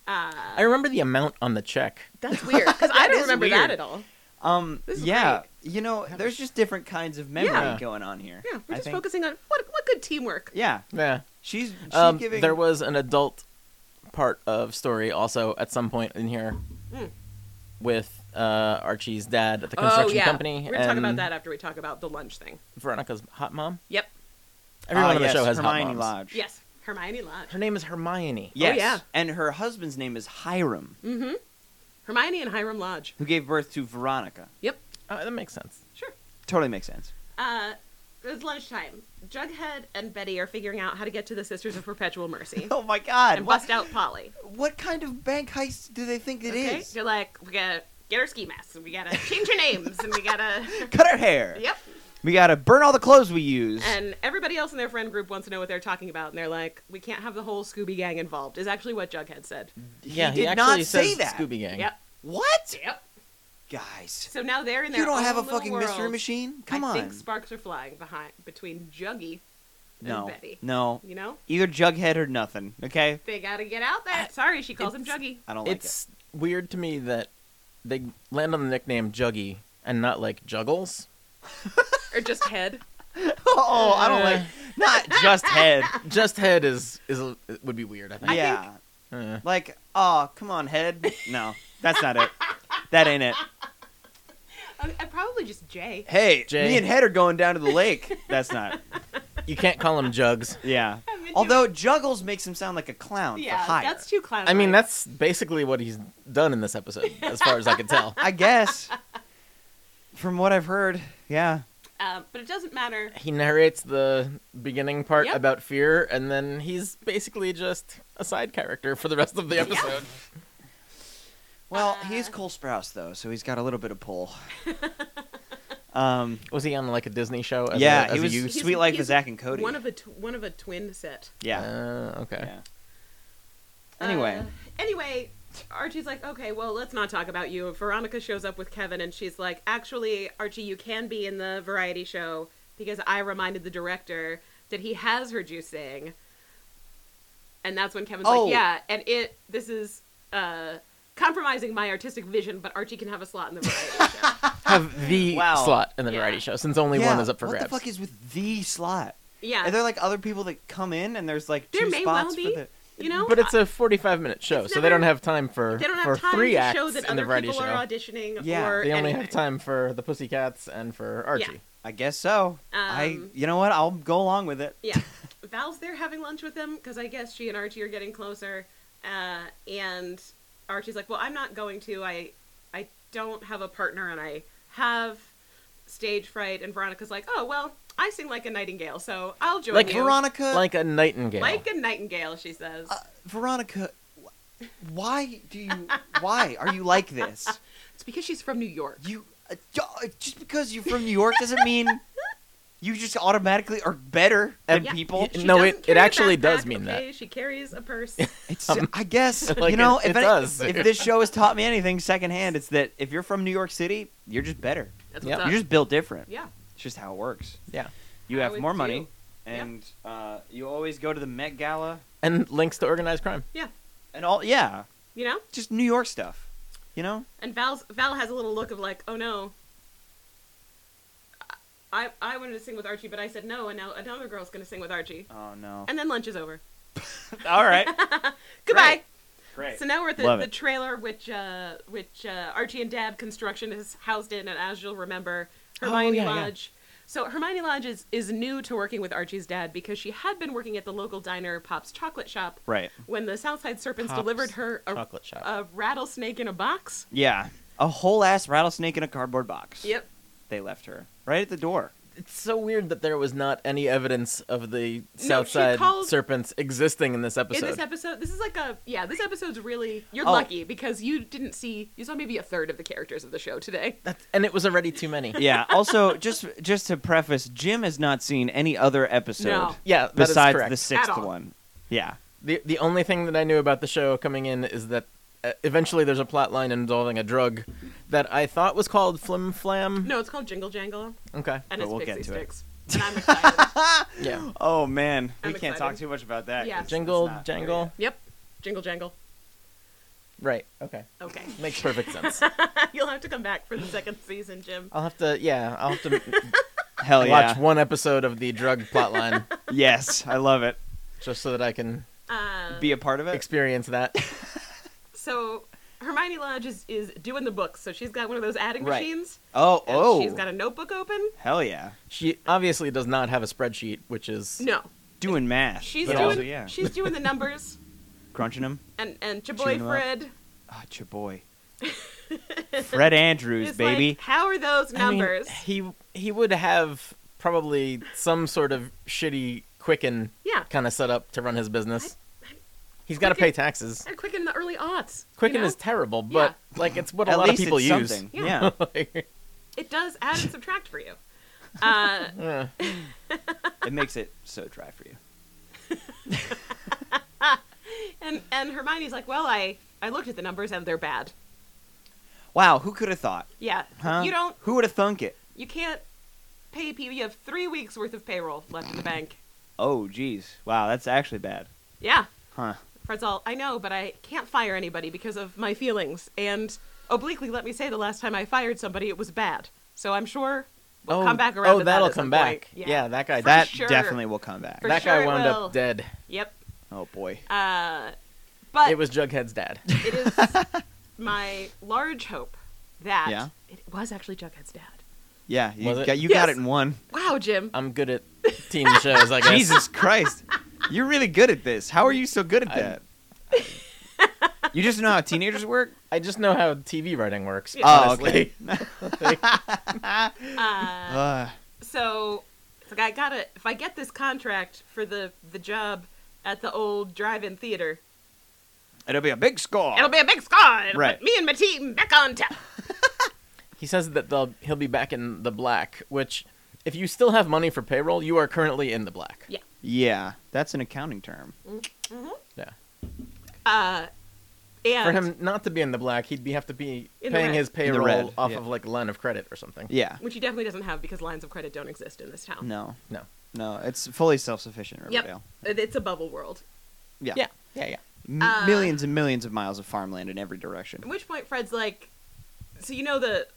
Speaker 2: Uh,
Speaker 3: I remember the amount on the check.
Speaker 2: that's weird because I
Speaker 1: is
Speaker 2: don't remember
Speaker 1: weird.
Speaker 2: that at all.
Speaker 1: Um,
Speaker 2: This is
Speaker 1: yeah. You know, there's just different kinds of memory
Speaker 2: Yeah.
Speaker 1: going on here.
Speaker 2: Yeah, we're
Speaker 1: I
Speaker 2: just
Speaker 1: think.
Speaker 2: focusing on what what good teamwork.
Speaker 1: Yeah,
Speaker 3: Yeah.
Speaker 1: she's she's
Speaker 3: Um,
Speaker 1: giving.
Speaker 3: There was an adult part of story also at some point in here
Speaker 2: Mm.
Speaker 3: with uh, Archie's dad at the
Speaker 2: oh
Speaker 3: construction
Speaker 2: yeah,
Speaker 3: company.
Speaker 2: we're gonna talk about
Speaker 3: and
Speaker 2: that after we talk about the lunch thing.
Speaker 3: Veronica's hot mom.
Speaker 2: Yep.
Speaker 3: Everyone
Speaker 1: Ah,
Speaker 3: on the
Speaker 1: yes,
Speaker 3: show has
Speaker 1: Hermione
Speaker 3: hot moms.
Speaker 1: Lodge.
Speaker 2: Yes, Hermione Lodge.
Speaker 3: Her name is Hermione.
Speaker 1: Yes.
Speaker 2: Oh, yeah.
Speaker 1: And her husband's name is Hiram,
Speaker 2: Mm-hmm. Hermione and Hiram Lodge.
Speaker 1: who gave birth to Veronica.
Speaker 2: Yep.
Speaker 3: Oh, that makes sense.
Speaker 2: Sure.
Speaker 1: Totally makes sense.
Speaker 2: Uh, it's lunchtime. Jughead and Betty are figuring out how to get to the Sisters of Perpetual Mercy
Speaker 1: Oh my God!
Speaker 2: and
Speaker 1: what,
Speaker 2: bust out Polly.
Speaker 1: what kind of bank heist do they think it
Speaker 2: okay?
Speaker 1: is?
Speaker 2: They're like, we gotta get our ski masks and we gotta change our names and we gotta.
Speaker 1: Cut her hair.
Speaker 2: Yep.
Speaker 1: We gotta burn all the clothes we use.
Speaker 2: And everybody else in their friend group wants to know what they're talking about, and they're like, we can't have the whole Scooby Gang involved, is actually what Jughead said.
Speaker 3: Yeah, he,
Speaker 1: did
Speaker 3: actually
Speaker 1: not
Speaker 3: says
Speaker 1: say that.
Speaker 3: Scooby Gang.
Speaker 2: Yep.
Speaker 1: what?
Speaker 2: Yep.
Speaker 1: Guys,
Speaker 2: So now they're in their
Speaker 1: you don't
Speaker 2: own
Speaker 1: have a
Speaker 2: little
Speaker 1: fucking
Speaker 2: world.
Speaker 1: mystery machine? Come
Speaker 2: I
Speaker 1: on.
Speaker 2: think sparks are flying behind between Juggy and
Speaker 1: no,
Speaker 2: Betty.
Speaker 1: no.
Speaker 2: You know?
Speaker 1: Either Jughead or nothing. Okay.
Speaker 2: They gotta get out there. Sorry, she calls him
Speaker 3: It's-
Speaker 2: Juggy.
Speaker 1: I don't like it.
Speaker 3: It's weird to me that they land on the nickname Juggy and not like Juggles.
Speaker 2: Or just head.
Speaker 1: Oh, I don't
Speaker 3: Uh,
Speaker 1: like. Not just head.
Speaker 3: Just head is is a, would be weird. I think.
Speaker 1: yeah.
Speaker 3: Uh,
Speaker 1: Like, oh, come on, head. No, that's not it. That ain't it.
Speaker 2: I, I Uh, probably just Jay.
Speaker 1: Hey,
Speaker 3: Jay.
Speaker 1: me and head are going down to the lake. That's not.
Speaker 3: you can't call him Jugs.
Speaker 1: Yeah.
Speaker 2: I mean,
Speaker 1: Although juggles makes him sound like a clown
Speaker 2: yeah,
Speaker 1: for hire.
Speaker 2: that's too clown.
Speaker 3: I mean, that's basically what he's done in this episode, as far as I can tell.
Speaker 1: I guess. From what I've heard, yeah.
Speaker 2: Um, but it doesn't matter.
Speaker 3: He narrates the beginning part
Speaker 2: Yep.
Speaker 3: about fear, and then he's basically just a side character for the rest of the
Speaker 2: Yeah.
Speaker 3: episode.
Speaker 1: Well,
Speaker 2: Uh.
Speaker 1: he's Cole Sprouse though, so he's got a little bit of pull. um,
Speaker 3: Was he on like a Disney show? As
Speaker 1: yeah,
Speaker 3: a, as
Speaker 1: he
Speaker 3: a
Speaker 1: was
Speaker 3: youth?
Speaker 2: He's-
Speaker 1: sweet like the
Speaker 2: he's
Speaker 1: Zach and Cody.
Speaker 2: One of a tw- one of a twin set.
Speaker 1: yeah,
Speaker 3: Uh, okay.
Speaker 1: yeah. Anyway,
Speaker 2: Uh, anyway, Archie's like, okay, well, let's not talk about you. Veronica shows up with Kevin, and she's like, actually, Archie, you can be in the variety show because I reminded the director that he has heard you sing. And that's when Kevin's
Speaker 1: Oh.
Speaker 2: like, yeah, and it this is uh, compromising my artistic vision, but Archie can have a slot in the variety show.
Speaker 3: Have the
Speaker 1: Wow.
Speaker 3: slot in the
Speaker 2: Yeah.
Speaker 3: variety show since only
Speaker 1: yeah,
Speaker 3: one is up for
Speaker 1: what
Speaker 3: grabs.
Speaker 1: the fuck is with the slot?
Speaker 2: Yeah,
Speaker 1: Are there like other people that come in and there's like
Speaker 2: Uh, There
Speaker 1: two
Speaker 2: may well
Speaker 1: spots
Speaker 2: be.
Speaker 1: for the?
Speaker 2: you know,
Speaker 3: but it's a 45 minute show,
Speaker 2: It's
Speaker 3: so they don't
Speaker 2: never-
Speaker 3: have time for,
Speaker 2: they don't
Speaker 3: for
Speaker 2: have time
Speaker 3: three
Speaker 2: to
Speaker 3: acts
Speaker 2: show that
Speaker 3: in the
Speaker 2: other
Speaker 3: variety
Speaker 2: people
Speaker 3: show.
Speaker 2: are auditioning.
Speaker 1: Yeah,
Speaker 2: or
Speaker 3: they only have
Speaker 2: anything.
Speaker 3: time for the Pussycats and for Archie.
Speaker 1: I guess so. I
Speaker 2: Um,
Speaker 1: you know what? I'll go along with it.
Speaker 2: Yeah. Val's there having lunch with them because I guess she and Archie are getting closer. Uh, and Archie's like, "Well, I'm not going to. I, I don't have a partner, and I have stage fright." And Veronica's like, "Oh well, I sing like a nightingale, so I'll join
Speaker 3: Like
Speaker 2: you."
Speaker 1: Veronica,
Speaker 3: Like a nightingale.
Speaker 2: like a nightingale, she says.
Speaker 1: uh, Veronica, wh- why do you? Why are you like this?
Speaker 2: it's because she's from New York.
Speaker 1: You uh, ju- uh, just because you're from New York doesn't mean you just automatically are better than
Speaker 3: And-
Speaker 2: Yeah.
Speaker 1: people.
Speaker 3: Yeah.
Speaker 2: She
Speaker 3: No,
Speaker 2: doesn't
Speaker 3: it- it
Speaker 2: carry a
Speaker 3: actually does
Speaker 2: backpack,
Speaker 3: mean
Speaker 2: okay? She carries a purse.
Speaker 1: It's
Speaker 3: Um,
Speaker 1: I guess
Speaker 3: like,
Speaker 1: you know
Speaker 3: it-
Speaker 1: if
Speaker 3: it
Speaker 1: any-
Speaker 3: does.
Speaker 1: if this show has taught me anything secondhand, it's that if you're from New York City, you're just better.
Speaker 2: That's what's
Speaker 3: Yep.
Speaker 2: up.
Speaker 1: You're just built different.
Speaker 2: yeah.
Speaker 1: It's just how it works.
Speaker 3: Yeah.
Speaker 1: You
Speaker 2: How
Speaker 1: have
Speaker 2: it
Speaker 1: more
Speaker 2: do.
Speaker 1: money,
Speaker 2: Yeah.
Speaker 1: and uh, you always go to the Met Gala
Speaker 3: And links to organized crime.
Speaker 1: and all. Yeah,
Speaker 2: You know?
Speaker 1: just New York stuff. You know,
Speaker 2: And Val's Val has a little look of like, oh no. I I wanted to sing with Archie, but I said no, and now another girl's gonna sing with Archie.
Speaker 1: Oh no!
Speaker 2: And then lunch is over.
Speaker 1: All right,
Speaker 2: Goodbye.
Speaker 1: great.
Speaker 2: So now we're at the,
Speaker 4: Love
Speaker 2: the
Speaker 4: it.
Speaker 2: trailer, which uh, which uh, Archie and Dab Construction is housed in, and as you'll remember,
Speaker 3: Oh,
Speaker 2: Hermione
Speaker 3: yeah, yeah.
Speaker 2: Lodge. So Hermione Lodge is, is new to working with Archie's dad because she had been working at the local diner Pop's Chocolate Shop
Speaker 1: Right?
Speaker 2: when the Southside Serpents
Speaker 3: Pop's
Speaker 2: delivered her a,
Speaker 3: Chocolate shop.
Speaker 2: a rattlesnake in a box.
Speaker 1: Yeah, a whole ass rattlesnake in a cardboard box.
Speaker 2: Yep.
Speaker 1: They left her right at the door.
Speaker 3: it's so weird that there was not any evidence of the
Speaker 2: she
Speaker 3: Southside
Speaker 2: called-
Speaker 3: serpents existing in this episode.
Speaker 2: In this episode, this is like a yeah. This episode's really you're
Speaker 1: Oh.
Speaker 2: lucky because you didn't see you saw maybe a third of the characters of the show today.
Speaker 3: That's- and it was already too many.
Speaker 1: Yeah. Also, just just to preface, Jim has not seen any other episode
Speaker 2: No.
Speaker 3: Yeah, that is
Speaker 1: besides
Speaker 3: correct.
Speaker 1: the
Speaker 2: At
Speaker 1: sixth
Speaker 2: all.
Speaker 1: one. Yeah.
Speaker 3: The the only thing that I knew about the show coming in is that uh, eventually there's a plot line involving a drug that I thought was called Flim Flam.
Speaker 2: No, it's called Jingle Jangle
Speaker 3: Okay.
Speaker 2: and
Speaker 1: But
Speaker 2: it's
Speaker 1: we'll get
Speaker 2: Pixie
Speaker 1: to it.
Speaker 2: Sticks. And I'm excited.
Speaker 3: Yeah.
Speaker 1: Oh man,
Speaker 2: I'm
Speaker 1: we can't
Speaker 2: excited.
Speaker 1: talk too much about that.
Speaker 2: Yeah.
Speaker 1: 'cause
Speaker 3: Jingle
Speaker 1: it's not-
Speaker 3: jangle.
Speaker 2: yep, Jingle Jangle.
Speaker 3: Right. Okay.
Speaker 2: Okay.
Speaker 3: Makes perfect sense.
Speaker 2: You'll have to come back for the second season, Jim.
Speaker 3: I'll have to. Yeah. I'll have to
Speaker 1: Hell
Speaker 3: watch
Speaker 1: Oh, yeah.
Speaker 3: one episode of the drug plotline
Speaker 1: Yes, I love it.
Speaker 3: just so that I can
Speaker 1: Oh.
Speaker 2: Uh,
Speaker 1: Be a part of it.
Speaker 3: experience that.
Speaker 2: so Hermione Lodge is, is doing the books, so she's got one of those adding
Speaker 1: Right.
Speaker 2: machines.
Speaker 1: oh,
Speaker 2: and
Speaker 1: oh.
Speaker 2: She's got a notebook open.
Speaker 1: Hell yeah.
Speaker 3: She obviously does not have a spreadsheet, which is
Speaker 2: No,
Speaker 1: Doing math.
Speaker 2: she's
Speaker 1: but
Speaker 2: doing
Speaker 1: also, yeah.
Speaker 2: she's doing the numbers,
Speaker 1: crunching them.
Speaker 2: and and your
Speaker 1: Chewing
Speaker 2: boy
Speaker 1: 'em up.
Speaker 2: Fred
Speaker 1: Ah, it's your boy. Fred Andrews,
Speaker 2: is
Speaker 1: baby.
Speaker 2: like, how are those
Speaker 3: I mean,
Speaker 2: numbers?
Speaker 3: he he would have probably some sort of shitty quicken
Speaker 2: yeah,
Speaker 3: kind of set up to run his business.
Speaker 2: I- I-
Speaker 3: He's got to
Speaker 2: Quicken-
Speaker 3: pay taxes.
Speaker 2: and quick in the early aughts. you
Speaker 3: Quicken
Speaker 2: know?
Speaker 3: is terrible, but like it's what a
Speaker 1: At
Speaker 3: lot of
Speaker 1: least
Speaker 3: people
Speaker 1: it's
Speaker 3: use.
Speaker 1: something.
Speaker 2: Yeah.
Speaker 1: Yeah.
Speaker 3: Like,
Speaker 2: it does add and subtract for you. Uh,
Speaker 3: eh.
Speaker 1: it makes it so dry for you.
Speaker 2: and and Hermione's like, well, I I looked at the numbers and they're bad.
Speaker 1: Wow, who could have thought?
Speaker 2: Yeah,
Speaker 1: Huh?
Speaker 2: you don't
Speaker 1: Who would have thunk it?
Speaker 2: You can't pay people. You have three weeks worth of payroll left in the bank.
Speaker 1: Oh, geez. Wow, that's actually bad.
Speaker 2: Yeah.
Speaker 1: Huh.
Speaker 2: Fred's all, I know, but I can't fire anybody because of my feelings. And obliquely, let me say, the last time I fired somebody, it was bad. So I'm sure we'll
Speaker 3: oh,
Speaker 2: come back around.
Speaker 3: Oh,
Speaker 2: to that
Speaker 3: that'll
Speaker 2: at some
Speaker 3: come back.
Speaker 2: point.
Speaker 3: Yeah. that guy.
Speaker 2: For
Speaker 3: That
Speaker 2: sure.
Speaker 1: Definitely will come back.
Speaker 2: For
Speaker 3: that
Speaker 2: sure
Speaker 3: guy
Speaker 2: it
Speaker 3: wound
Speaker 2: will.
Speaker 3: up dead.
Speaker 2: Yep.
Speaker 1: Oh, boy.
Speaker 2: Uh, but
Speaker 3: It was Jughead's dad.
Speaker 2: it is my large hope that
Speaker 1: Yeah.
Speaker 2: it was actually Jughead's dad.
Speaker 1: Yeah, you,
Speaker 3: Was it?
Speaker 1: got, you
Speaker 2: Yes.
Speaker 1: got it in one.
Speaker 2: Wow, Jim.
Speaker 3: I'm good at team shows. I guess.
Speaker 1: Jesus Christ. You're really good at this. How are you so good at
Speaker 3: I'm-
Speaker 1: that? you just know how teenagers work?
Speaker 3: I just know how TV writing works.
Speaker 2: Yeah.
Speaker 1: Oh,
Speaker 3: honestly.
Speaker 2: Uh,
Speaker 1: Uh,
Speaker 2: so it's like I gotta if I get this contract for the the job at the old drive-in theater,
Speaker 1: it'll be a big score.
Speaker 2: it'll be a big score. It'll
Speaker 1: Right.
Speaker 2: Put me and my team back on top.
Speaker 3: He says that they'll he'll be back in the black, which if you still have money for payroll, you are currently in the black.
Speaker 2: Yeah.
Speaker 1: yeah, that's an accounting term.
Speaker 3: Yeah.
Speaker 2: Uh, and
Speaker 3: For him not to be in the black, he'd be have to be
Speaker 2: In the
Speaker 3: paying
Speaker 2: red.
Speaker 3: his
Speaker 1: the
Speaker 3: payroll
Speaker 1: red,
Speaker 3: off
Speaker 1: yeah.
Speaker 3: of like a line of credit or something.
Speaker 1: Yeah.
Speaker 2: which he definitely doesn't have because lines of credit don't exist in this town.
Speaker 1: No.
Speaker 3: No.
Speaker 1: No, it's fully self sufficient, Riverdale.
Speaker 2: Yep. It- It's a bubble world.
Speaker 1: Yeah.
Speaker 2: Yeah.
Speaker 3: Yeah, yeah.
Speaker 1: M-
Speaker 2: Uh,
Speaker 1: millions and millions of miles of farmland in every direction.
Speaker 2: At which point Fred's like, so you know the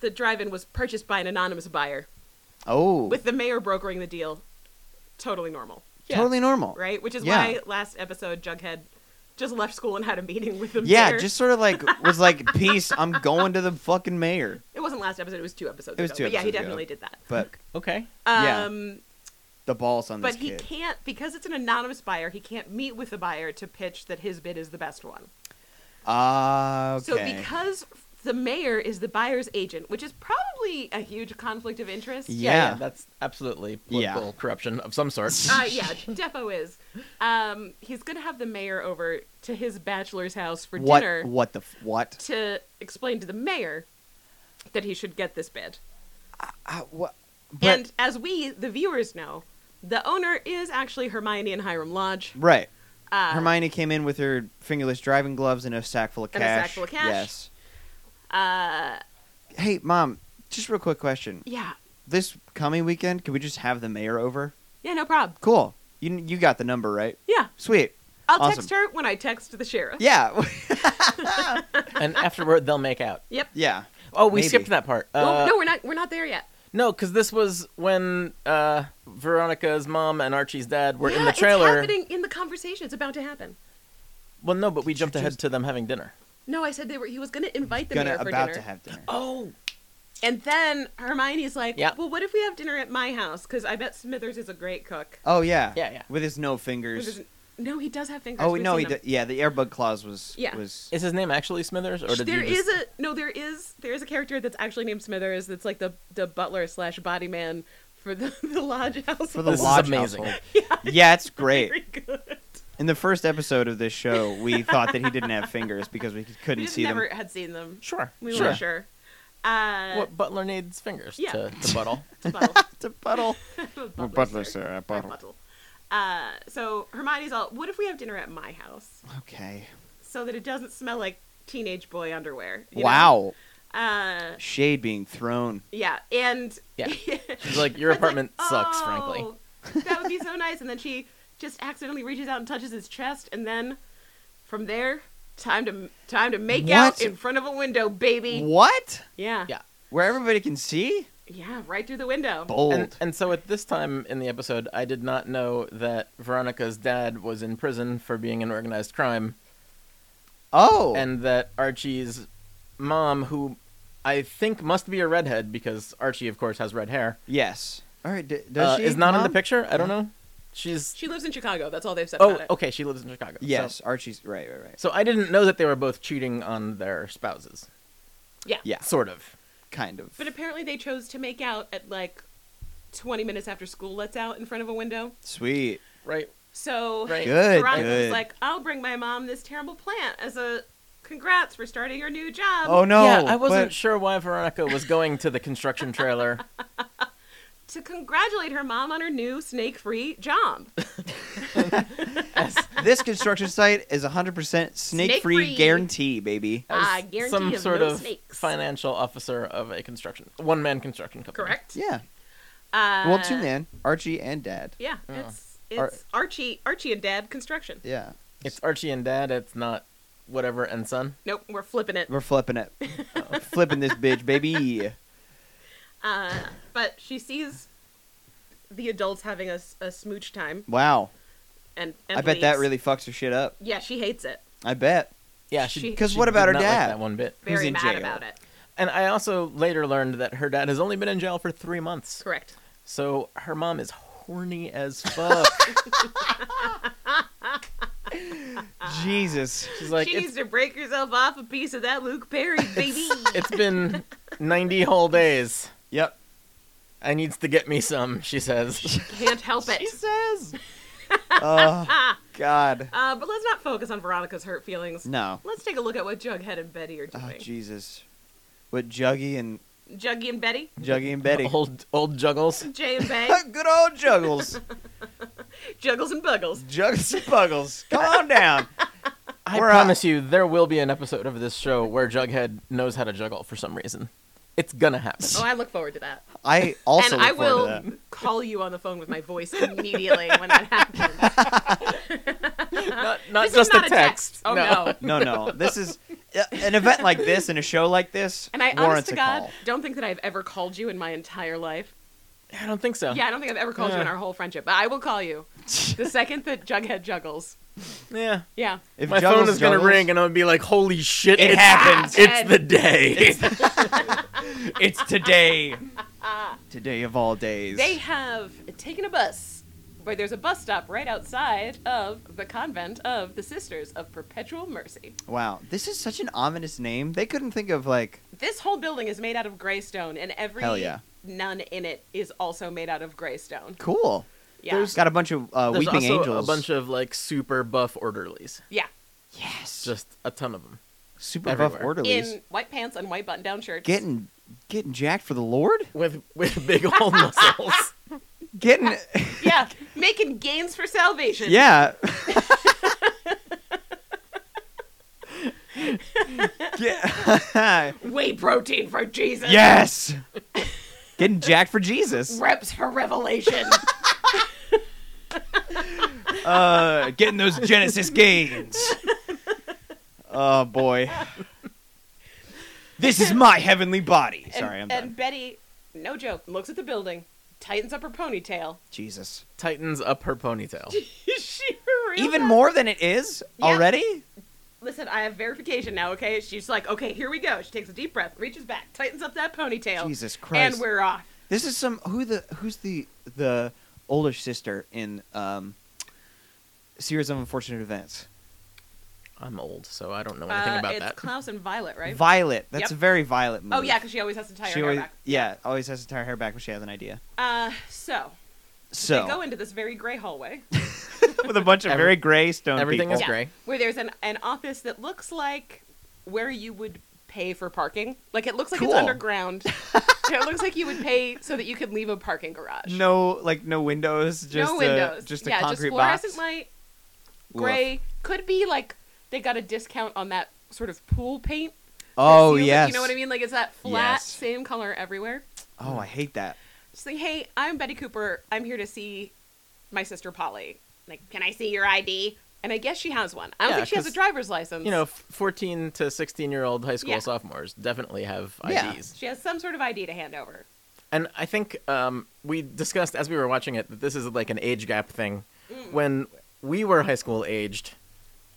Speaker 2: the drive-in was purchased by an anonymous buyer
Speaker 1: Oh,
Speaker 2: with the mayor brokering the deal. Totally normal,
Speaker 1: totally normal.
Speaker 2: right? Which is
Speaker 1: Yeah.
Speaker 2: why last episode Jughead just left school and had a meeting with the
Speaker 1: Yeah,
Speaker 2: mayor.
Speaker 1: just sort of like was like, peace. I'm going to the fucking mayor.
Speaker 2: It wasn't last episode. It was two episodes.
Speaker 1: It was
Speaker 2: ago,
Speaker 1: two
Speaker 2: But yeah,
Speaker 1: episodes
Speaker 2: he
Speaker 1: ago.
Speaker 2: definitely did that.
Speaker 1: But
Speaker 3: Okay.
Speaker 1: yeah,
Speaker 2: Um,
Speaker 1: the balls on
Speaker 2: but
Speaker 1: this
Speaker 2: he
Speaker 1: kid.
Speaker 2: can't because it's an anonymous buyer. He can't meet with the buyer to pitch that his bid is the best one.
Speaker 1: Ah, okay.
Speaker 2: So because the mayor is the buyer's agent, which is probably a huge conflict of interest.
Speaker 1: Yeah.
Speaker 3: that's absolutely
Speaker 1: Yeah.
Speaker 3: political corruption of some sort.
Speaker 2: Uh, yeah, Defo is. Um, he's gonna have the mayor over to his bachelor's house for
Speaker 1: what?
Speaker 2: dinner
Speaker 1: What the? f- What?
Speaker 2: to explain to the mayor that he should get this bid.
Speaker 1: Ah, I, what?
Speaker 2: and as we, the viewers, know, the owner is actually Hermione and Hiram Lodge.
Speaker 1: Right.
Speaker 2: Uh,
Speaker 1: Hermione came in with her fingerless driving gloves and a sack full of
Speaker 2: And
Speaker 1: cash.
Speaker 2: a sack full of cash.
Speaker 1: Yes.
Speaker 2: Uh,
Speaker 1: Hey, mom. Just real quick question.
Speaker 2: yeah.
Speaker 1: This coming weekend, can we just have the mayor over?
Speaker 2: Yeah, no problem.
Speaker 1: Cool. You you got the number right.
Speaker 2: Yeah.
Speaker 1: Sweet.
Speaker 2: I'll
Speaker 1: Awesome.
Speaker 2: text her when I text the sheriff.
Speaker 1: Yeah.
Speaker 3: and afterward they'll make out.
Speaker 2: Yep.
Speaker 1: yeah.
Speaker 3: Oh, we
Speaker 1: Maybe.
Speaker 3: skipped that part.
Speaker 2: Well,
Speaker 3: Uh,
Speaker 2: Oh, no, we're not. We're not there yet.
Speaker 3: no, because this was when uh, Veronica's mom and Archie's dad were in
Speaker 2: Yeah,
Speaker 3: the trailer.
Speaker 2: It's happening in the conversation. It's about to happen.
Speaker 3: Well, no, but we jumped
Speaker 1: you
Speaker 3: ahead
Speaker 1: just-
Speaker 3: to them having dinner.
Speaker 2: No, I said they were. He was going to invite the
Speaker 1: Gonna
Speaker 2: mayor for
Speaker 1: about
Speaker 2: dinner.
Speaker 1: to have dinner.
Speaker 3: Oh,
Speaker 2: and then Hermione's like,
Speaker 3: Yep.
Speaker 2: "Well, what if we have dinner at my house? Because I bet Smithers is a great cook."
Speaker 1: Oh yeah.
Speaker 3: Yeah, yeah.
Speaker 1: With his no
Speaker 2: Which
Speaker 1: fingers.
Speaker 2: is- No, he does have fingers.
Speaker 1: Oh
Speaker 2: We've
Speaker 1: no, he
Speaker 2: seen them.
Speaker 1: did. Yeah, the airbug clause was
Speaker 2: Yeah.
Speaker 1: was
Speaker 3: is his name actually Smithers, or did
Speaker 2: There
Speaker 3: you
Speaker 2: is
Speaker 3: just...
Speaker 2: a no. There is there is a character that's actually named Smithers. That's like the the butler slash body man for the, the lodge house.
Speaker 1: for the
Speaker 3: This is
Speaker 1: lodge
Speaker 3: amazing.
Speaker 1: household. yeah, it's great.
Speaker 2: Very good.
Speaker 1: In the first episode of this show, we thought that he didn't have fingers because we
Speaker 2: We
Speaker 1: couldn't
Speaker 2: just
Speaker 1: see
Speaker 2: never
Speaker 1: them.
Speaker 2: had seen them.
Speaker 3: Sure,
Speaker 2: We
Speaker 3: sure.
Speaker 2: were sure. Uh,
Speaker 3: What butler needs fingers
Speaker 2: Yeah.
Speaker 3: to, to buttle?
Speaker 2: to bottle.
Speaker 1: To puddle.
Speaker 2: butler, sir.
Speaker 1: sir, a
Speaker 2: Or bottle. Uh, so Hermione's all, what if we have dinner at my house
Speaker 1: Okay.
Speaker 2: so that it doesn't smell like teenage boy underwear? you know?
Speaker 1: Wow.
Speaker 2: Uh,
Speaker 1: Shade being thrown.
Speaker 2: yeah, and
Speaker 3: Yeah.
Speaker 2: Fred's
Speaker 3: She's like, your
Speaker 2: like,
Speaker 3: apartment sucks, frankly.
Speaker 2: "Oh, that would be so nice. And then she just accidentally reaches out and touches his chest, and then from there, time to time to make out
Speaker 1: What?
Speaker 2: in front of a window, baby.
Speaker 1: What?
Speaker 2: Yeah,
Speaker 3: Yeah.
Speaker 1: Where everybody can see?
Speaker 2: yeah, right through the window.
Speaker 1: Bold.
Speaker 3: And, and so at this time in the episode, I did not know that Veronica's dad was in prison for being an organized crime,
Speaker 1: oh.
Speaker 3: and that Archie's mom, who I think must be a redhead because Archie, of course, has red hair,
Speaker 1: yes. All right. D- does
Speaker 3: uh,
Speaker 1: she
Speaker 3: is not in
Speaker 1: Mom?
Speaker 3: the picture. I don't know. She's
Speaker 2: She lives in Chicago. That's all they've said
Speaker 3: oh,
Speaker 2: about it.
Speaker 3: okay. She lives in Chicago. so-
Speaker 1: Yes, Archie's right, right, right.
Speaker 3: So I didn't know that they were both cheating on their spouses.
Speaker 2: Yeah.
Speaker 1: Yeah.
Speaker 3: Sort of.
Speaker 1: Kind of.
Speaker 2: But apparently they chose to make out at like 20 minutes after school lets out in front of a window.
Speaker 1: Sweet.
Speaker 3: Right.
Speaker 2: So
Speaker 3: Right.
Speaker 1: Good.
Speaker 2: Veronica's
Speaker 1: good.
Speaker 2: like, I'll bring my mom this terrible plant as a congrats for starting your new job.
Speaker 1: oh no.
Speaker 3: yeah, I wasn't
Speaker 1: but-
Speaker 3: sure why Veronica was going to the construction trailer.
Speaker 2: To congratulate her mom on her new snake free job.
Speaker 1: this construction site is 100% snake free
Speaker 2: Snake-free.
Speaker 1: guarantee, baby.
Speaker 3: as
Speaker 2: I guarantee
Speaker 3: some
Speaker 2: of
Speaker 3: sort
Speaker 2: no
Speaker 3: of
Speaker 2: snakes.
Speaker 3: financial officer of a construction one man construction company.
Speaker 2: Correct?
Speaker 1: Yeah.
Speaker 2: Uh,
Speaker 1: Well, two man, Archie and dad.
Speaker 2: Yeah, it's,
Speaker 1: Ar-
Speaker 2: it's Archie Archie and Dad construction.
Speaker 1: Yeah.
Speaker 3: It's Archie and Dad. It's not whatever and son.
Speaker 2: Nope, we're flipping it.
Speaker 1: We're flipping it. Uh, flipping this bitch, baby.
Speaker 2: Uh, but she sees the adults having a, s- a smooch time.
Speaker 1: Wow.
Speaker 2: And, and
Speaker 1: I bet that
Speaker 2: leaves.
Speaker 1: really fucks her shit up.
Speaker 2: Yeah, she hates it.
Speaker 1: I bet.
Speaker 3: Yeah, she.
Speaker 2: She-
Speaker 1: Because
Speaker 3: she
Speaker 1: what about
Speaker 3: did
Speaker 1: her
Speaker 3: not like
Speaker 1: dad?
Speaker 3: that one bit.
Speaker 1: Who's
Speaker 2: Very
Speaker 1: in
Speaker 2: mad
Speaker 1: jail?
Speaker 2: about it.
Speaker 3: And I also later learned that her dad has only been in jail for three months.
Speaker 2: Correct.
Speaker 3: So her mom is horny as fuck.
Speaker 1: Jesus.
Speaker 3: She's like,
Speaker 2: she
Speaker 3: it's
Speaker 2: needs to break herself off a piece of that Luke Perry, baby.
Speaker 3: It's been 90 whole days.
Speaker 1: Yep.
Speaker 3: I needs to get me some, she says.
Speaker 2: Can't help it.
Speaker 1: says. oh
Speaker 2: Ah,
Speaker 1: God.
Speaker 2: uh, but let's not focus on Veronica's hurt feelings.
Speaker 1: No.
Speaker 2: Let's take a look at what Jughead and Betty are
Speaker 1: Oh
Speaker 2: doing.
Speaker 1: Jesus. With Juggy and
Speaker 2: Juggy and Betty,
Speaker 1: Juggy and Betty.
Speaker 3: Old old juggles.
Speaker 2: Jay and Bay,
Speaker 1: Good old Juggles.
Speaker 2: Juggles and Buggles.
Speaker 1: Juggles and Buggles. Come on down.
Speaker 3: I
Speaker 1: We're
Speaker 3: promise you, there will be an episode of this show where Jughead knows how to juggle for some reason. It's gonna happen.
Speaker 2: Oh, I look forward to that.
Speaker 1: I also
Speaker 2: and
Speaker 1: look
Speaker 2: I
Speaker 1: forward
Speaker 2: will
Speaker 1: to that.
Speaker 2: call you on the phone with my voice immediately when that happens.
Speaker 3: Not, not
Speaker 2: this
Speaker 3: just
Speaker 2: is not
Speaker 3: a text.
Speaker 2: Oh
Speaker 3: no.
Speaker 2: no.
Speaker 1: No, no. This is an event like this and a show like this
Speaker 2: And I, honest
Speaker 1: warrants
Speaker 2: to
Speaker 1: a
Speaker 2: God,
Speaker 1: call.
Speaker 2: don't think that I've ever called you in my entire life.
Speaker 3: I don't think so.
Speaker 1: Uh.
Speaker 2: Yeah, I don't think I've ever called you in
Speaker 3: Yeah.
Speaker 2: our whole friendship, but I will call you the second that Jughead juggles.
Speaker 3: Yeah.
Speaker 2: Yeah.
Speaker 1: If
Speaker 3: My
Speaker 1: Juggles
Speaker 3: phone is gonna
Speaker 1: juggles-
Speaker 3: ring and I'm gonna be like, holy shit,
Speaker 1: It
Speaker 3: it's,
Speaker 1: happens.
Speaker 3: It's the day.
Speaker 1: It's today. today of all days.
Speaker 2: They have taken a bus, where there's a bus stop right outside of the convent of the Sisters of Perpetual Mercy.
Speaker 1: Wow, this is such an ominous name. They couldn't think of like
Speaker 2: This whole building is made out of gray stone, and every
Speaker 1: Hell yeah.
Speaker 2: nun in it is also made out of gray stone.
Speaker 1: cool.
Speaker 2: Yeah.
Speaker 1: There's got a bunch of uh,
Speaker 3: There's
Speaker 1: weeping
Speaker 3: also
Speaker 1: angels.
Speaker 3: a bunch of like super buff orderlies.
Speaker 2: yeah.
Speaker 1: yes,
Speaker 3: Just a ton of them.
Speaker 1: super buff
Speaker 3: everywhere.
Speaker 1: orderlies
Speaker 2: In white pants and white button down shirts.
Speaker 1: getting Getting jacked for the Lord?
Speaker 3: with with big old muscles.
Speaker 1: Getting
Speaker 2: yeah, making gains for salvation.
Speaker 1: yeah. Get-
Speaker 2: Whey protein for Jesus.
Speaker 1: yes. Getting jacked for Jesus.
Speaker 2: Reps for revelation.
Speaker 1: Uh, getting those Genesis gains. Oh boy. This is my heavenly body. Sorry, I'm
Speaker 2: and,
Speaker 1: done.
Speaker 2: and Betty, no joke, looks at the building, tightens up her ponytail.
Speaker 1: Jesus.
Speaker 3: Tightens up her ponytail.
Speaker 2: she reels
Speaker 1: Even
Speaker 2: up-
Speaker 1: more than it is
Speaker 2: Yeah.
Speaker 1: already?
Speaker 2: Listen, I have verification now. Okay, she's like, okay, here we go. She takes a deep breath, reaches back, tightens up that ponytail,
Speaker 1: Jesus Christ.
Speaker 2: and we're off.
Speaker 1: This is some who the who's the the older sister in um series of unfortunate events.
Speaker 3: I'm old, so I don't know anything
Speaker 2: Uh,
Speaker 3: about
Speaker 2: it's
Speaker 3: that.
Speaker 2: Klaus and Violet, right?
Speaker 1: Violet. That's
Speaker 2: Yep.
Speaker 1: a very Violet movie.
Speaker 2: oh yeah, because she always has to tie
Speaker 1: she
Speaker 2: her hair
Speaker 1: always,
Speaker 2: back.
Speaker 1: yeah, always has to tie her hair back when she has an idea.
Speaker 2: Uh, so,
Speaker 1: So
Speaker 2: they go into this very gray hallway
Speaker 1: with a bunch of
Speaker 3: Every-
Speaker 1: very gray stone
Speaker 3: Everything
Speaker 1: people.
Speaker 3: is
Speaker 2: Yeah.
Speaker 3: gray.
Speaker 2: where there's an an office that looks like where you would pay for parking. Like it looks like
Speaker 1: Cool.
Speaker 2: it's underground. it looks like you would pay so that you could leave a parking garage.
Speaker 1: No, like no windows, just a,
Speaker 2: no windows.
Speaker 1: just a
Speaker 2: yeah,
Speaker 1: concrete
Speaker 2: just fluorescent
Speaker 1: box.
Speaker 2: light,
Speaker 1: Woof.
Speaker 2: gray. Could be like they got a discount on that sort of pool paint. that
Speaker 1: Oh
Speaker 2: seals it,
Speaker 1: yes.
Speaker 2: you know what I mean? Like it's that flat,
Speaker 1: Yes.
Speaker 2: same color everywhere.
Speaker 1: Oh, I hate that.
Speaker 2: Just like, hey, I'm Betty Cooper. I'm here to see my sister Polly. Like, can I see your ID? And I guess she has one. I don't
Speaker 3: Yeah,
Speaker 2: think she has a
Speaker 3: 'cause,
Speaker 2: driver's license.
Speaker 3: You know, f- 14 to 16 year old high school
Speaker 2: Yeah.
Speaker 3: sophomores definitely have
Speaker 1: Yeah.
Speaker 3: IDs.
Speaker 2: she has some sort of ID to hand over.
Speaker 3: And I think um, we discussed as we were watching it that this is like an age gap thing. When we were high school aged,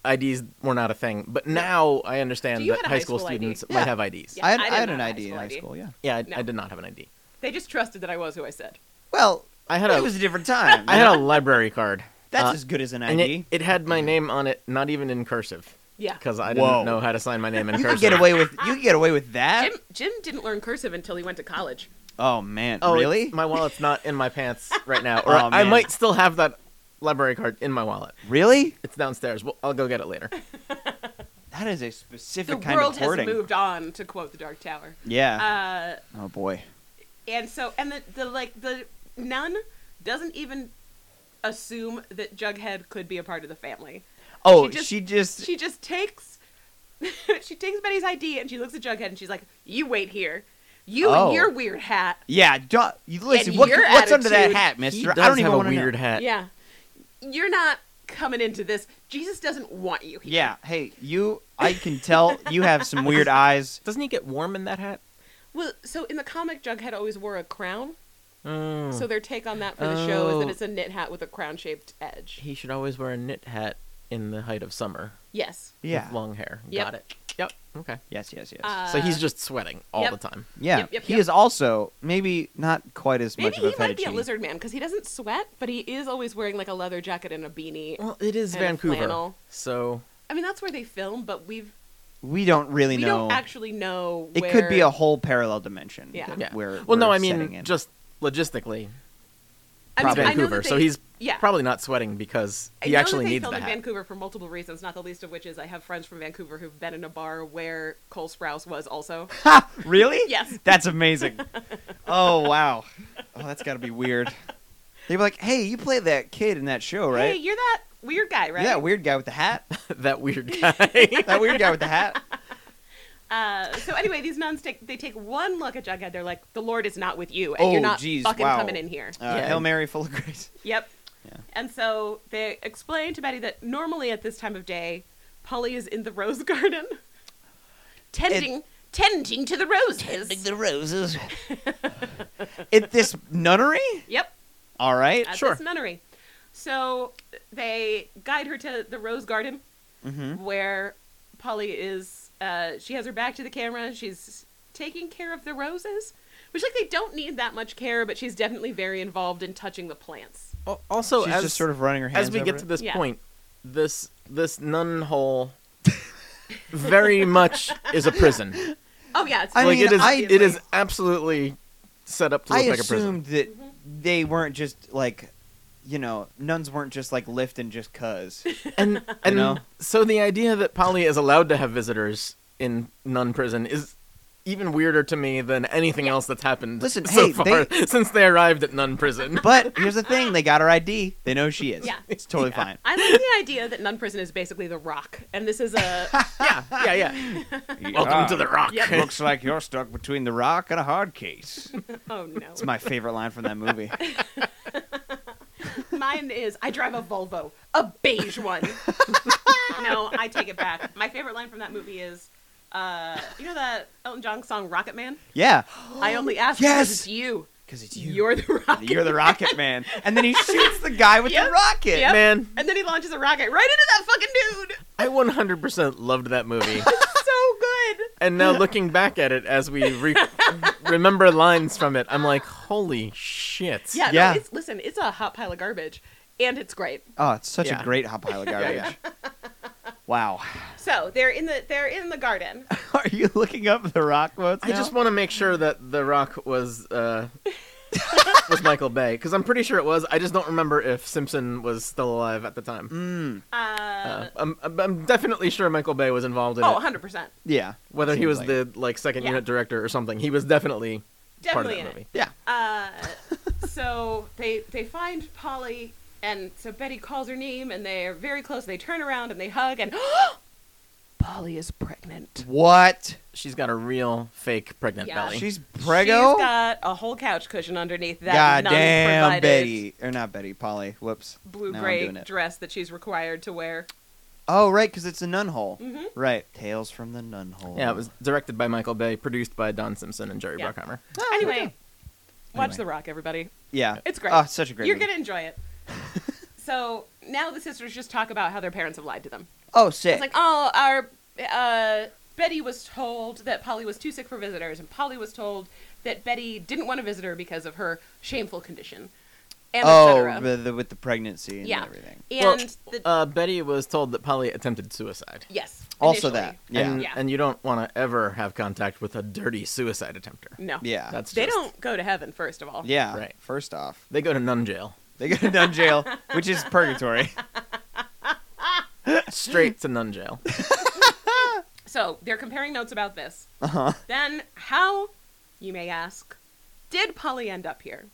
Speaker 3: IDs were not a thing. But now I understand
Speaker 2: So you
Speaker 3: that
Speaker 2: had a
Speaker 3: high
Speaker 2: high
Speaker 3: school,
Speaker 2: school ID?
Speaker 3: students
Speaker 1: Yeah.
Speaker 3: might have IDs.
Speaker 2: Yeah,
Speaker 1: I had,
Speaker 2: I
Speaker 1: I
Speaker 2: didn't
Speaker 1: had
Speaker 2: have
Speaker 1: an
Speaker 2: high
Speaker 1: ID in
Speaker 2: school
Speaker 1: high
Speaker 2: ID.
Speaker 1: school. Yeah.
Speaker 3: Yeah, I, I
Speaker 2: No.
Speaker 3: did not have an ID.
Speaker 2: They just trusted that I was who I said.
Speaker 1: Well,
Speaker 3: I had
Speaker 1: it
Speaker 3: a
Speaker 1: was a different time.
Speaker 3: I had a library card.
Speaker 1: That's
Speaker 3: uh,
Speaker 1: as good as an
Speaker 3: and
Speaker 1: ID.
Speaker 3: it, it had my name on it, not even in cursive,
Speaker 2: Yeah.
Speaker 3: because I
Speaker 1: Whoa.
Speaker 3: didn't know how to sign my name in
Speaker 1: you
Speaker 3: cursive.
Speaker 1: could get away with you could get away with that.
Speaker 2: Jim, Jim didn't learn cursive until he went to college.
Speaker 1: Oh man,
Speaker 3: Oh, it's-
Speaker 1: really?
Speaker 3: My wallet's not in my pants right now. Or
Speaker 1: Oh,
Speaker 3: I
Speaker 1: man.
Speaker 3: might still have that library card in my wallet.
Speaker 1: Really?
Speaker 3: It's downstairs. Well, I'll go get it later.
Speaker 1: That is a
Speaker 2: The
Speaker 1: specific kind
Speaker 2: world
Speaker 1: of
Speaker 2: has
Speaker 1: hoarding.
Speaker 2: moved on, to quote the Dark Tower.
Speaker 1: Yeah.
Speaker 2: Uh,
Speaker 1: oh boy.
Speaker 2: and so, and the, the like the nun doesn't even assume that Jughead could be a part of the family.
Speaker 1: Oh,
Speaker 2: just-
Speaker 1: she just.
Speaker 2: She just takes, she takes Betty's ID and she looks at Jughead and she's like, "You wait here, you
Speaker 1: Oh.
Speaker 2: and your weird hat."
Speaker 1: yeah. Don't, you listen.
Speaker 2: And
Speaker 1: What,
Speaker 2: your
Speaker 1: what's under that
Speaker 2: attitude,
Speaker 1: hat,
Speaker 3: He
Speaker 1: Mister?
Speaker 3: does
Speaker 1: I don't even
Speaker 3: have
Speaker 1: want
Speaker 3: a
Speaker 1: to
Speaker 3: weird
Speaker 1: know.
Speaker 3: hat.
Speaker 2: Yeah, you're not coming into this. Jesus doesn't want you here.
Speaker 1: Yeah. Hey, you. I can tell you have some weird eyes.
Speaker 3: Doesn't he get warm in that hat?
Speaker 2: Well, so in the comic, Jughead always wore a crown.
Speaker 3: Mm.
Speaker 2: So their take on that for the show is
Speaker 3: Oh.
Speaker 2: that it's a knit hat with a crown-shaped edge.
Speaker 3: he should always wear a knit hat in the height of summer.
Speaker 2: Yes.
Speaker 1: Yeah.
Speaker 3: With long hair.
Speaker 2: Yep.
Speaker 3: Got it. Yep. Okay.
Speaker 1: Yes. Yes. Yes.
Speaker 2: Uh,
Speaker 3: So he's just sweating all
Speaker 2: yep.
Speaker 3: the time.
Speaker 1: yeah.
Speaker 2: yep, yep,
Speaker 1: he
Speaker 2: yep.
Speaker 1: is also maybe not quite as
Speaker 2: Maybe
Speaker 1: much of a
Speaker 2: he might be a
Speaker 1: fettuccine.
Speaker 2: lizard man because he doesn't sweat, but he is always wearing like a leather jacket and a beanie.
Speaker 3: Well, it is
Speaker 2: And a
Speaker 3: Vancouver.
Speaker 2: flannel.
Speaker 3: So
Speaker 2: I mean, that's where they film, but we've
Speaker 1: We don't really
Speaker 2: we
Speaker 1: know.
Speaker 2: don't actually know.
Speaker 1: it
Speaker 2: where...
Speaker 1: could be a whole parallel dimension.
Speaker 2: Yeah.
Speaker 1: that
Speaker 3: yeah.
Speaker 1: We're,
Speaker 3: well, no,
Speaker 1: we're
Speaker 3: I
Speaker 1: setting in.
Speaker 3: mean just logistically,
Speaker 2: I
Speaker 3: it's
Speaker 2: mean, I know
Speaker 3: Vancouver.
Speaker 2: that
Speaker 3: so
Speaker 2: they-
Speaker 3: he's
Speaker 2: yeah.
Speaker 3: probably not sweating because
Speaker 2: I
Speaker 3: he
Speaker 2: know
Speaker 3: actually
Speaker 2: that they
Speaker 3: needs
Speaker 2: filmed
Speaker 3: the
Speaker 2: in
Speaker 3: hat.
Speaker 2: Vancouver for multiple reasons, not the least of which is I have friends from Vancouver who've been in a bar where Cole Sprouse was also.
Speaker 1: Really?
Speaker 2: Yes.
Speaker 1: That's amazing. oh wow. Oh, that's got to be weird. They were like, "Hey, you play that kid in that show,
Speaker 2: Hey,
Speaker 1: right?
Speaker 2: you're that weird guy, right?
Speaker 1: Yeah, weird guy with the hat.
Speaker 3: that weird guy.
Speaker 1: That weird guy with the hat.
Speaker 2: Uh, so anyway, these nuns take they take one look at Jughead. They're like, "The Lord is not with you, and
Speaker 1: Oh,
Speaker 2: you're not
Speaker 1: geez,
Speaker 2: fucking
Speaker 1: wow.
Speaker 2: coming in here."
Speaker 1: Uh,
Speaker 3: Yeah.
Speaker 1: Hail Mary, full of grace.
Speaker 2: Yep.
Speaker 1: Yeah.
Speaker 2: And so they explain to Betty that normally at this time of day, Polly is in the rose garden, tending tending to the roses.
Speaker 1: roses. At this nunnery.
Speaker 2: yep.
Speaker 1: All right.
Speaker 2: At
Speaker 3: Sure.
Speaker 2: this nunnery. So they guide her to the rose garden,
Speaker 1: Mm-hmm.
Speaker 2: where Polly is. Uh, she has her back to the camera. She's taking care of the roses, which like they don't need that much care, but she's definitely very involved in touching the plants.
Speaker 3: Al- also,
Speaker 1: She's
Speaker 3: as
Speaker 1: just sort of running her hands.
Speaker 3: as we
Speaker 1: over
Speaker 3: get
Speaker 1: it.
Speaker 3: to this
Speaker 2: Yeah.
Speaker 3: point, this this nun hole very much is a prison.
Speaker 2: Oh yeah, it's
Speaker 1: I
Speaker 3: like
Speaker 1: mean,
Speaker 3: it is,
Speaker 1: I-
Speaker 3: it is absolutely set up to
Speaker 1: I
Speaker 3: look like a prison.
Speaker 1: assumed that
Speaker 2: Mm-hmm.
Speaker 1: they weren't just like, you know, nuns weren't just like lifting just cause.
Speaker 3: And and
Speaker 1: know?
Speaker 3: so the idea that Polly is allowed to have visitors in nun prison is even weirder to me than anything else that's happened
Speaker 1: Listen,
Speaker 3: so
Speaker 1: hey,
Speaker 3: far
Speaker 1: they-
Speaker 3: since they arrived at Nun Prison.
Speaker 1: But here's the thing: they got her ID. They know she is.
Speaker 2: Yeah.
Speaker 1: it's totally fine.
Speaker 2: I like the idea that Nun Prison is basically The Rock, and this is a
Speaker 3: yeah, yeah, yeah. Welcome to the Rock.
Speaker 2: Yep.
Speaker 1: Looks like you're stuck between the rock and a hard case.
Speaker 2: oh no.
Speaker 1: It's my favorite line from that movie.
Speaker 2: Mine is I drive a Volvo, a beige one. no, I take it back. My favorite line from that movie is, uh, you know that Elton John song Rocket Man?
Speaker 1: Yeah,
Speaker 2: I only ask
Speaker 1: Yes!
Speaker 2: because it's you.
Speaker 1: because it's
Speaker 2: you. are the rocket.
Speaker 1: You're the Rocket Man, and then he shoots the guy with the
Speaker 2: Yep.
Speaker 1: rocket.
Speaker 2: Yep.
Speaker 3: Man,
Speaker 2: and then he launches a rocket right into that fucking dude.
Speaker 3: I 100% loved that movie.
Speaker 2: So good.
Speaker 3: and now looking back at it as we re- remember lines from it, I'm like, holy shit.
Speaker 2: Yeah,
Speaker 1: Yeah.
Speaker 2: No, it's, listen, it's a hot pile of garbage, and it's great.
Speaker 1: Oh, it's such
Speaker 3: Yeah.
Speaker 1: a great hot pile of garbage.
Speaker 3: yeah.
Speaker 1: Wow.
Speaker 2: So they're in the they're in the garden.
Speaker 1: Are you looking up the rock quotes?
Speaker 3: I
Speaker 1: now?
Speaker 3: just want to make sure that The Rock was uh, was Michael Bay because I'm pretty sure it was. I just don't remember if Simpson was still alive at the time.
Speaker 1: Mm,
Speaker 2: Uh,
Speaker 3: Uh, I'm, I'm- I'm definitely sure Michael Bay was involved in
Speaker 2: oh,
Speaker 3: it.
Speaker 2: 100 percent,
Speaker 1: yeah.
Speaker 3: Whether he
Speaker 1: Seems
Speaker 3: was
Speaker 1: like
Speaker 3: the like second
Speaker 2: Yeah.
Speaker 3: unit director or something, he was definitely, part of
Speaker 2: definitely
Speaker 3: that
Speaker 2: in it.
Speaker 3: movie.
Speaker 1: Yeah.
Speaker 2: Uh, so they they find Polly, and so Betty calls her name, and they're very close. They turn around and they hug, and Polly is pregnant.
Speaker 1: What?
Speaker 3: She's got a real fake pregnant
Speaker 2: Yeah.
Speaker 3: belly.
Speaker 1: She's
Speaker 2: She's
Speaker 1: prego.
Speaker 2: got a whole couch cushion underneath that
Speaker 1: God
Speaker 2: nun
Speaker 1: damn,
Speaker 2: provided
Speaker 1: Betty, or not Betty, Polly. Whoops.
Speaker 2: blue
Speaker 1: Now I'm
Speaker 2: gray
Speaker 1: doing it.
Speaker 2: dress that she's required to wear.
Speaker 1: Oh, right, because it's a nun hole.
Speaker 2: Mhm.
Speaker 1: Right. Tales from the nun hole.
Speaker 3: yeah, it was directed by Michael Bay, produced by Don Simpson and Jerry
Speaker 2: Yeah.
Speaker 3: Bruckheimer.
Speaker 1: Oh,
Speaker 2: Anyway, watch
Speaker 1: Anyway.
Speaker 2: The Rock, everybody.
Speaker 1: Yeah.
Speaker 2: It's great.
Speaker 1: Oh, such a great.
Speaker 2: You're
Speaker 1: movie.
Speaker 2: gonna enjoy it. so now the sisters just talk about how their parents have lied to them.
Speaker 1: Oh, sick.
Speaker 2: It's like, oh, our uh, Betty was told that Polly was too sick for visitors, and Polly was told that Betty didn't want a visitor because of her shameful condition, and
Speaker 1: oh,
Speaker 2: etc.
Speaker 1: the, the, with the pregnancy and
Speaker 2: Yeah.
Speaker 1: everything.
Speaker 3: Well,
Speaker 2: And the,
Speaker 3: Uh, Betty was told that Polly attempted suicide.
Speaker 2: yes,
Speaker 1: Also
Speaker 2: initially.
Speaker 1: that. Yeah.
Speaker 3: And,
Speaker 2: Yeah.
Speaker 3: and you don't want to ever have contact with a dirty suicide attempter.
Speaker 2: No,
Speaker 1: yeah.
Speaker 3: That's
Speaker 2: they
Speaker 3: just-
Speaker 2: don't go to heaven. First of all,
Speaker 1: yeah.
Speaker 3: Right.
Speaker 1: First off,
Speaker 3: They go to nun jail.
Speaker 1: they go to nun jail, which is purgatory.
Speaker 3: Straight to nun jail.
Speaker 2: So they're comparing notes about this.
Speaker 1: Uh huh.
Speaker 2: Then how, you may ask, did Polly end up here?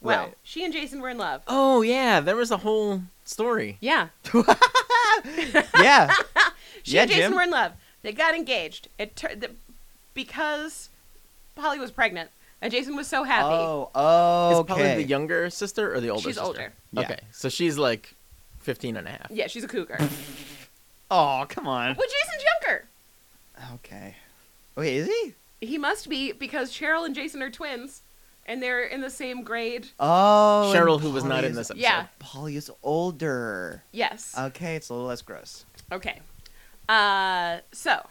Speaker 2: Well,
Speaker 1: Right.
Speaker 2: she and Jason were in love.
Speaker 3: Oh yeah, there was a whole story.
Speaker 2: Yeah.
Speaker 1: Yeah.
Speaker 2: She
Speaker 1: yeah,
Speaker 2: and Jason
Speaker 1: Jim.
Speaker 2: were in love. They got engaged. It tur- the- because Polly was pregnant and Jason was so happy.
Speaker 1: Oh, oh,
Speaker 3: Is Polly the younger sister or the older
Speaker 2: She's
Speaker 3: sister?
Speaker 2: older.
Speaker 1: Yeah.
Speaker 3: Okay. So she's like 15 and a half.
Speaker 2: Yeah, she's a cougar. well,
Speaker 1: Oh, come on.
Speaker 2: Jason's younger.
Speaker 1: Okay. Wait, is he?
Speaker 2: He must be because Cheryl and Jason are twins and they're in the same grade.
Speaker 1: Oh, and
Speaker 3: Cheryl, who was not
Speaker 1: Polly
Speaker 3: in
Speaker 1: is-
Speaker 3: this episode.
Speaker 2: Yeah.
Speaker 1: Polly is older.
Speaker 2: Yes.
Speaker 1: Okay, it's a little less gross.
Speaker 2: Okay. Uh, so.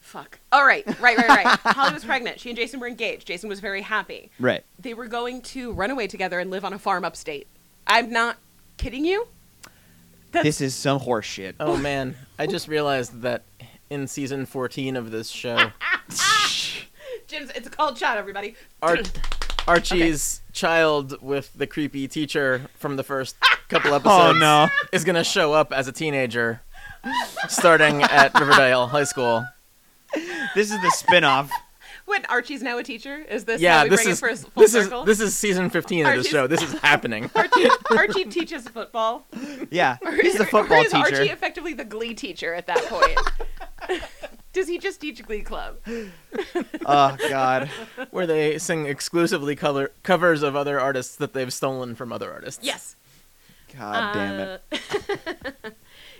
Speaker 2: Fuck. All right. Right, right, right. Polly was pregnant. She and Jason were engaged. Jason was very happy.
Speaker 1: Right.
Speaker 2: They were going to run away together and live on a farm upstate. I'm not kidding you.
Speaker 1: This is some horse shit.
Speaker 3: Oh man, I just realized that in season 14 of this show,
Speaker 2: Jim's, it's a cold shot, everybody.
Speaker 3: Ar- Archie's child with the creepy teacher from the first couple
Speaker 1: Oh,
Speaker 3: episodes
Speaker 1: no.
Speaker 3: is going to show up as a teenager starting at Riverdale High School.
Speaker 1: This is the spin-off.
Speaker 2: When Archie's now a teacher, is this how
Speaker 3: yeah,
Speaker 2: we
Speaker 3: this
Speaker 2: bring
Speaker 3: is
Speaker 2: it for a s- full
Speaker 3: this
Speaker 2: circle?
Speaker 3: is this is season 15 of the
Speaker 2: Archie's-
Speaker 3: show. This is happening.
Speaker 2: Archie, Archie teaches football.
Speaker 1: Yeah.
Speaker 2: Or
Speaker 1: He's
Speaker 2: is-
Speaker 1: the football
Speaker 2: or is Archie
Speaker 1: teacher.
Speaker 2: effectively the glee teacher at that point? Does he just teach glee club?
Speaker 1: Oh god.
Speaker 3: where they sing exclusively color- covers of other artists that they've stolen from other artists.
Speaker 2: Yes.
Speaker 1: God damn it.
Speaker 2: Uh,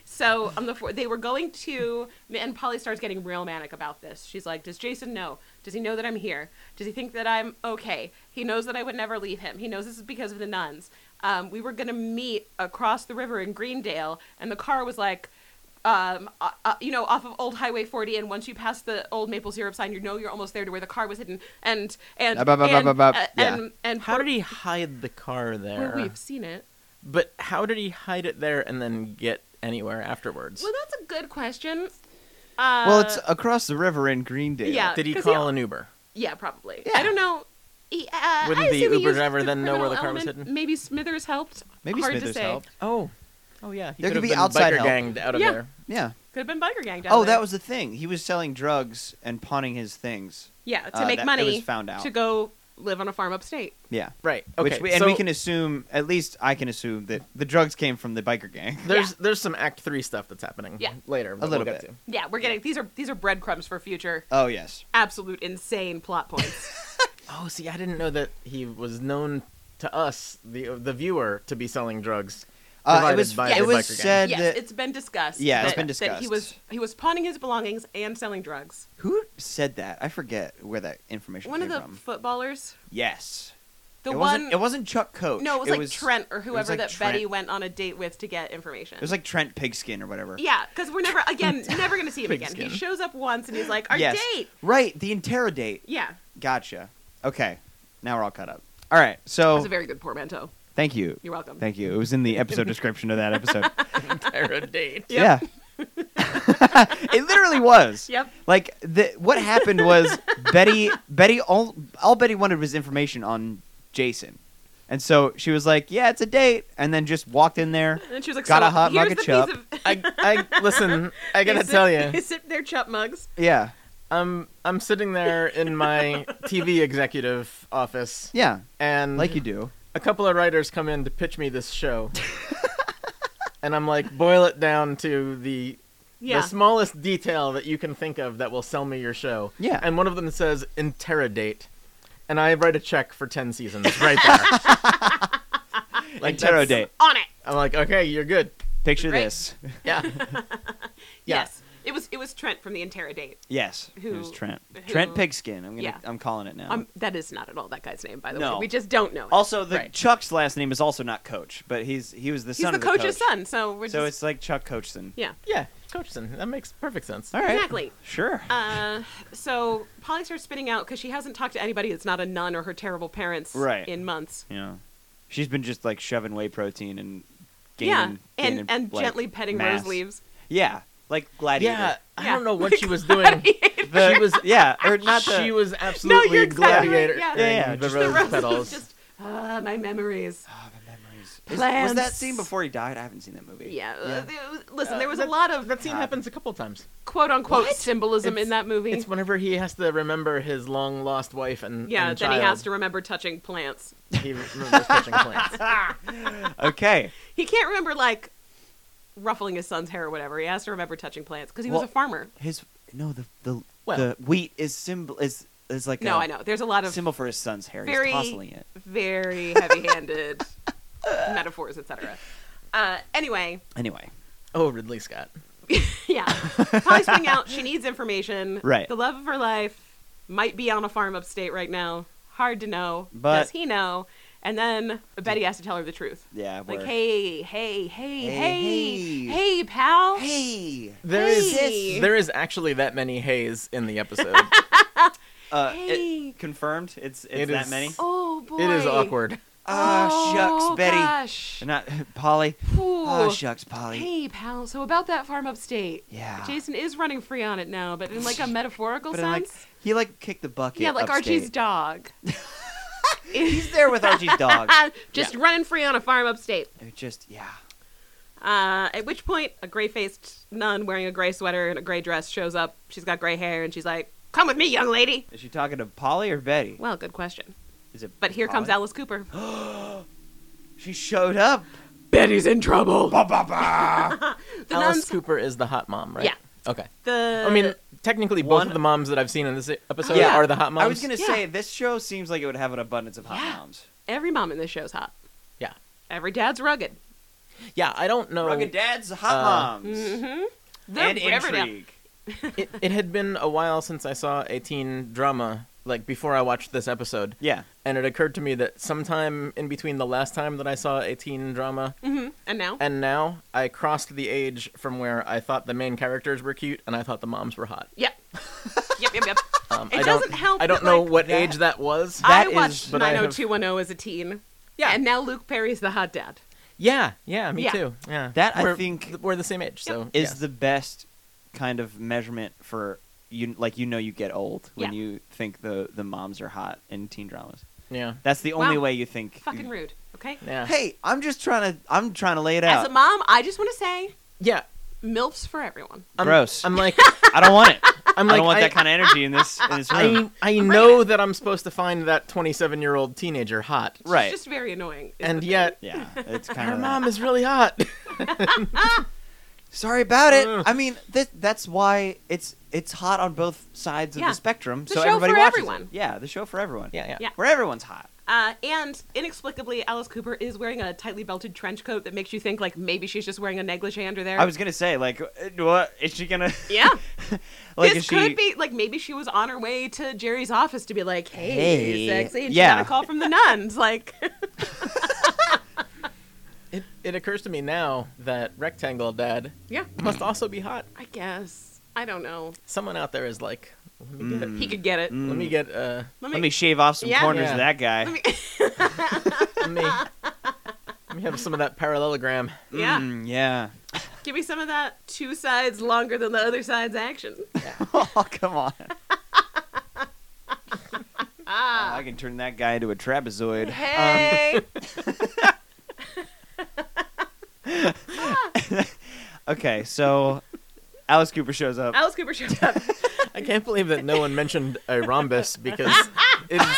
Speaker 2: so on the four, they were going to, and Polly starts getting real manic about this. She's like, "Does Jason know? Does he know that I'm here? Does he think that I'm okay? He knows that I would never leave him. He knows this is because of the nuns. Um, we were gonna meet across the river in Greendale, and the car was like." Um, uh, uh, you know, off of Old Highway 40, and once you pass the old maple syrup sign, you know you're almost there to where the car was hidden. And and
Speaker 1: Up, up, up,
Speaker 2: and
Speaker 1: up, up,
Speaker 2: uh,
Speaker 1: yeah.
Speaker 2: and, and
Speaker 3: How did he hide the car there?
Speaker 2: Well, we've seen it.
Speaker 3: But how did he hide it there and then get anywhere afterwards?
Speaker 2: Well, that's a good question. Uh,
Speaker 1: Well, it's across the river in Greendale.
Speaker 2: yeah.
Speaker 3: did he
Speaker 2: uh, 'cause he-
Speaker 3: call an Uber?
Speaker 2: yeah, probably.
Speaker 1: Yeah.
Speaker 2: I don't know. He, uh,
Speaker 3: Wouldn't
Speaker 2: I
Speaker 3: the
Speaker 2: assume he
Speaker 3: Uber
Speaker 2: used
Speaker 3: driver
Speaker 2: the
Speaker 3: then know where the
Speaker 2: criminal
Speaker 3: car was
Speaker 2: element.
Speaker 3: hidden?
Speaker 2: Maybe Smithers helped.
Speaker 1: Maybe
Speaker 2: Hard to
Speaker 1: Smithers
Speaker 2: say.
Speaker 1: helped.
Speaker 3: Oh, oh yeah. He
Speaker 1: There could
Speaker 3: have
Speaker 1: be
Speaker 3: been
Speaker 1: outside
Speaker 3: biker
Speaker 1: help.
Speaker 3: ganged out of
Speaker 2: Yeah.
Speaker 3: there.
Speaker 1: Yeah.
Speaker 2: Could have been biker gang down
Speaker 1: Oh,
Speaker 2: there.
Speaker 1: that was the thing. He was selling drugs and pawning his things.
Speaker 2: yeah to
Speaker 1: uh,
Speaker 2: make
Speaker 1: that- it
Speaker 2: money
Speaker 1: was found out.
Speaker 2: to go live on a farm upstate.
Speaker 1: Yeah.
Speaker 3: Right. Okay.
Speaker 1: Which we, and
Speaker 3: so
Speaker 1: we can assume, at least I can assume that the drugs came from the biker gang.
Speaker 3: there's there's some Act Three stuff that's happening.
Speaker 2: Yeah.
Speaker 3: Later. A
Speaker 1: little
Speaker 3: get
Speaker 1: bit.
Speaker 3: to.
Speaker 2: Yeah, we're getting these are these are breadcrumbs for future
Speaker 1: Oh yes.
Speaker 2: absolute insane plot points.
Speaker 3: Oh, see, I didn't know that he was known to us, the uh, the viewer, to be selling drugs.
Speaker 1: Uh, it
Speaker 3: provided
Speaker 1: was
Speaker 3: by
Speaker 1: it
Speaker 3: the
Speaker 1: was
Speaker 3: biker gang.
Speaker 1: said
Speaker 2: yes,
Speaker 1: that
Speaker 2: it's been discussed.
Speaker 1: uh, Yeah, it's
Speaker 2: that,
Speaker 1: been
Speaker 2: That he
Speaker 1: discussed.
Speaker 2: was he was pawning his belongings and selling drugs.
Speaker 1: who said that? I forget where that information
Speaker 2: One of
Speaker 1: came
Speaker 2: the
Speaker 1: from.
Speaker 2: footballers,
Speaker 1: Yes.
Speaker 2: the
Speaker 1: it
Speaker 2: one
Speaker 1: Wasn't, it wasn't Chuck Coach.
Speaker 2: no, it was like Trent or whoever
Speaker 1: like
Speaker 2: that
Speaker 1: Trent.
Speaker 2: Betty went on a date with to get information.
Speaker 1: It was like Trent Pigskin or whatever.
Speaker 2: yeah, because we're never again never gonna see him again. He
Speaker 3: Pigskin.
Speaker 2: shows up once and he's like, "Our
Speaker 1: yes.
Speaker 2: date."
Speaker 1: Right. The interrogate.
Speaker 2: Yeah,
Speaker 1: Gotcha. Okay. Now we're all caught up. All right.
Speaker 2: that
Speaker 1: So
Speaker 2: was a very good portmanteau.
Speaker 1: thank you.
Speaker 2: You're welcome.
Speaker 1: Oh. Thank you. It was in the episode description of that episode.
Speaker 3: Terra date.
Speaker 2: Yep.
Speaker 1: Yeah. it literally was.
Speaker 2: Yep.
Speaker 1: Like the what happened was Betty Betty all all Betty wanted was information on Jason. And so she was like, "Yeah, it's a date." And then just walked in there.
Speaker 2: And she was like,
Speaker 1: Got
Speaker 2: so
Speaker 1: a hot
Speaker 2: here's
Speaker 1: mug of
Speaker 2: the
Speaker 1: chup.
Speaker 2: Piece of,
Speaker 3: I, I listen. I
Speaker 2: They
Speaker 3: gotta
Speaker 2: sip-
Speaker 3: tell
Speaker 2: They
Speaker 3: you,
Speaker 2: sip their chup mugs.
Speaker 1: Yeah.
Speaker 3: I'm I'm sitting there in my TV executive office,
Speaker 1: Yeah,
Speaker 3: and
Speaker 1: like you do.
Speaker 3: a couple of writers come in to pitch me this show, and I'm like, boil it down to the
Speaker 2: Yeah.
Speaker 3: the smallest detail that you can think of that will sell me your show.
Speaker 1: Yeah.
Speaker 3: And one of them says interrogate, and I write a check for ten seasons right there.
Speaker 1: Like
Speaker 3: that's-
Speaker 1: tarot date.
Speaker 2: on it.
Speaker 3: I'm like, okay, you're good.
Speaker 1: Picture
Speaker 2: Right?
Speaker 1: this.
Speaker 3: Yeah. Yeah.
Speaker 2: Yes. It was it was Trent from the interrogate.
Speaker 1: Yes. It
Speaker 2: Who-
Speaker 1: was Trent.
Speaker 2: who-
Speaker 1: Trent Pigskin. I'm gonna
Speaker 2: Yeah.
Speaker 1: I'm calling it now.
Speaker 2: Um, that is not at all that guy's name, by the
Speaker 1: No.
Speaker 2: way. We just don't know. It.
Speaker 1: also, the
Speaker 3: Right.
Speaker 1: Chuck's last name is also not Coach, but he's he was the
Speaker 2: He's
Speaker 1: son
Speaker 2: the
Speaker 1: of
Speaker 2: coach's
Speaker 1: coach.
Speaker 2: son, so we're
Speaker 1: So
Speaker 2: just
Speaker 1: it's like Chuck Coachson.
Speaker 2: yeah,
Speaker 3: Yeah, Coachson. That makes perfect sense.
Speaker 1: All right.
Speaker 2: exactly.
Speaker 1: Sure.
Speaker 2: Uh, so Polly starts spinning out because she hasn't talked to anybody that's not a nun or her terrible parents
Speaker 1: Right.
Speaker 2: in months.
Speaker 1: yeah. She's been just like shoving whey protein and gaining,
Speaker 2: yeah, and
Speaker 1: gaining,
Speaker 2: and
Speaker 1: like,
Speaker 2: gently petting
Speaker 1: mass.
Speaker 2: rose leaves.
Speaker 1: Yeah, like gladiator.
Speaker 3: Yeah, I
Speaker 2: Yeah.
Speaker 3: don't know what she was doing.
Speaker 1: The-
Speaker 3: She was-
Speaker 1: yeah, or not the
Speaker 3: she was absolutely
Speaker 2: you're exactly
Speaker 3: gladiator.
Speaker 2: right, yeah.
Speaker 1: Yeah, yeah,
Speaker 3: the
Speaker 1: just
Speaker 2: The
Speaker 3: rose
Speaker 2: rose
Speaker 3: petals.
Speaker 2: petals. just ah, my memories.
Speaker 1: Oh, the memories. Is-
Speaker 2: Plants.
Speaker 1: was that scene before he died? I haven't seen that movie.
Speaker 2: Yeah. uh,
Speaker 3: Yeah.
Speaker 2: th- Listen,
Speaker 3: Uh,
Speaker 2: there was a
Speaker 3: that-
Speaker 2: lot of
Speaker 3: That scene happens a couple times.
Speaker 2: quote unquote
Speaker 3: What?
Speaker 2: symbolism
Speaker 3: It's-
Speaker 2: in that movie.
Speaker 3: It's whenever he has to remember his long lost wife and
Speaker 2: yeah,
Speaker 3: and
Speaker 2: then he
Speaker 3: child,
Speaker 2: has to remember touching plants.
Speaker 3: He remembers touching plants.
Speaker 1: Okay.
Speaker 2: He can't remember like ruffling his son's hair or whatever. He has to remember touching plants because he was
Speaker 1: Well,
Speaker 2: a farmer.
Speaker 1: His no the the
Speaker 3: Well-
Speaker 1: the wheat is symbol is is like
Speaker 2: No,
Speaker 1: a
Speaker 2: I know. There's a lot of
Speaker 1: symbol for his son's hair.
Speaker 2: very-
Speaker 1: He's tossing it.
Speaker 2: very heavy-handed metaphors, etc. Uh, anyway,
Speaker 1: Anyway.
Speaker 3: Oh, Ridley Scott.
Speaker 2: yeah, Polly's spinning out. She needs information.
Speaker 1: Right.
Speaker 2: The love of her life might be on a farm upstate right now. Hard to know.
Speaker 1: But-
Speaker 2: Does he know? And then Betty has to tell her the truth.
Speaker 1: Yeah.
Speaker 2: Like,
Speaker 1: we're-
Speaker 2: hey, hey, hey, hey,
Speaker 1: Hey,
Speaker 2: hey,
Speaker 1: hey.
Speaker 2: pal.
Speaker 1: Hey.
Speaker 3: There is
Speaker 2: Hey.
Speaker 3: there is actually that many hays in the episode.
Speaker 1: Uh,
Speaker 2: Hey.
Speaker 1: It, confirmed. It's it's
Speaker 3: It
Speaker 1: that
Speaker 3: is-
Speaker 1: many.
Speaker 2: Oh boy.
Speaker 3: it is awkward.
Speaker 1: Ah,
Speaker 2: Oh,
Speaker 1: shucks, Betty.
Speaker 2: Gosh.
Speaker 1: Not Polly. Oh,
Speaker 2: Ooh.
Speaker 1: shucks, Polly.
Speaker 2: hey, pal. So about that farm upstate.
Speaker 1: Yeah.
Speaker 2: Jason is running free on it now, but in like a metaphorical
Speaker 1: But
Speaker 2: sense.
Speaker 1: I'm like, he like kicked the bucket.
Speaker 2: yeah, like Archie's
Speaker 1: upstate.
Speaker 2: dog.
Speaker 1: He's there with Archie's dog.
Speaker 2: Just running free on a farm upstate.
Speaker 1: It just yeah.
Speaker 2: Uh, at which point, a gray faced nun wearing a gray sweater and a gray dress shows up. She's got gray hair, and she's like, Come with me, young lady.
Speaker 1: Is she talking to Polly or Betty?
Speaker 2: Well, good question.
Speaker 1: Is it?
Speaker 2: But here comes
Speaker 1: Polly?
Speaker 2: Alice Cooper.
Speaker 1: She showed up.
Speaker 2: Betty's in trouble.
Speaker 1: Ba, ba, ba.
Speaker 2: The
Speaker 3: Alice
Speaker 2: nuns,
Speaker 3: Cooper is the hot mom, right?
Speaker 2: Yeah. Uh,
Speaker 3: Okay.
Speaker 2: the
Speaker 3: I mean, technically, both
Speaker 1: one-
Speaker 3: of the moms that I've seen in this e-, episode
Speaker 1: Yeah.
Speaker 3: are the hot moms.
Speaker 1: I was gonna
Speaker 2: Yeah.
Speaker 1: say this show seems like it would have an abundance of hot
Speaker 2: Yeah.
Speaker 1: moms.
Speaker 2: every mom in this show's hot.
Speaker 3: Yeah.
Speaker 2: Every dad's rugged.
Speaker 3: Yeah, I don't know.
Speaker 1: Rugged dads, hot
Speaker 3: Uh,
Speaker 1: moms,
Speaker 2: Mm-hmm.
Speaker 1: and intrigue.
Speaker 3: it, it had been a while since I saw a teen drama, like before I watched this episode,
Speaker 1: Yeah.
Speaker 3: and it occurred to me that sometime in between the last time that I saw a teen drama
Speaker 2: Mm-hmm. And now?
Speaker 3: and now, I crossed the age from where I thought the main characters were cute and I thought the moms were hot.
Speaker 2: Yep. yep, yep, yep.
Speaker 3: Um,
Speaker 2: It
Speaker 3: I
Speaker 2: doesn't
Speaker 3: don't,
Speaker 2: help
Speaker 3: I don't
Speaker 2: that,
Speaker 3: know
Speaker 2: like,
Speaker 3: what
Speaker 1: that-
Speaker 3: age that was.
Speaker 1: That
Speaker 2: I
Speaker 1: is-
Speaker 2: watched
Speaker 3: but I have-
Speaker 2: 90210 as a teen.
Speaker 3: Yeah.
Speaker 2: And now Luke Perry's the hot dad.
Speaker 3: yeah, yeah, me
Speaker 2: Yeah.
Speaker 3: too. Yeah,
Speaker 1: That, I
Speaker 3: We're-
Speaker 1: think,
Speaker 3: we're the same age. So
Speaker 1: Is
Speaker 3: yeah.
Speaker 1: the best kind of measurement for you. Like you know, you get old when
Speaker 2: Yeah.
Speaker 1: you think the the moms are hot in teen dramas.
Speaker 3: yeah,
Speaker 1: That's the
Speaker 2: Wow.
Speaker 1: only way you think.
Speaker 2: Fucking rude, okay?
Speaker 3: yeah,
Speaker 1: Hey, I'm just trying to. I'm trying to lay it
Speaker 2: As
Speaker 1: out.
Speaker 2: a mom, I just want to say
Speaker 3: yeah.
Speaker 2: MILFs for everyone.
Speaker 3: I'm,
Speaker 1: Gross.
Speaker 3: I'm like,
Speaker 1: I don't want it.
Speaker 3: I'm
Speaker 1: I
Speaker 3: like,
Speaker 1: don't want
Speaker 3: I-
Speaker 1: that kind of energy in this in this room.
Speaker 3: I, I know that I'm supposed to find that 27 year old teenager hot,
Speaker 2: She's
Speaker 1: right.
Speaker 2: just very annoying. is
Speaker 3: and
Speaker 2: the
Speaker 3: yet
Speaker 1: yeah. It's kind
Speaker 3: her
Speaker 1: of
Speaker 3: mom is really hot.
Speaker 1: Sorry about it.
Speaker 3: Ugh.
Speaker 1: I mean, th- that's why it's it's hot on both sides of
Speaker 2: Yeah.
Speaker 1: the spectrum.
Speaker 2: The
Speaker 1: so
Speaker 2: show
Speaker 1: everybody
Speaker 2: for
Speaker 1: watches
Speaker 2: everyone.
Speaker 1: it. Yeah, the show for everyone.
Speaker 3: yeah,
Speaker 2: Yeah.
Speaker 1: Where everyone's hot.
Speaker 2: Uh, and inexplicably, Alice Cooper is wearing a tightly belted trench coat that makes you think like maybe she's just wearing a negligee under there.
Speaker 1: I was gonna say like, uh, what is she gonna?
Speaker 2: yeah.
Speaker 1: like,
Speaker 2: this
Speaker 1: is
Speaker 2: could
Speaker 1: she?
Speaker 2: be like maybe she was on her way to Jerry's office to be like, "Hey,
Speaker 1: Hey.
Speaker 2: sexy," and
Speaker 1: Yeah.
Speaker 2: she got a call from the nuns. Like,
Speaker 3: It, it occurs to me now that Rectangle Dad
Speaker 2: yeah,
Speaker 3: must
Speaker 1: Mm.
Speaker 3: also be hot.
Speaker 2: I guess I don't know.
Speaker 3: Someone out there is like, let me get,
Speaker 2: He could get it.
Speaker 3: let me get, uh,
Speaker 1: Mm. Let me shave off some
Speaker 2: Yeah.
Speaker 1: corners
Speaker 3: Yeah.
Speaker 1: of that guy.
Speaker 2: me-
Speaker 3: let me, let me have some of that parallelogram.
Speaker 2: yeah,
Speaker 1: Mm, yeah.
Speaker 2: give me some of that two sides longer than the other side's action.
Speaker 1: oh come on. Oh, I can turn that guy into a trapezoid. Um,
Speaker 2: Ah. Hey,
Speaker 1: okay, so Alice Cooper shows up.
Speaker 2: Alice Cooper shows up.
Speaker 3: I can't believe that no one mentioned a rhombus because it is,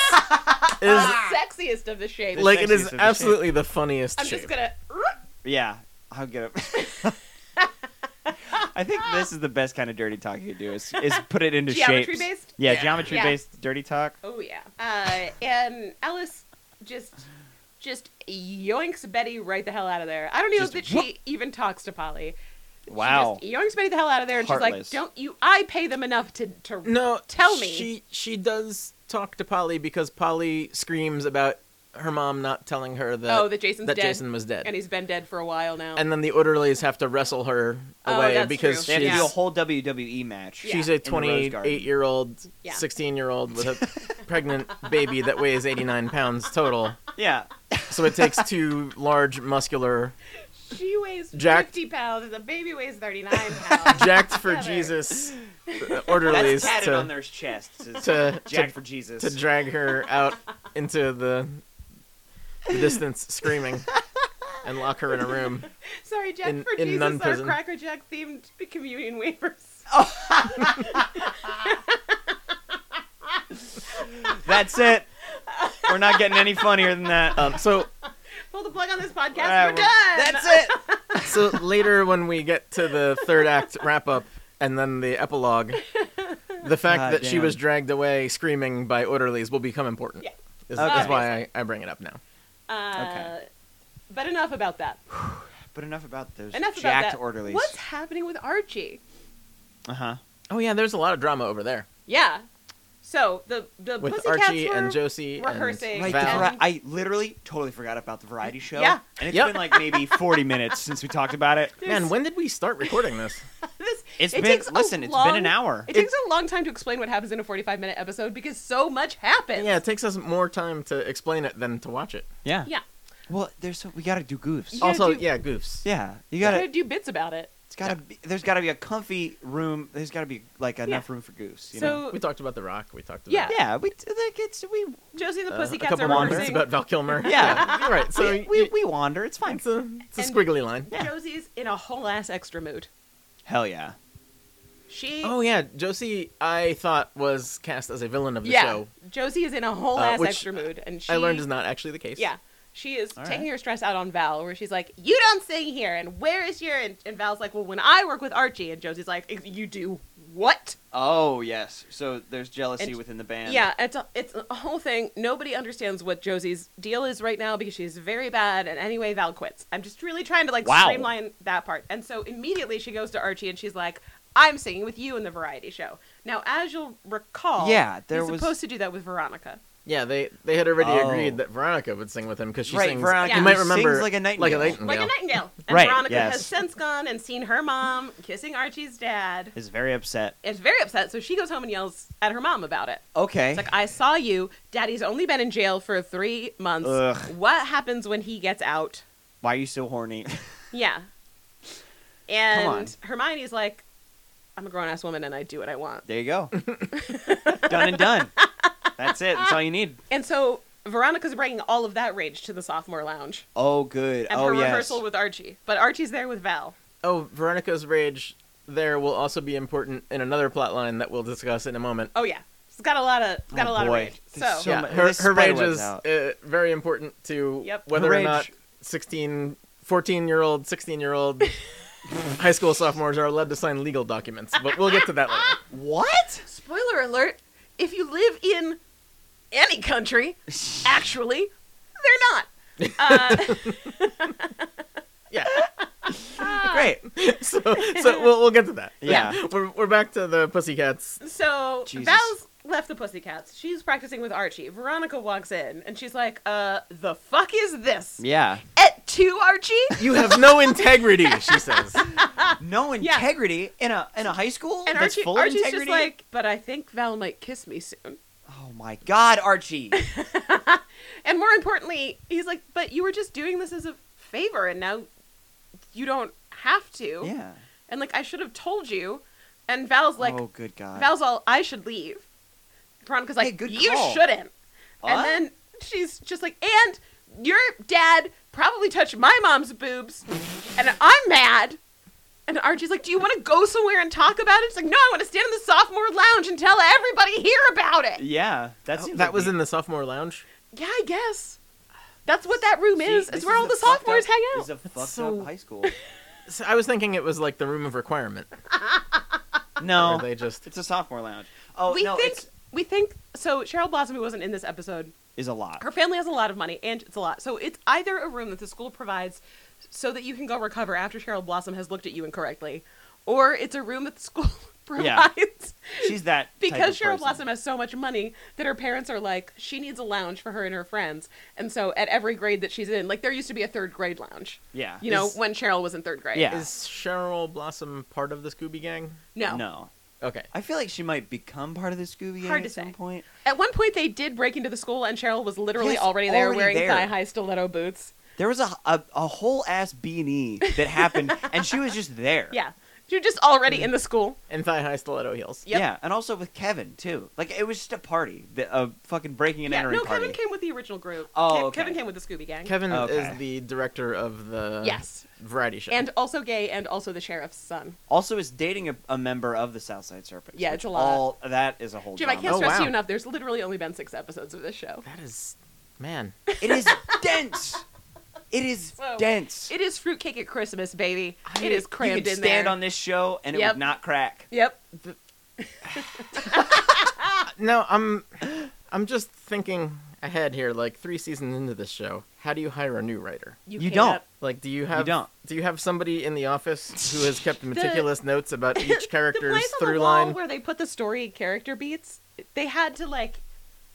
Speaker 3: is
Speaker 2: Sexiest of the shapes.
Speaker 3: like it
Speaker 1: sexiest of
Speaker 3: is
Speaker 1: the shape.
Speaker 3: absolutely the funniest
Speaker 2: I'm
Speaker 3: shape.
Speaker 2: just gonna.
Speaker 1: Yeah, I'll get it. I think this is the best kind of dirty talk you can do is, is put it into
Speaker 2: Geometry
Speaker 1: shapes.
Speaker 2: based?
Speaker 1: Yeah, geometry
Speaker 2: Yeah.
Speaker 1: based dirty talk.
Speaker 2: Oh yeah. Uh, and Alice just just yoinks Betty right the hell out of there. I don't know
Speaker 1: Just
Speaker 2: that she even talks to Polly.
Speaker 1: Wow.
Speaker 2: She just yoinks Betty the hell out of there, and
Speaker 1: Heartless.
Speaker 2: she's like, "Don't you? I pay them enough to to
Speaker 3: No,
Speaker 2: Tell me.
Speaker 3: She she does talk to Polly because Polly screams about her mom not telling her that
Speaker 2: Oh, that Jason's
Speaker 3: that
Speaker 2: dead.
Speaker 3: Jason was dead.
Speaker 2: and he's been dead for a while now.
Speaker 3: and then the orderlies have to wrestle her
Speaker 2: Oh,
Speaker 3: away
Speaker 2: that's
Speaker 3: because
Speaker 1: They
Speaker 2: true.
Speaker 1: have
Speaker 3: she's
Speaker 1: to
Speaker 2: Yeah.
Speaker 1: do a whole WWE match.
Speaker 2: Yeah.
Speaker 3: she's
Speaker 2: In
Speaker 3: a
Speaker 1: Rose Garden.
Speaker 3: 28 year old,
Speaker 2: Yeah.
Speaker 3: 16 year old with a pregnant baby that weighs 89 pounds total.
Speaker 1: Yeah.
Speaker 3: So it takes two large, muscular,
Speaker 2: she weighs
Speaker 3: Jacked.
Speaker 2: fifty pounds, and the baby weighs thirty nine pounds.
Speaker 3: jacked for
Speaker 2: Together.
Speaker 3: Jesus
Speaker 1: That's
Speaker 3: orderlies
Speaker 1: tatted on
Speaker 3: to,
Speaker 1: their chest. It's
Speaker 3: to
Speaker 1: Jack for Jesus.
Speaker 3: to drag her out into the, the distance screaming and lock her in a room.
Speaker 2: Sorry, Jack
Speaker 3: In-
Speaker 2: for
Speaker 3: in
Speaker 2: Jesus,
Speaker 3: nun
Speaker 2: our
Speaker 3: prison. Oh.
Speaker 2: Cracker Jack themed communion wafers.
Speaker 1: That's it. We're not getting any funnier than that.
Speaker 3: Um, so
Speaker 2: Pull the plug on this podcast.
Speaker 1: Yeah,
Speaker 2: we're
Speaker 1: we're-
Speaker 2: done.
Speaker 1: That's it.
Speaker 3: so later when we get to the third act wrap up and then the epilogue, the fact
Speaker 1: God
Speaker 3: that she
Speaker 1: Ah, damn.
Speaker 3: was dragged away screaming by orderlies will become important.
Speaker 2: Yeah.
Speaker 3: Is,
Speaker 1: Okay.
Speaker 3: is why I, I bring it up now.
Speaker 2: Uh,
Speaker 1: Okay.
Speaker 2: But enough about that.
Speaker 1: But enough about those
Speaker 2: Enough about
Speaker 1: jacked
Speaker 2: that.
Speaker 1: orderlies.
Speaker 2: What's happening with Archie?
Speaker 1: Uh huh.
Speaker 3: Oh yeah, there's a lot of drama over there
Speaker 2: Yeah. So the the
Speaker 3: with
Speaker 2: Pussycats
Speaker 3: Archie
Speaker 2: were,
Speaker 3: and Josie
Speaker 2: rehearsing.
Speaker 3: and
Speaker 1: Right,
Speaker 2: Val.
Speaker 1: the
Speaker 3: Val.
Speaker 1: vari- I literally totally forgot about the variety show.
Speaker 2: Yeah.
Speaker 1: and it's
Speaker 3: Yep.
Speaker 1: been like maybe forty minutes since we talked about it.
Speaker 3: Man, when did we start recording this?
Speaker 2: This,
Speaker 1: It's
Speaker 2: it
Speaker 1: been-
Speaker 2: takes a
Speaker 1: listen, it's been
Speaker 2: long-
Speaker 1: an hour.
Speaker 2: It, takes a long time to explain what happens in a forty-five minute episode because so much happens.
Speaker 3: yeah, it takes us more time to explain it than to watch it.
Speaker 1: Yeah.
Speaker 2: yeah.
Speaker 1: Well, there's so, we gotta do goofs.
Speaker 2: You gotta
Speaker 3: Also,
Speaker 2: do-
Speaker 3: yeah, goofs.
Speaker 1: Yeah, you
Speaker 2: You gotta
Speaker 1: gotta.
Speaker 2: do bits about it.
Speaker 1: It's gotta. Be, there's gotta be a comfy room. There's gotta be like enough room for goofs. You know?
Speaker 2: So
Speaker 3: We talked about The Rock. We talked about
Speaker 2: Yeah.
Speaker 1: Yeah, we t- like it's we.
Speaker 2: Josie and the
Speaker 3: uh, a
Speaker 2: Pussycats
Speaker 3: couple
Speaker 2: are
Speaker 3: more
Speaker 1: wanders
Speaker 2: rehearsing.
Speaker 3: minutes about Val Kilmer.
Speaker 1: Yeah.
Speaker 3: you're right. So
Speaker 1: we,
Speaker 3: you-
Speaker 1: we, we wander. It's fine.
Speaker 3: it's a, it's a
Speaker 2: And-
Speaker 3: squiggly line.
Speaker 2: Josie's in a whole ass extra mood.
Speaker 1: Hell yeah.
Speaker 2: She
Speaker 3: Oh yeah, Josie I thought was cast as a villain of the
Speaker 2: yeah.
Speaker 3: show.
Speaker 2: Josie is in a whole
Speaker 3: Uh,
Speaker 2: ass
Speaker 3: which
Speaker 2: extra mood, and she
Speaker 3: I learned is not actually the case.
Speaker 2: Yeah. She is
Speaker 1: All
Speaker 2: taking
Speaker 1: right.
Speaker 2: her stress out on Val, where she's like, You don't sing here, and where is your. And, and Val's like, Well, when I work with Archie. And Josie's like, "Ex- You do what?
Speaker 1: Oh yes. So there's jealousy
Speaker 2: And-
Speaker 1: within the band.
Speaker 2: yeah, it's a, it's a whole thing. Nobody understands what Josie's deal is right now because she's very bad, and anyway, Val quits. I'm just really trying to, like,
Speaker 1: Wow.
Speaker 2: streamline that part. And so immediately she goes to Archie and she's like, I'm singing with you in the variety show. Now, as you'll recall,
Speaker 1: Yeah, there
Speaker 2: he's
Speaker 1: was-
Speaker 2: supposed to do that with Veronica.
Speaker 3: Yeah, they they had already
Speaker 1: Oh.
Speaker 3: agreed that Veronica would sing with him because she
Speaker 1: Right,
Speaker 3: sings.
Speaker 1: Veronica
Speaker 3: You might
Speaker 1: sings like a
Speaker 3: remember Like a
Speaker 1: nightingale.
Speaker 3: nightingale.
Speaker 2: Like a nightingale. And
Speaker 1: Right,
Speaker 2: Veronica
Speaker 1: yes.
Speaker 2: has since gone and seen her mom kissing Archie's dad.
Speaker 1: Is very upset.
Speaker 2: Is very upset, so she goes home and yells at her mom about it.
Speaker 1: Okay.
Speaker 2: It's like, I saw you. Daddy's only been in jail for three months.
Speaker 1: Ugh.
Speaker 2: What happens when he gets out?
Speaker 1: Why are you so horny?
Speaker 2: Yeah.
Speaker 1: on.
Speaker 2: And Hermione's like, I'm a grown ass woman and I do what I want.
Speaker 1: there you go. done and done. That's it. That's all you need.
Speaker 2: And so Veronica's bringing all of that rage to the sophomore lounge
Speaker 1: Oh good.
Speaker 2: and
Speaker 1: oh
Speaker 2: her
Speaker 1: yes.
Speaker 2: rehearsal with Archie. But Archie's there with Val.
Speaker 3: Oh, Veronica's rage there will also be important in another plotline that we'll discuss in a moment.
Speaker 2: Oh yeah, it's got a lot of it's got
Speaker 1: Oh,
Speaker 2: a
Speaker 1: boy.
Speaker 2: lot of rage.
Speaker 1: This
Speaker 2: So
Speaker 1: is so
Speaker 3: yeah,
Speaker 1: much-
Speaker 3: her,
Speaker 1: this
Speaker 3: her
Speaker 1: spider
Speaker 3: rage
Speaker 1: web's
Speaker 3: is
Speaker 1: out.
Speaker 3: uh, very important to
Speaker 2: Yep.
Speaker 3: whether
Speaker 1: Her
Speaker 3: or not
Speaker 1: rage-
Speaker 3: 16, 14 year old, 16 year old high school sophomores are allowed to sign legal documents. But we'll get to that later.
Speaker 1: What?
Speaker 2: spoiler alert: if you live in any country, actually, they're not. Uh,
Speaker 3: Yeah.
Speaker 1: Great.
Speaker 3: So, so we'll, we'll get to that.
Speaker 1: Yeah.
Speaker 3: We're, we're back to the pussycats.
Speaker 2: so
Speaker 1: Jesus.
Speaker 2: Val's left the pussycats. She's practicing with Archie. Veronica walks in and she's like, "Uh, the fuck is this?
Speaker 1: Yeah.
Speaker 2: Et tu, Archie?"
Speaker 3: You have no integrity, she says.
Speaker 1: No
Speaker 2: Yeah.
Speaker 1: integrity in a in a high school
Speaker 2: And
Speaker 1: that's
Speaker 2: Archie,
Speaker 1: full
Speaker 2: Archie's
Speaker 1: of integrity.
Speaker 2: just like, "But I think Val might kiss me soon."
Speaker 1: oh my God, Archie.
Speaker 2: And more importantly, he's like, "But you were just doing this as a favor, and now you don't have to."
Speaker 1: yeah.
Speaker 2: And like, I should have told you. And Val's like,
Speaker 1: oh good God.
Speaker 2: Val's all, "I should leave." Veronica's like,
Speaker 1: Hey, good
Speaker 2: "You
Speaker 1: call."
Speaker 2: shouldn't."
Speaker 1: What?
Speaker 2: And then she's just like, "And your dad probably touched my mom's boobs, and I'm mad." And Archie's like, "Do you want to go somewhere and talk about it?" It's like, "No, I want to stand in the sophomore lounge and tell everybody here about it."
Speaker 1: yeah. That
Speaker 3: Oh,
Speaker 1: seems
Speaker 3: that
Speaker 1: like
Speaker 3: was
Speaker 1: the-
Speaker 3: in the sophomore lounge.
Speaker 2: Yeah, I guess. That's what that room
Speaker 1: See,
Speaker 2: is.
Speaker 1: this
Speaker 2: It's where all
Speaker 1: a
Speaker 2: the
Speaker 1: fucked
Speaker 2: sophomores
Speaker 1: up-
Speaker 2: hang
Speaker 1: This
Speaker 2: out.
Speaker 1: is a fucked
Speaker 3: So-
Speaker 1: up high school.
Speaker 3: So I was thinking it was like the room of requirement. Where
Speaker 1: No,
Speaker 3: they just.
Speaker 1: it's a sophomore lounge. Oh
Speaker 2: we
Speaker 1: no,
Speaker 2: think
Speaker 1: it's
Speaker 2: we think so. Cheryl Blossom, who wasn't in this episode,
Speaker 1: is a lot.
Speaker 2: her family has a lot of money, and it's a lot. So it's either a room that the school provides so that you can go recover after Cheryl Blossom has looked at you incorrectly, or it's a room that the school
Speaker 1: Yeah.
Speaker 2: provides
Speaker 1: She's that type
Speaker 2: because
Speaker 1: of
Speaker 2: Cheryl
Speaker 1: person.
Speaker 2: Blossom has so much money that her parents are like, she needs a lounge for her and her friends, and so at every grade that she's in, like there used to be a third grade lounge.
Speaker 1: Yeah.
Speaker 2: You know,
Speaker 3: Is-
Speaker 2: when Cheryl was in third grade.
Speaker 1: Yeah.
Speaker 3: Is Cheryl Blossom part of the Scooby Gang?
Speaker 1: No.
Speaker 3: Okay.
Speaker 1: I feel like she might become part of the Scooby Gang
Speaker 2: Hard
Speaker 1: at
Speaker 2: to
Speaker 1: some
Speaker 2: say.
Speaker 1: point.
Speaker 2: At one point, they did break into the school, and Cheryl was literally
Speaker 1: Yes,
Speaker 2: already there
Speaker 1: already
Speaker 2: wearing
Speaker 1: there.
Speaker 2: thigh high stiletto boots.
Speaker 1: There was a a, a whole ass B and E that happened, and she was just there.
Speaker 2: Yeah. You're just
Speaker 1: Mm-hmm.
Speaker 2: already in the school.
Speaker 3: And thigh high stiletto heels.
Speaker 2: Yep.
Speaker 1: Yeah, and also with Kevin too. Like it was just a party, the, a fucking breaking and
Speaker 2: yeah,
Speaker 1: entering
Speaker 2: no,
Speaker 1: party.
Speaker 2: Kevin came with the original group.
Speaker 1: Oh,
Speaker 2: Ke-
Speaker 1: okay.
Speaker 2: Kevin came with the Scooby Gang.
Speaker 3: Kevin
Speaker 1: Okay.
Speaker 3: is the director of the
Speaker 2: Yes.
Speaker 3: variety show.
Speaker 2: And also gay, and also the sheriff's son.
Speaker 1: Also, is dating a, a member of the Southside Serpents.
Speaker 2: Yeah,
Speaker 1: which
Speaker 2: it's a lot.
Speaker 1: All that is a whole.
Speaker 2: Jim, I can't
Speaker 1: drama.
Speaker 3: Oh,
Speaker 2: stress
Speaker 3: wow.
Speaker 2: you enough. There's literally only been six episodes of this show.
Speaker 3: that is, man,
Speaker 1: It is dense. It is
Speaker 2: So,
Speaker 1: dense.
Speaker 2: It is fruitcake at Christmas, baby.
Speaker 1: I-
Speaker 2: it is crammed
Speaker 1: you could
Speaker 2: in
Speaker 1: stand
Speaker 2: there.
Speaker 1: on this show, and it
Speaker 2: Yep.
Speaker 1: would not crack.
Speaker 2: Yep.
Speaker 3: no, I'm, I'm just thinking ahead here. Like three seasons into this show, how do you hire a new writer?
Speaker 2: You,
Speaker 1: You
Speaker 2: cannot-
Speaker 3: Like, do you have
Speaker 1: don't.
Speaker 3: do you have somebody in the office who has kept meticulous notes about each
Speaker 2: The
Speaker 3: character's
Speaker 2: place on
Speaker 3: through
Speaker 2: the wall
Speaker 3: line?
Speaker 2: where they put the story character beats, they had to like,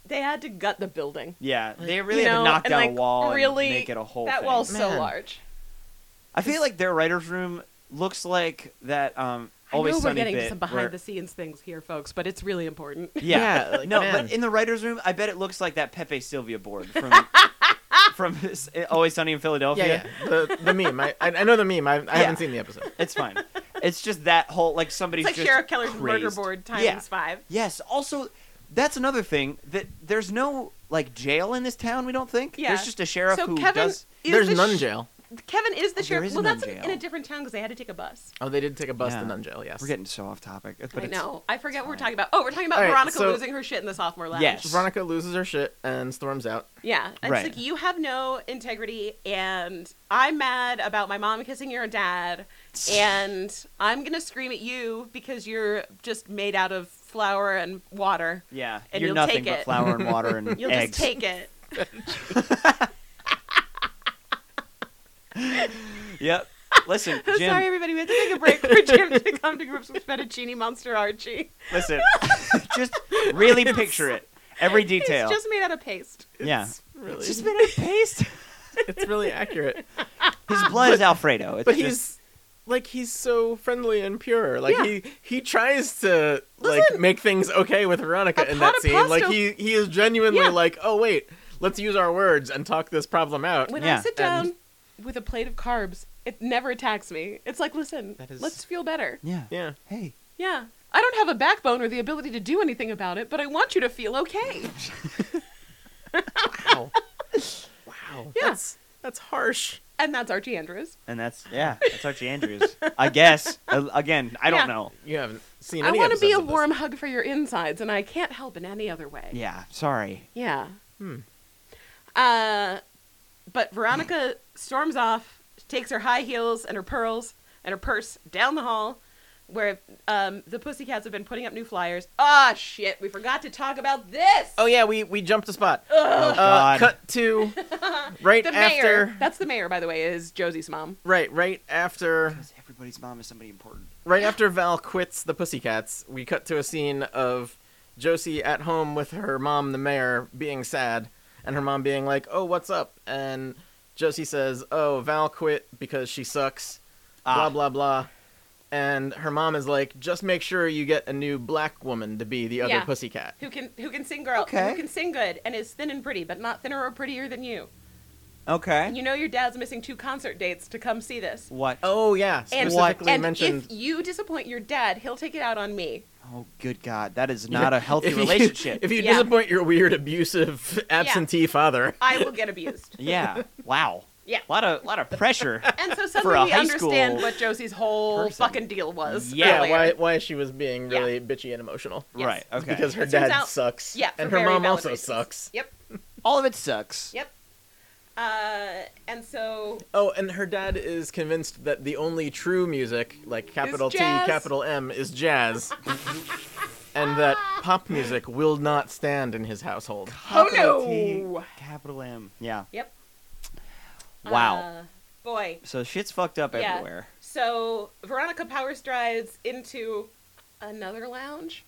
Speaker 2: they had to gut the building.
Speaker 1: Yeah, they really
Speaker 2: you
Speaker 1: had
Speaker 2: know,
Speaker 1: to knock
Speaker 2: and,
Speaker 1: down a
Speaker 2: like,
Speaker 1: wall
Speaker 2: really,
Speaker 1: and make it a whole
Speaker 2: that
Speaker 1: thing.
Speaker 2: wall's so
Speaker 3: Man.
Speaker 2: large.
Speaker 1: I feel like their writers' room looks like that. Um, always
Speaker 2: I know
Speaker 1: sunny
Speaker 2: we're getting
Speaker 1: bit
Speaker 2: to some behind
Speaker 1: where-
Speaker 2: the scenes things here, folks, but it's really important.
Speaker 1: Yeah,
Speaker 3: Yeah, like,
Speaker 1: no,
Speaker 3: man.
Speaker 1: but in the writers' room, I bet it looks like that Pepe Sylvia board from from eh, Always Sunny in Philadelphia.
Speaker 3: yeah, yeah. The, the meme. I, I I know the meme. I, I
Speaker 1: Yeah.
Speaker 3: haven't seen the episode.
Speaker 1: It's fine. It's just that whole like somebody's
Speaker 2: It's like
Speaker 1: just
Speaker 2: Sheriff Keller's murder
Speaker 1: crazed.
Speaker 2: board times
Speaker 1: Yeah.
Speaker 2: five.
Speaker 1: Yes. Also, that's another thing that there's no like jail in this town. We don't think.
Speaker 2: Yeah.
Speaker 1: There's just a sheriff
Speaker 2: So
Speaker 1: who
Speaker 2: Kevin
Speaker 1: does.
Speaker 2: is
Speaker 3: There's
Speaker 2: the
Speaker 3: nun
Speaker 2: sh-
Speaker 3: jail.
Speaker 2: Kevin is the
Speaker 1: there
Speaker 2: sheriff.
Speaker 1: is
Speaker 2: well,
Speaker 1: nun
Speaker 2: that's in
Speaker 1: jail.
Speaker 2: a different town because they had to take a bus.
Speaker 3: Oh, they did take a bus
Speaker 1: Yeah.
Speaker 3: to nun jail. Yes.
Speaker 1: We're getting so off topic. But
Speaker 2: I
Speaker 1: it's-
Speaker 2: know. I forget what we're talking about. Oh, we're talking about
Speaker 3: All right,
Speaker 2: Veronica
Speaker 3: so-
Speaker 2: losing her shit in the sophomore lounge.
Speaker 1: Yes.
Speaker 3: Veronica loses her shit and storms out.
Speaker 2: Yeah. It's
Speaker 1: Right.
Speaker 2: like you have no integrity, and I'm mad about my mom kissing your dad, and I'm gonna scream at you because you're just made out of flour and water.
Speaker 1: Yeah.
Speaker 2: And
Speaker 1: You're
Speaker 2: you'll
Speaker 1: nothing
Speaker 2: take
Speaker 1: but
Speaker 2: it.
Speaker 1: flour and water and
Speaker 2: You'll
Speaker 1: eggs.
Speaker 2: just take it.
Speaker 1: Yep. Listen,
Speaker 2: I'm
Speaker 1: Jim.
Speaker 2: Sorry, everybody. We had to take a break for Jim to come to grips with fettuccine monster Archie.
Speaker 1: Listen. just really picture it. Every detail.
Speaker 2: It's just made out of paste.
Speaker 1: yeah.
Speaker 3: It's really,
Speaker 1: It's just been a paste.
Speaker 3: it's really accurate.
Speaker 1: His blood is Alfredo. It's
Speaker 3: But
Speaker 1: just-
Speaker 3: he's like he's so friendly and pure. Like
Speaker 2: Yeah.
Speaker 3: he he tries to
Speaker 2: Listen.
Speaker 3: like make things okay with Veronica
Speaker 2: A
Speaker 3: in
Speaker 2: pot
Speaker 3: that
Speaker 2: of
Speaker 3: scene. Like
Speaker 2: pasta-
Speaker 3: he he is genuinely
Speaker 2: Yeah.
Speaker 3: like, "Oh wait, let's use our words and talk this problem out."
Speaker 2: When I
Speaker 1: Yeah,
Speaker 2: sit down with a plate of carbs, it never attacks me. It's like, listen,
Speaker 3: That is-
Speaker 2: let's feel better.
Speaker 1: yeah.
Speaker 3: yeah.
Speaker 1: Hey.
Speaker 2: Yeah. I don't have a backbone or the ability to do anything about it, but I want you to feel okay.
Speaker 3: Wow. Wow.
Speaker 2: Yeah.
Speaker 3: That's that's harsh.
Speaker 2: and that's Archie Andrews.
Speaker 1: And that's yeah, that's Archie Andrews. I guess. Uh, Again, I don't
Speaker 2: Yeah.
Speaker 1: know.
Speaker 3: You haven't seen
Speaker 2: I
Speaker 3: any
Speaker 2: want to be
Speaker 3: episodes
Speaker 2: a
Speaker 3: of this.
Speaker 2: warm hug for your insides, and I can't help in any other way.
Speaker 1: Yeah, sorry.
Speaker 2: Yeah.
Speaker 3: Hmm.
Speaker 2: Uh, but Veronica storms off, takes her high heels and her pearls and her purse down the hall where um, the pussycats have been putting up new flyers. Ah, shit, we forgot to talk about this.
Speaker 3: Oh yeah, we we jumped a spot.
Speaker 1: Oh
Speaker 3: Uh,
Speaker 1: God.
Speaker 3: cut to right
Speaker 2: the
Speaker 3: after.
Speaker 2: mayor. That's the mayor, by the way, is Josie's mom.
Speaker 3: Right, right after,
Speaker 1: Everybody's mom is somebody important.
Speaker 3: right after Val quits the Pussycats, we cut to a scene of Josie at home with her mom, the mayor, being sad, and her mom being like, "Oh, what's up?" And Josie says, "Oh, Val quit because she sucks."
Speaker 1: Ah.
Speaker 3: Blah blah blah. And her mom is like, "Just make sure you get a new black woman to be the other
Speaker 2: Yeah.
Speaker 3: Pussycat."
Speaker 2: Who can who can sing girl
Speaker 1: Okay.
Speaker 2: who can sing good and is thin and pretty, but not thinner or prettier than you. And
Speaker 1: Okay.
Speaker 2: you know your dad's missing two concert dates to come see this.
Speaker 1: What? Oh,
Speaker 3: Oh yeah,
Speaker 2: And-
Speaker 3: specifically
Speaker 2: and
Speaker 3: mentioned.
Speaker 2: if you disappoint your dad, he'll take it out on me.
Speaker 1: Oh, good God, that is not a healthy
Speaker 3: if you-
Speaker 1: relationship.
Speaker 3: if you
Speaker 2: Yeah.
Speaker 3: disappoint your weird abusive absentee father,
Speaker 2: I will get abused.
Speaker 1: yeah. Wow.
Speaker 2: Yeah.
Speaker 1: A lot of lot of pressure.
Speaker 2: And so
Speaker 1: a
Speaker 2: suddenly we
Speaker 1: high
Speaker 2: understand
Speaker 1: school
Speaker 2: what Josie's whole
Speaker 1: person.
Speaker 2: fucking deal was.
Speaker 1: Yeah,
Speaker 2: earlier.
Speaker 3: why why she was being
Speaker 2: Yeah.
Speaker 3: really bitchy and emotional.
Speaker 2: Yes.
Speaker 1: Right. Okay.
Speaker 3: Because her
Speaker 2: It turns
Speaker 3: dad
Speaker 2: out-
Speaker 3: sucks.
Speaker 2: Yeah, for
Speaker 3: and her
Speaker 2: very
Speaker 3: mom
Speaker 2: valid
Speaker 3: also
Speaker 2: reasons.
Speaker 3: sucks.
Speaker 2: Yep,
Speaker 1: all of it sucks.
Speaker 2: yep. Uh, and so
Speaker 3: Oh, and her dad is convinced that the only true music, like capital T,
Speaker 2: jazz.
Speaker 3: capital M, is jazz. and that pop music will not stand in his household.
Speaker 2: Oh,
Speaker 1: Capital T,
Speaker 2: no.
Speaker 1: Capital M. Yeah.
Speaker 2: yep.
Speaker 1: Wow.
Speaker 2: Uh, boy.
Speaker 1: so shit's fucked up
Speaker 2: Yeah.
Speaker 1: everywhere.
Speaker 2: So Veronica power strides into another lounge.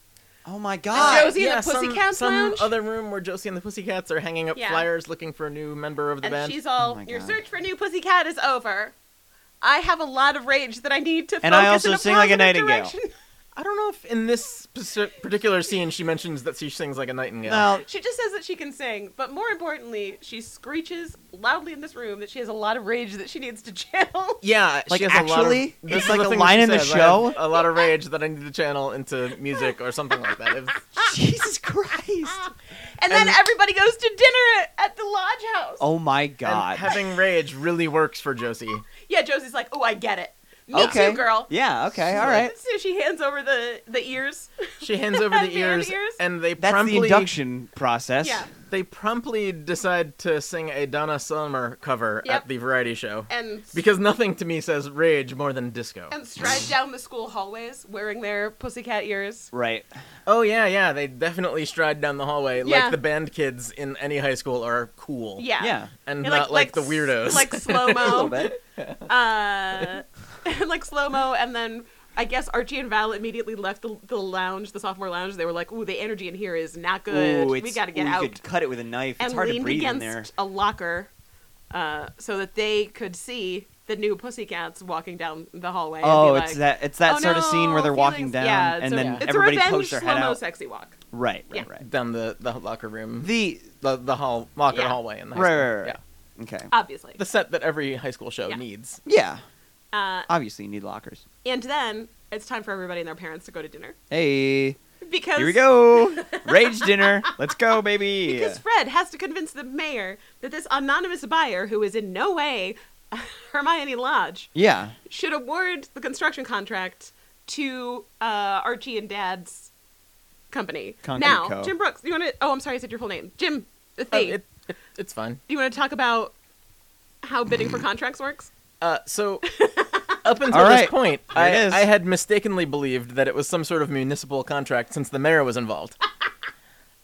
Speaker 1: Oh my God.
Speaker 2: Josie in the
Speaker 3: some,
Speaker 2: Pussycats
Speaker 3: Ah, some
Speaker 2: Lounge?
Speaker 3: other room where Josie and the Pussycats are hanging up
Speaker 2: Yeah.
Speaker 3: flyers looking for a new member of the
Speaker 2: and
Speaker 3: band.
Speaker 2: she's all,
Speaker 1: Oh my
Speaker 2: "Your
Speaker 1: God.
Speaker 2: search for new pussycat is over. I have a lot of rage that I need to
Speaker 1: And
Speaker 2: focus
Speaker 1: I also
Speaker 2: in a
Speaker 1: sing like a
Speaker 2: positive
Speaker 1: nightingale."
Speaker 2: direction."
Speaker 3: I don't know if in this speci- particular scene she mentions that she sings like a nightingale.
Speaker 1: Well,
Speaker 2: She just says that she can sing, but more importantly, she screeches loudly in this room that she has a lot of rage that she needs to channel.
Speaker 3: Yeah,
Speaker 1: Like,
Speaker 3: she has a lot of-
Speaker 1: actually?
Speaker 3: this
Speaker 1: It's
Speaker 3: is
Speaker 1: like
Speaker 3: the
Speaker 1: a
Speaker 3: thing
Speaker 1: line
Speaker 3: she
Speaker 1: in the
Speaker 3: says, I have
Speaker 1: show?
Speaker 3: A lot of rage that I need to channel into music or something like that. It's-
Speaker 1: Jesus Christ.
Speaker 2: And then
Speaker 3: And-
Speaker 2: everybody goes to dinner at, at the lodge house.
Speaker 1: Oh my God.
Speaker 3: and having rage really works for Josie.
Speaker 2: Yeah, Josie's like, oh, I get it. Me
Speaker 1: okay.
Speaker 2: too, girl.
Speaker 1: Yeah. Okay. All right.
Speaker 2: So she hands over the, the ears.
Speaker 3: She hands over the
Speaker 2: Hand over
Speaker 3: ears,
Speaker 2: the ears?
Speaker 3: and they
Speaker 1: That's
Speaker 3: promptly
Speaker 1: the induction process.
Speaker 2: Yeah.
Speaker 3: they promptly decide to sing a Donna Summer cover
Speaker 2: Yep.
Speaker 3: at the variety show
Speaker 2: And,
Speaker 3: because nothing to me says rage more than disco.
Speaker 2: and stride down the school hallways wearing their pussycat ears.
Speaker 1: Right.
Speaker 3: Oh yeah, yeah, they definitely stride down the hallway
Speaker 2: Yeah.
Speaker 3: like the band kids in any high school are cool.
Speaker 2: Yeah.
Speaker 1: Yeah.
Speaker 3: and
Speaker 2: And
Speaker 3: not like, the weirdos.
Speaker 2: Like slow
Speaker 1: A little
Speaker 2: mo.
Speaker 1: bit.
Speaker 2: uh, like slow mo, and then I guess Archie and Val immediately left the, the lounge, the sophomore lounge. They were like, "Ooh, the energy in here is not good.
Speaker 1: Ooh,
Speaker 2: we
Speaker 1: it's-
Speaker 2: got to get
Speaker 1: ooh,
Speaker 2: out."
Speaker 1: You could cut it with a knife.
Speaker 2: and
Speaker 1: it's hard to
Speaker 2: leaned
Speaker 1: breathe
Speaker 2: against
Speaker 1: in there.
Speaker 2: a locker, uh, so that they could see the new pussycats walking down the hallway. and be
Speaker 1: Oh, it's
Speaker 2: like,
Speaker 1: that it's that
Speaker 2: "Oh,
Speaker 1: sort of scene where
Speaker 2: no,
Speaker 1: they're walking
Speaker 2: feelings."
Speaker 1: down
Speaker 2: Yeah, it's
Speaker 1: and
Speaker 2: a-
Speaker 1: then
Speaker 2: it's
Speaker 1: everybody
Speaker 2: a revenge
Speaker 1: pokes their head
Speaker 2: slow-mo
Speaker 1: out.
Speaker 2: sexy walk.
Speaker 1: Right, right,
Speaker 2: Yeah.
Speaker 1: right.
Speaker 3: down the, the locker room,
Speaker 1: The
Speaker 3: the the hall locker
Speaker 2: Yeah.
Speaker 3: hallway in the high
Speaker 1: right,
Speaker 3: school.
Speaker 1: right, right, right.
Speaker 3: Yeah.
Speaker 1: Okay.
Speaker 2: Obviously.
Speaker 3: the set that every high school show
Speaker 2: Yeah.
Speaker 3: needs.
Speaker 1: Yeah.
Speaker 2: Uh,
Speaker 1: Obviously you need lockers.
Speaker 2: and then it's time for everybody and their parents to go to dinner
Speaker 1: Hey.
Speaker 2: because
Speaker 1: Here we go. Rage dinner. Let's go, baby.
Speaker 2: Because Fred has to convince the mayor that this anonymous buyer, who is in no way Hermione Lodge,
Speaker 1: yeah.
Speaker 2: should award the construction contract to uh, Archie and Dad's company.
Speaker 1: Concord
Speaker 2: now,
Speaker 1: Co.
Speaker 2: Jim Brooks, you want to? Oh, I'm sorry, I said your full name, Jim. The
Speaker 3: Uh,
Speaker 2: thing.
Speaker 3: it, it, it's fine.
Speaker 2: do you want to talk about how bidding for contracts works?
Speaker 3: Uh, so up until
Speaker 1: All
Speaker 3: this
Speaker 1: right.
Speaker 3: point,
Speaker 1: Here
Speaker 3: I,
Speaker 1: it is.
Speaker 3: I had mistakenly believed that it was some sort of municipal contract since the mayor was involved.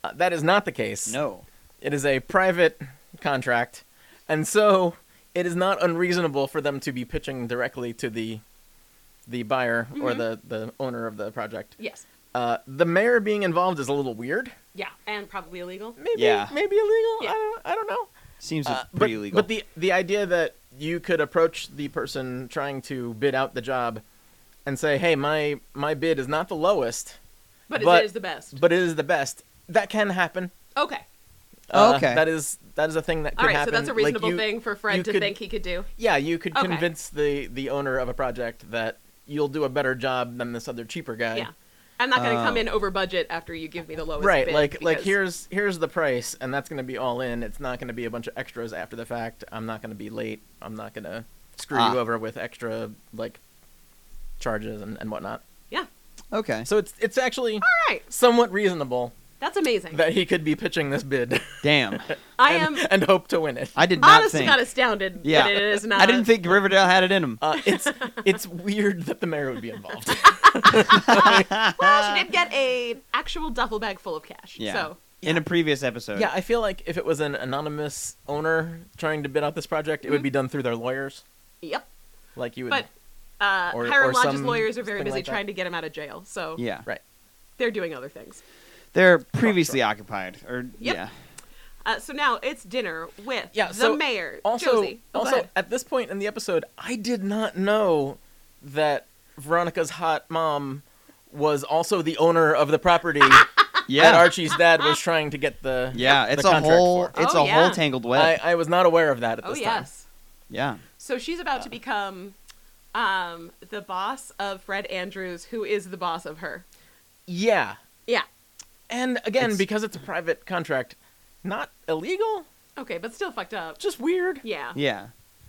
Speaker 3: uh, that is not the case.
Speaker 1: No.
Speaker 3: It is a private contract, and so it is not unreasonable for them to be pitching directly to the the buyer
Speaker 2: Mm-hmm.
Speaker 3: or the, the owner of the project.
Speaker 2: Yes.
Speaker 3: Uh, the mayor being involved is a little weird.
Speaker 2: Yeah, and probably illegal.
Speaker 3: Maybe
Speaker 1: Yeah.
Speaker 3: maybe illegal.
Speaker 2: Yeah.
Speaker 3: I don't I don't know.
Speaker 1: Seems
Speaker 3: Uh, but,
Speaker 1: pretty illegal.
Speaker 3: but the the idea that you could approach the person trying to bid out the job and say, "Hey, my my bid is not the lowest,
Speaker 2: But,
Speaker 3: But-
Speaker 2: it is the best.
Speaker 3: but it is the best." That can happen. Uh,
Speaker 2: okay.
Speaker 1: Oh, okay.
Speaker 3: That is that is a thing that could
Speaker 2: All right, so
Speaker 3: happen.
Speaker 2: that's a
Speaker 3: Like,
Speaker 2: reasonable
Speaker 3: you-
Speaker 2: thing for
Speaker 3: you
Speaker 2: Fred to
Speaker 3: could-
Speaker 2: think he could do.
Speaker 3: Yeah, you could
Speaker 2: Okay.
Speaker 3: convince the the owner of a project that you'll do a better job than this other cheaper guy.
Speaker 2: Yeah. I'm not going to come
Speaker 4: Uh,
Speaker 2: in over budget after you give me the lowest
Speaker 3: right
Speaker 2: bid
Speaker 3: like like
Speaker 2: because-
Speaker 3: here's here's the price and that's going to be all in it's not going to be a bunch of extras after the fact i'm not going to be late i'm not going to screw
Speaker 1: Ah.
Speaker 3: you over with extra like charges and, and whatnot
Speaker 2: Yeah.
Speaker 1: Okay.
Speaker 3: so it's it's actually
Speaker 2: All right.
Speaker 3: somewhat reasonable
Speaker 2: That's amazing.
Speaker 3: that he could be pitching this bid
Speaker 1: Damn.
Speaker 2: I am
Speaker 3: and, and hope to win it
Speaker 1: I did not
Speaker 2: honestly
Speaker 1: think.
Speaker 2: not astounded
Speaker 1: Yeah.
Speaker 2: that it is not.
Speaker 1: I didn't think Riverdale had it in him.
Speaker 3: uh, it's it's weird that the mayor would be involved
Speaker 2: Well, she did get a actual duffel bag full of cash.
Speaker 1: Yeah.
Speaker 2: So
Speaker 1: In a previous episode.
Speaker 3: yeah i feel like if it was an anonymous owner trying to bid out this project it would be done through their lawyers
Speaker 2: yep.
Speaker 3: like you would
Speaker 2: Mm-hmm. But uh,
Speaker 3: Or-
Speaker 2: Hiram
Speaker 3: or
Speaker 2: Lodge's
Speaker 3: some-
Speaker 2: lawyers are very
Speaker 3: something
Speaker 2: busy
Speaker 3: like that.
Speaker 2: trying to get him out of jail. So
Speaker 1: Yeah.
Speaker 3: right
Speaker 2: they're doing other things.
Speaker 1: They're previously occupied. Or yeah.
Speaker 2: Uh, so now it's dinner with
Speaker 3: Yeah,
Speaker 2: the
Speaker 3: so
Speaker 2: mayor.
Speaker 3: also,
Speaker 2: Josie. Oh, go
Speaker 3: also
Speaker 2: ahead.
Speaker 3: at this point in the episode, I did not know that Veronica's hot mom was also the owner of the property that
Speaker 1: Yeah.
Speaker 3: Archie's dad was trying to get the
Speaker 1: Yeah. It's
Speaker 3: the
Speaker 1: a
Speaker 3: contract
Speaker 1: whole.
Speaker 3: for.
Speaker 1: It's a
Speaker 2: Oh, yeah.
Speaker 1: whole tangled web.
Speaker 3: I, I was not aware of that at
Speaker 2: oh
Speaker 3: this time. Uh.
Speaker 2: yes.
Speaker 1: yeah.
Speaker 2: So she's about to become um, the boss of Fred Andrews, who is the boss of her.
Speaker 3: Yeah,
Speaker 2: Yeah.
Speaker 3: and again,
Speaker 1: It's-
Speaker 3: because it's a private contract, not illegal,
Speaker 2: Okay, but still fucked up.
Speaker 3: just weird.
Speaker 2: Yeah.
Speaker 1: Yeah.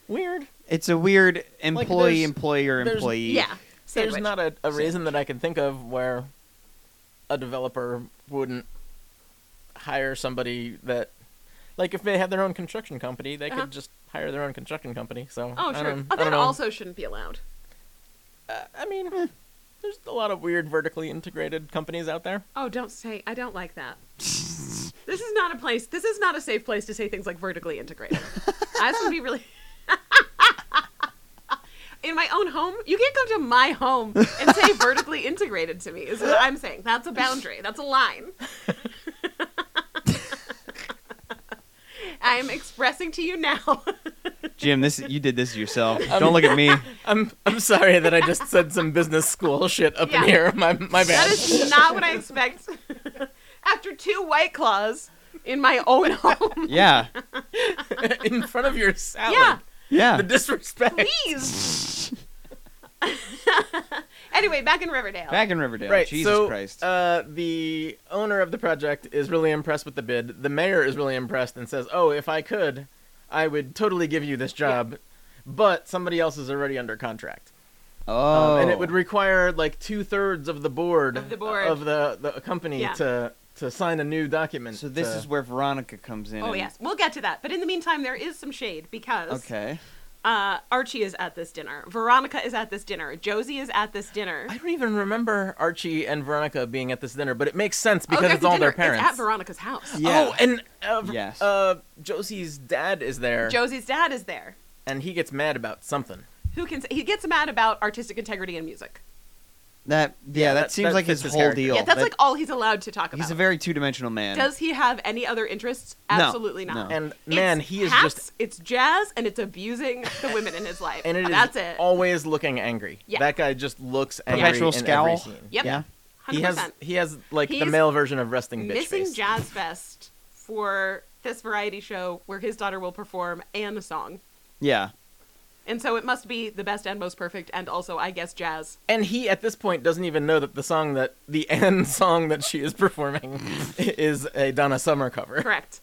Speaker 3: Weird.
Speaker 1: It's a weird employee,
Speaker 3: there's-
Speaker 1: employer,
Speaker 3: there's-
Speaker 1: employee.
Speaker 2: Yeah. Sandwich.
Speaker 3: There's not a, a reason that I can think of where a developer wouldn't hire somebody that, like, if they had their own construction company, they
Speaker 2: Uh-huh.
Speaker 3: could just hire their own construction company. So
Speaker 2: Oh
Speaker 3: I
Speaker 2: sure.
Speaker 3: don't,
Speaker 2: Oh,
Speaker 3: I don't
Speaker 2: that
Speaker 3: know.
Speaker 2: also shouldn't be allowed.
Speaker 3: Uh, I mean, there's a lot of weird vertically integrated companies out there.
Speaker 2: Oh, don't say. I don't like that. this is not a place. This is not a safe place to say things like vertically integrated. That's gonna be really. In my own home, you can't come to my home and say vertically integrated to me. Is what I'm saying. That's a boundary. That's a line. I'm expressing to you now.
Speaker 1: Jim, this you did this yourself. Don't look at me.
Speaker 3: I'm I'm sorry that I just said some business school shit up
Speaker 2: Yeah.
Speaker 3: in here. My my
Speaker 2: that
Speaker 3: bad.
Speaker 2: is not what I expect after two white claws in my own home.
Speaker 1: Yeah.
Speaker 3: in front of your salad.
Speaker 2: Yeah.
Speaker 1: Yeah.
Speaker 3: The disrespect.
Speaker 2: Please. anyway, back in Riverdale.
Speaker 1: Back in Riverdale.
Speaker 3: Right.
Speaker 1: Jesus
Speaker 3: so,
Speaker 1: Christ.
Speaker 3: Uh, the owner of the project is really impressed with the bid. The mayor is really impressed and says, "Oh, if I could, I would totally give you this job, but somebody else is already under contract, Um,
Speaker 1: oh.
Speaker 3: and it would require like two thirds of the board
Speaker 2: Of the board.
Speaker 3: of the, the company
Speaker 2: Yeah.
Speaker 3: to to sign a new document."
Speaker 1: so this
Speaker 3: to-
Speaker 1: is where Veronica comes in.
Speaker 2: oh
Speaker 1: and-
Speaker 2: yes, we'll get to that. But in the meantime, there is some shade because
Speaker 1: Okay.
Speaker 2: uh, Archie is at this dinner, Veronica is at this dinner, Josie is at this dinner.
Speaker 3: I don't even remember Archie and Veronica being at this dinner, but it makes sense
Speaker 2: Oh,
Speaker 3: because
Speaker 2: there's
Speaker 3: it's
Speaker 2: a
Speaker 3: all
Speaker 2: dinner.
Speaker 3: their parents.
Speaker 2: It's at Veronica's house.
Speaker 1: Yeah.
Speaker 3: Oh, and uh,
Speaker 1: Yes.
Speaker 3: uh, Josie's dad is there,
Speaker 2: Josie's dad is there.
Speaker 3: and he gets mad about something.
Speaker 2: Who can? He gets mad about artistic integrity in music.
Speaker 1: That yeah, that,
Speaker 3: that-
Speaker 1: seems
Speaker 3: that
Speaker 1: like his,
Speaker 3: fits his
Speaker 1: whole
Speaker 3: character.
Speaker 1: deal.
Speaker 2: Yeah, that's
Speaker 1: That-
Speaker 2: like all he's allowed to talk about.
Speaker 1: he's a very two-dimensional man.
Speaker 2: Does he have any other interests?
Speaker 1: No,
Speaker 2: Absolutely not.
Speaker 1: no.
Speaker 3: And man,
Speaker 2: It's
Speaker 3: he is
Speaker 2: hats,
Speaker 3: just
Speaker 2: it's jazz and it's abusing the women in his life.
Speaker 3: and it is
Speaker 2: that's it.
Speaker 3: always looking angry.
Speaker 2: Yeah.
Speaker 3: That guy just looks angry
Speaker 1: Perpetual
Speaker 3: in every
Speaker 1: scowl.
Speaker 3: scene.
Speaker 2: Yep.
Speaker 1: Yeah.
Speaker 2: 100%.
Speaker 3: He has he has like the
Speaker 2: He's
Speaker 3: male version of resting bitch
Speaker 2: missing
Speaker 3: face.
Speaker 2: Jazz Fest for this variety show where his daughter will perform and a song.
Speaker 1: Yeah.
Speaker 2: And so it must be the best and most perfect, and also, I guess, jazz.
Speaker 3: and he at this point doesn't even know that the song that the end song that she is performing is a Donna Summer cover.
Speaker 2: Correct.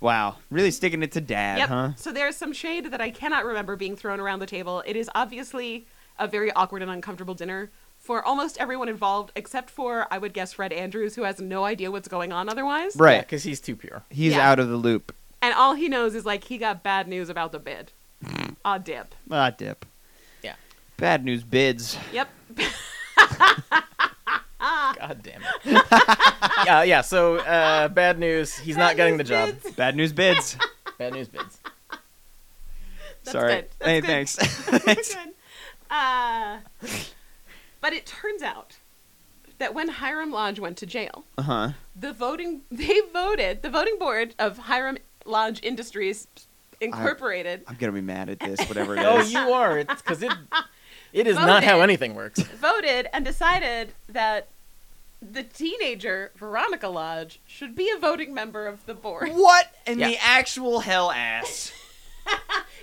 Speaker 1: Wow. Really sticking it to dad,
Speaker 2: Yep.
Speaker 1: huh?
Speaker 2: So there's some shade that I cannot remember being thrown around the table. It is obviously a very awkward and uncomfortable dinner for almost everyone involved, except for, I would guess, Fred Andrews, who has no idea what's going on otherwise.
Speaker 1: Right.
Speaker 3: Because he's too pure.
Speaker 1: He's
Speaker 2: Yeah.
Speaker 1: out of the loop.
Speaker 2: And all he knows is, like, he got bad news about the bid. Ah, dip.
Speaker 1: Ah, dip.
Speaker 3: Yeah.
Speaker 1: Bad news bids.
Speaker 2: Yep. Ah.
Speaker 3: God damn it. yeah, yeah. So uh, bad news. He's not
Speaker 2: Bad
Speaker 3: getting the
Speaker 2: news
Speaker 3: job.
Speaker 2: bids.
Speaker 1: Bad news bids.
Speaker 3: Bad news bids.
Speaker 2: That's
Speaker 1: Sorry.
Speaker 2: good. That's
Speaker 1: hey,
Speaker 2: good.
Speaker 1: thanks.
Speaker 2: We're
Speaker 1: Thanks.
Speaker 2: good. Uh, but it turns out that when Hiram Lodge went to jail,
Speaker 1: uh-huh.
Speaker 2: the voting they voted the voting board of Hiram Lodge Industries Incorporated
Speaker 1: I'm going to be mad at this whatever it is.
Speaker 3: Oh, you are. It's because it it is not
Speaker 2: Voted.
Speaker 3: how anything works.
Speaker 2: voted and decided that the teenager Veronica Lodge should be a voting member of the board.
Speaker 1: What in
Speaker 3: Yeah.
Speaker 1: the actual hell ass?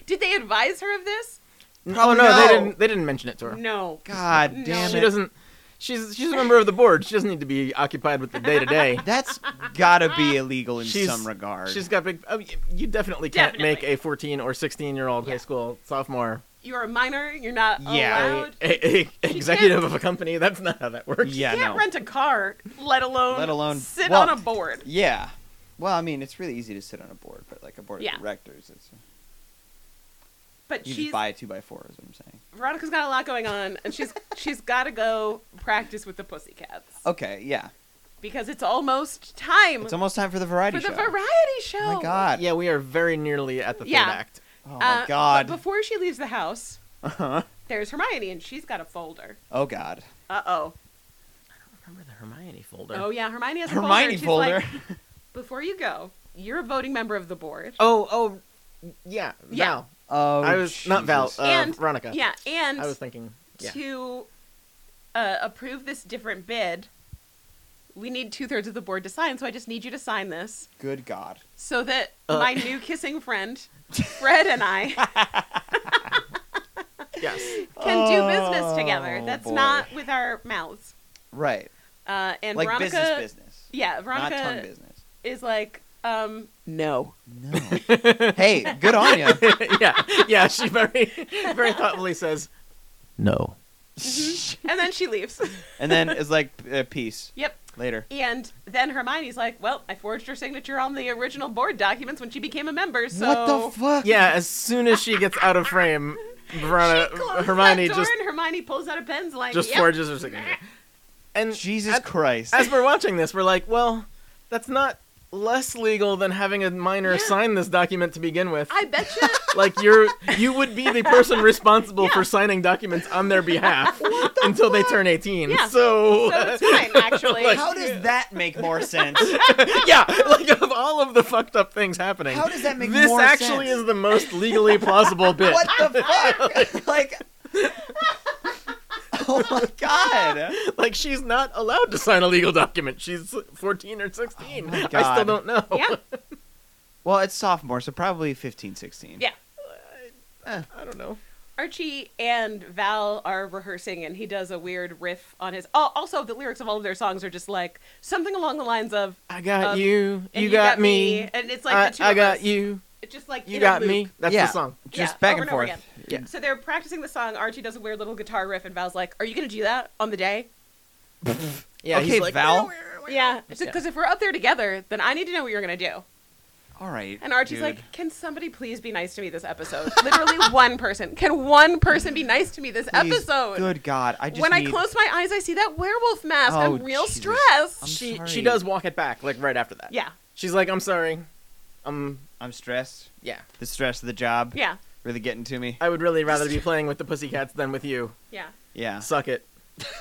Speaker 2: Did they advise her of this?
Speaker 3: Oh no,
Speaker 1: no.
Speaker 3: they didn't. They didn't mention it to her.
Speaker 2: No.
Speaker 1: God
Speaker 2: No.
Speaker 1: damn
Speaker 3: she
Speaker 1: it.
Speaker 3: doesn't She's she's a member of the board. She doesn't need to be occupied with the day to day.
Speaker 1: That's gotta be illegal in
Speaker 3: She's-
Speaker 1: some regard.
Speaker 3: She's got big. Oh, y- you definitely can't make
Speaker 2: Definitely.
Speaker 3: a 14 or 16 year old
Speaker 2: Yeah.
Speaker 3: high school sophomore
Speaker 2: You're a minor. You're not
Speaker 1: Yeah.
Speaker 3: a,
Speaker 2: allowed.
Speaker 3: a, a executive of a company. That's not how that works.
Speaker 1: yeah,
Speaker 2: you can't
Speaker 1: no.
Speaker 2: rent a car, let alone
Speaker 1: Let alone-
Speaker 2: sit
Speaker 1: well,
Speaker 2: on a board.
Speaker 1: yeah. Well, I mean, it's really easy to sit on a board, but like a board
Speaker 2: Yeah.
Speaker 1: of directors, it's,
Speaker 2: But
Speaker 1: you
Speaker 2: she's
Speaker 1: just buy a two by four, is what I'm saying.
Speaker 2: Veronica's got a lot going on, and she's she's got to go practice with the Pussycats
Speaker 1: Okay, yeah.
Speaker 2: because it's almost time
Speaker 1: Oh. It's almost time for the
Speaker 2: for
Speaker 1: variety
Speaker 2: the
Speaker 1: show.
Speaker 2: variety show.
Speaker 1: Oh my god.
Speaker 3: Yeah, we are very nearly at the third
Speaker 2: Yeah.
Speaker 3: act.
Speaker 1: Oh
Speaker 2: Uh,
Speaker 1: my
Speaker 2: but
Speaker 1: god.
Speaker 2: before she leaves the house,
Speaker 1: Uh-huh.
Speaker 2: there's Hermione, and she's got a folder.
Speaker 1: Oh god.
Speaker 2: Uh oh.
Speaker 3: Remember the Hermione folder?
Speaker 2: Oh yeah, Hermione has a
Speaker 1: Hermione
Speaker 2: folder.
Speaker 1: folder.
Speaker 2: and she's like, Before you go, you're a voting member of the board.
Speaker 3: oh, oh, yeah.
Speaker 2: Yeah.
Speaker 3: Val.
Speaker 1: oh,
Speaker 3: I was not Val.
Speaker 1: Jesus.
Speaker 3: Uh,
Speaker 2: And-
Speaker 3: Veronica.
Speaker 2: Yeah, and
Speaker 3: I was thinking. Yeah.
Speaker 2: to uh, approve this different bid, we need two thirds of the board to sign. So I just need you to sign this
Speaker 1: Good god.
Speaker 2: so that
Speaker 3: Uh.
Speaker 2: my new kissing friend, Fred, and I
Speaker 3: Yes.
Speaker 2: can do business together.
Speaker 1: Oh,
Speaker 2: That's
Speaker 1: boy.
Speaker 2: not with our mouths.
Speaker 1: Right.
Speaker 2: Uh, and
Speaker 1: like
Speaker 2: Veronica,
Speaker 1: business business.
Speaker 2: yeah,
Speaker 1: Not tongue
Speaker 2: Veronica
Speaker 1: business.
Speaker 2: is like, um, no.
Speaker 1: No. hey, good on you.
Speaker 3: yeah. Yeah. She very, very thoughtfully says, "No."
Speaker 2: And then she leaves.
Speaker 1: and then it's like uh, peace
Speaker 2: yep.
Speaker 1: later.
Speaker 2: And then Hermione's like, well, I forged her signature on the original board documents when she became a member. So
Speaker 1: What the fuck?
Speaker 3: Yeah. As soon as she gets out of frame, Veronica,
Speaker 2: She closes
Speaker 3: Hermione
Speaker 2: that door
Speaker 3: just
Speaker 2: and Hermione pulls out a pen's like,
Speaker 3: just
Speaker 2: yep.
Speaker 3: forges her signature. And
Speaker 1: Jesus
Speaker 3: As-
Speaker 1: Christ.
Speaker 3: as we're watching this, we're like, well, that's not less legal than having a minor
Speaker 2: Yeah.
Speaker 3: sign this document to begin with.
Speaker 2: I bet you.
Speaker 3: Like you're you would be the person responsible
Speaker 2: Yeah.
Speaker 3: for signing documents on their behalf until they turn 18.
Speaker 2: Yeah.
Speaker 3: So,
Speaker 2: So it's fine, actually.
Speaker 3: Like-
Speaker 1: How does that make more sense?
Speaker 3: yeah, like of all of the fucked up things happening.
Speaker 1: How does that make
Speaker 3: this
Speaker 1: more
Speaker 3: actually
Speaker 1: sense?
Speaker 3: is the most legally plausible bit.
Speaker 1: What the fuck? like Oh my god.
Speaker 3: Like she's not allowed to sign a legal document. She's 14 or 16.
Speaker 1: my
Speaker 3: I still
Speaker 1: God.
Speaker 3: don't know.
Speaker 2: yeah,
Speaker 1: Well, it's sophomore, so probably 15, 16.
Speaker 2: yeah.
Speaker 3: I don't know.
Speaker 2: Archie and Val are rehearsing, and he does a weird riff on his. Oh, also, the lyrics of all of their songs are just like something along the lines of
Speaker 3: I got
Speaker 2: Um,
Speaker 3: you.
Speaker 2: and
Speaker 3: You, got, me.
Speaker 2: and it's like
Speaker 3: I,
Speaker 2: the two
Speaker 3: I
Speaker 2: of
Speaker 3: got
Speaker 2: us.
Speaker 3: you.
Speaker 2: It's just like
Speaker 3: You
Speaker 2: in a
Speaker 3: got
Speaker 2: loop.
Speaker 3: me. That's
Speaker 1: Yeah.
Speaker 3: the song.
Speaker 1: Just
Speaker 2: Yeah,
Speaker 1: back
Speaker 2: over
Speaker 1: and
Speaker 2: over
Speaker 1: forth.
Speaker 2: again.
Speaker 3: Yeah.
Speaker 2: So they're practicing the song. Archie does a weird little guitar riff, and Val's like, "Are you gonna do that on the day?"
Speaker 3: Yeah.
Speaker 1: Okay,
Speaker 3: he's like,
Speaker 1: Val.
Speaker 2: Yeah, because if we're up there together, then I need to know what you're gonna do.
Speaker 1: All right.
Speaker 2: And Archie's
Speaker 1: dude.
Speaker 2: like, "Can somebody please be nice to me this episode? Literally one person. Can one person be nice to me this
Speaker 1: Please,
Speaker 2: episode?
Speaker 1: Good god. I just
Speaker 2: when
Speaker 1: need-
Speaker 2: I close my eyes, I see that werewolf mask.
Speaker 1: Oh,
Speaker 2: I'm real
Speaker 1: Jesus.
Speaker 2: stressed.
Speaker 1: I'm
Speaker 3: she she
Speaker 1: sorry.
Speaker 3: does walk it back like right after that.
Speaker 2: Yeah,
Speaker 3: She's like, I'm sorry. Um.
Speaker 1: I'm stressed.
Speaker 3: Yeah.
Speaker 1: The stress of the job
Speaker 2: yeah, Uh,
Speaker 1: really getting to me.
Speaker 3: I would really rather be playing with the Pussycats than with you.
Speaker 2: yeah.
Speaker 1: Yeah.
Speaker 3: Suck it. it's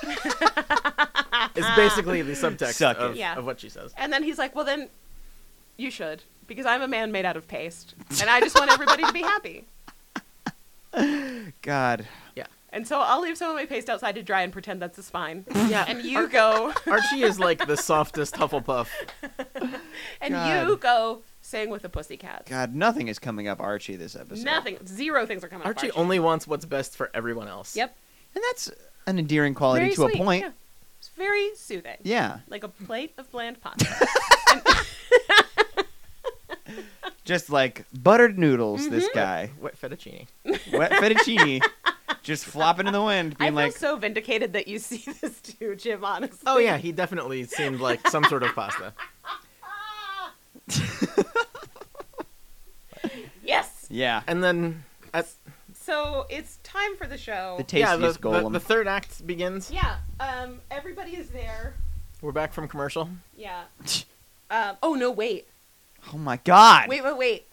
Speaker 3: basically the subtext
Speaker 1: Suck it.
Speaker 3: of,
Speaker 2: Yeah.
Speaker 3: of what she says.
Speaker 2: And then he's like, "Well, then you should, because I'm a man made out of paste, and I just want everybody to be happy.
Speaker 1: God.
Speaker 2: And so I'll leave some of my paste outside to dry and pretend that's a spine,
Speaker 3: Yeah.
Speaker 2: and you go,
Speaker 3: Archie is like the softest Hufflepuff.
Speaker 2: and
Speaker 1: God.
Speaker 2: you go sing with the pussycats.
Speaker 1: God, nothing is coming up Archie this episode.
Speaker 2: Nothing, zero things are coming. up,
Speaker 3: Archie only wants what's best for everyone else.
Speaker 2: Yep.
Speaker 1: And that's an endearing quality
Speaker 2: Very
Speaker 1: to
Speaker 2: sweet,
Speaker 1: a point.
Speaker 2: yeah. It's very soothing.
Speaker 1: Yeah.
Speaker 2: Like a plate of bland pasta.
Speaker 1: Just like buttered noodles, this
Speaker 2: Mm-hmm.
Speaker 1: guy.
Speaker 3: What fettuccine?
Speaker 1: Wet fettuccine. just flopping in the wind,
Speaker 2: I
Speaker 1: being
Speaker 2: feel
Speaker 1: like,
Speaker 2: so vindicated that you see this too, Jim, honestly.
Speaker 3: Oh yeah, he definitely seemed like some sort of pasta.
Speaker 2: Yes.
Speaker 1: yeah.
Speaker 3: And then at
Speaker 2: So it's time for the show.
Speaker 1: The tastiest
Speaker 3: yeah, the, the-
Speaker 1: golem.
Speaker 3: the third act begins.
Speaker 2: yeah. Um. Everybody is there.
Speaker 3: We're back from commercial.
Speaker 2: Yeah. Um. Oh no! Wait.
Speaker 1: oh my god.
Speaker 2: Wait. Wait. Wait.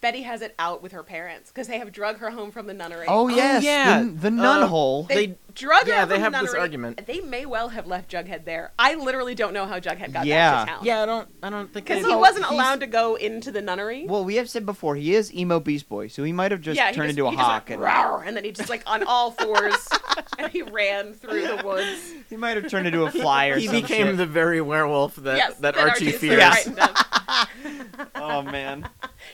Speaker 2: Betty has it out with her parents because they have drug her home from the nunnery.
Speaker 1: oh yes.
Speaker 3: yeah.
Speaker 1: The, the nun
Speaker 3: Uh,
Speaker 1: hole.
Speaker 2: They,
Speaker 3: they-
Speaker 2: drug her.
Speaker 3: yeah,
Speaker 2: out
Speaker 3: they
Speaker 2: from
Speaker 3: have
Speaker 2: the
Speaker 3: this
Speaker 2: nunnery.
Speaker 3: argument.
Speaker 2: They may well have left Jughead there. I literally don't know how Jughead got
Speaker 1: Yeah.
Speaker 2: back to town.
Speaker 3: I don't. I don't think.
Speaker 2: because
Speaker 3: they-
Speaker 2: he
Speaker 1: No,
Speaker 2: wasn't
Speaker 1: he's-
Speaker 2: allowed to go into the nunnery.
Speaker 1: well, we have said before he is emo beast boy, so he might have just
Speaker 2: he
Speaker 1: turned
Speaker 2: just-
Speaker 1: into a
Speaker 2: he just
Speaker 1: hawk
Speaker 2: went,
Speaker 1: and
Speaker 2: "Rawr," and then he just like on all fours and he ran through the woods.
Speaker 1: he might have turned into a fly or
Speaker 3: he
Speaker 1: some
Speaker 3: became
Speaker 1: shit.
Speaker 3: the very werewolf that,
Speaker 2: yes,
Speaker 3: that
Speaker 2: then
Speaker 3: Archie
Speaker 2: Archie's so
Speaker 3: fears.
Speaker 2: frightened of.
Speaker 1: oh man,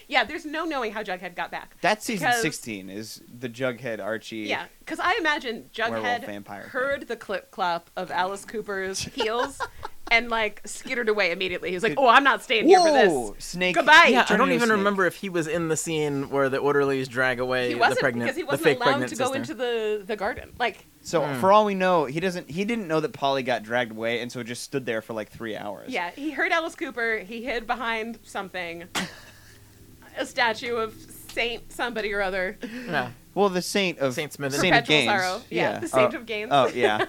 Speaker 2: Yeah, there's no knowing how Jughead got back.
Speaker 1: that's season
Speaker 2: Because-
Speaker 1: sixteen. Is the Jughead Archie?
Speaker 2: Yeah, because I imagine
Speaker 1: Werewolf
Speaker 2: Jughead
Speaker 1: vampire thing.
Speaker 2: heard the clip clop of Alice Cooper's heels and like skittered away immediately. He was like, "Oh, I'm not staying here for
Speaker 1: Whoa,
Speaker 2: this."
Speaker 1: snake.
Speaker 2: Goodbye.
Speaker 1: Yeah,
Speaker 3: I
Speaker 1: turn
Speaker 3: don't
Speaker 1: into a
Speaker 3: even
Speaker 1: snake.
Speaker 3: remember if he was in the scene where the orderlies drag away
Speaker 2: He
Speaker 3: the
Speaker 2: wasn't
Speaker 3: pregnant,
Speaker 2: because he
Speaker 3: the
Speaker 2: wasn't
Speaker 3: fake
Speaker 2: allowed
Speaker 3: pregnant
Speaker 2: to go
Speaker 3: sister.
Speaker 2: into the the garden. Like,
Speaker 1: So
Speaker 3: Hmm.
Speaker 1: for all we know, he doesn't. He didn't know that Polly got dragged away, and so just stood there for like three hours.
Speaker 2: yeah, he heard Alice Cooper. He hid behind something, a statue of Saint somebody or other.
Speaker 3: yeah.
Speaker 1: Well, the saint of
Speaker 3: Saint Smith.
Speaker 1: saint of
Speaker 2: Perpetual
Speaker 1: gains.
Speaker 2: sorrow. Yeah, the saint of gains.
Speaker 1: Oh yeah.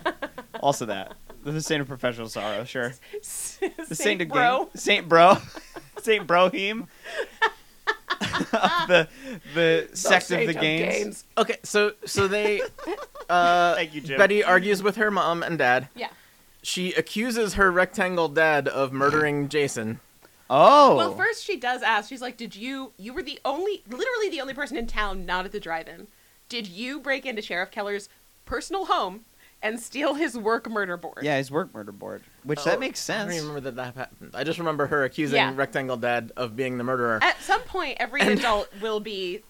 Speaker 1: also that. The saint of professional sorrow. Sure.
Speaker 2: Saint,
Speaker 1: The saint, of
Speaker 2: bro.
Speaker 1: gain- Saint bro. saint brohim. the the sect
Speaker 2: saint
Speaker 1: of the gains.
Speaker 2: gains.
Speaker 3: Okay, so so they uh
Speaker 1: Thank you, Jim.
Speaker 3: Betty argues with her mom and dad.
Speaker 2: Yeah.
Speaker 3: She accuses her rectangle dad of murdering Jason.
Speaker 1: Oh.
Speaker 2: Well, first she does ask. She's like, "Did you? You were the only, literally the only person in town not at the drive-in. Did you break into Sheriff Keller's personal home and steal his work murder board?"
Speaker 1: Yeah, his work murder board, which
Speaker 3: Oh,
Speaker 1: that makes
Speaker 3: I
Speaker 1: sense.
Speaker 3: don't remember that that happened. I just remember her accusing
Speaker 2: Yeah.
Speaker 3: rectangle dad of being the murderer.
Speaker 2: At some point, every adult will be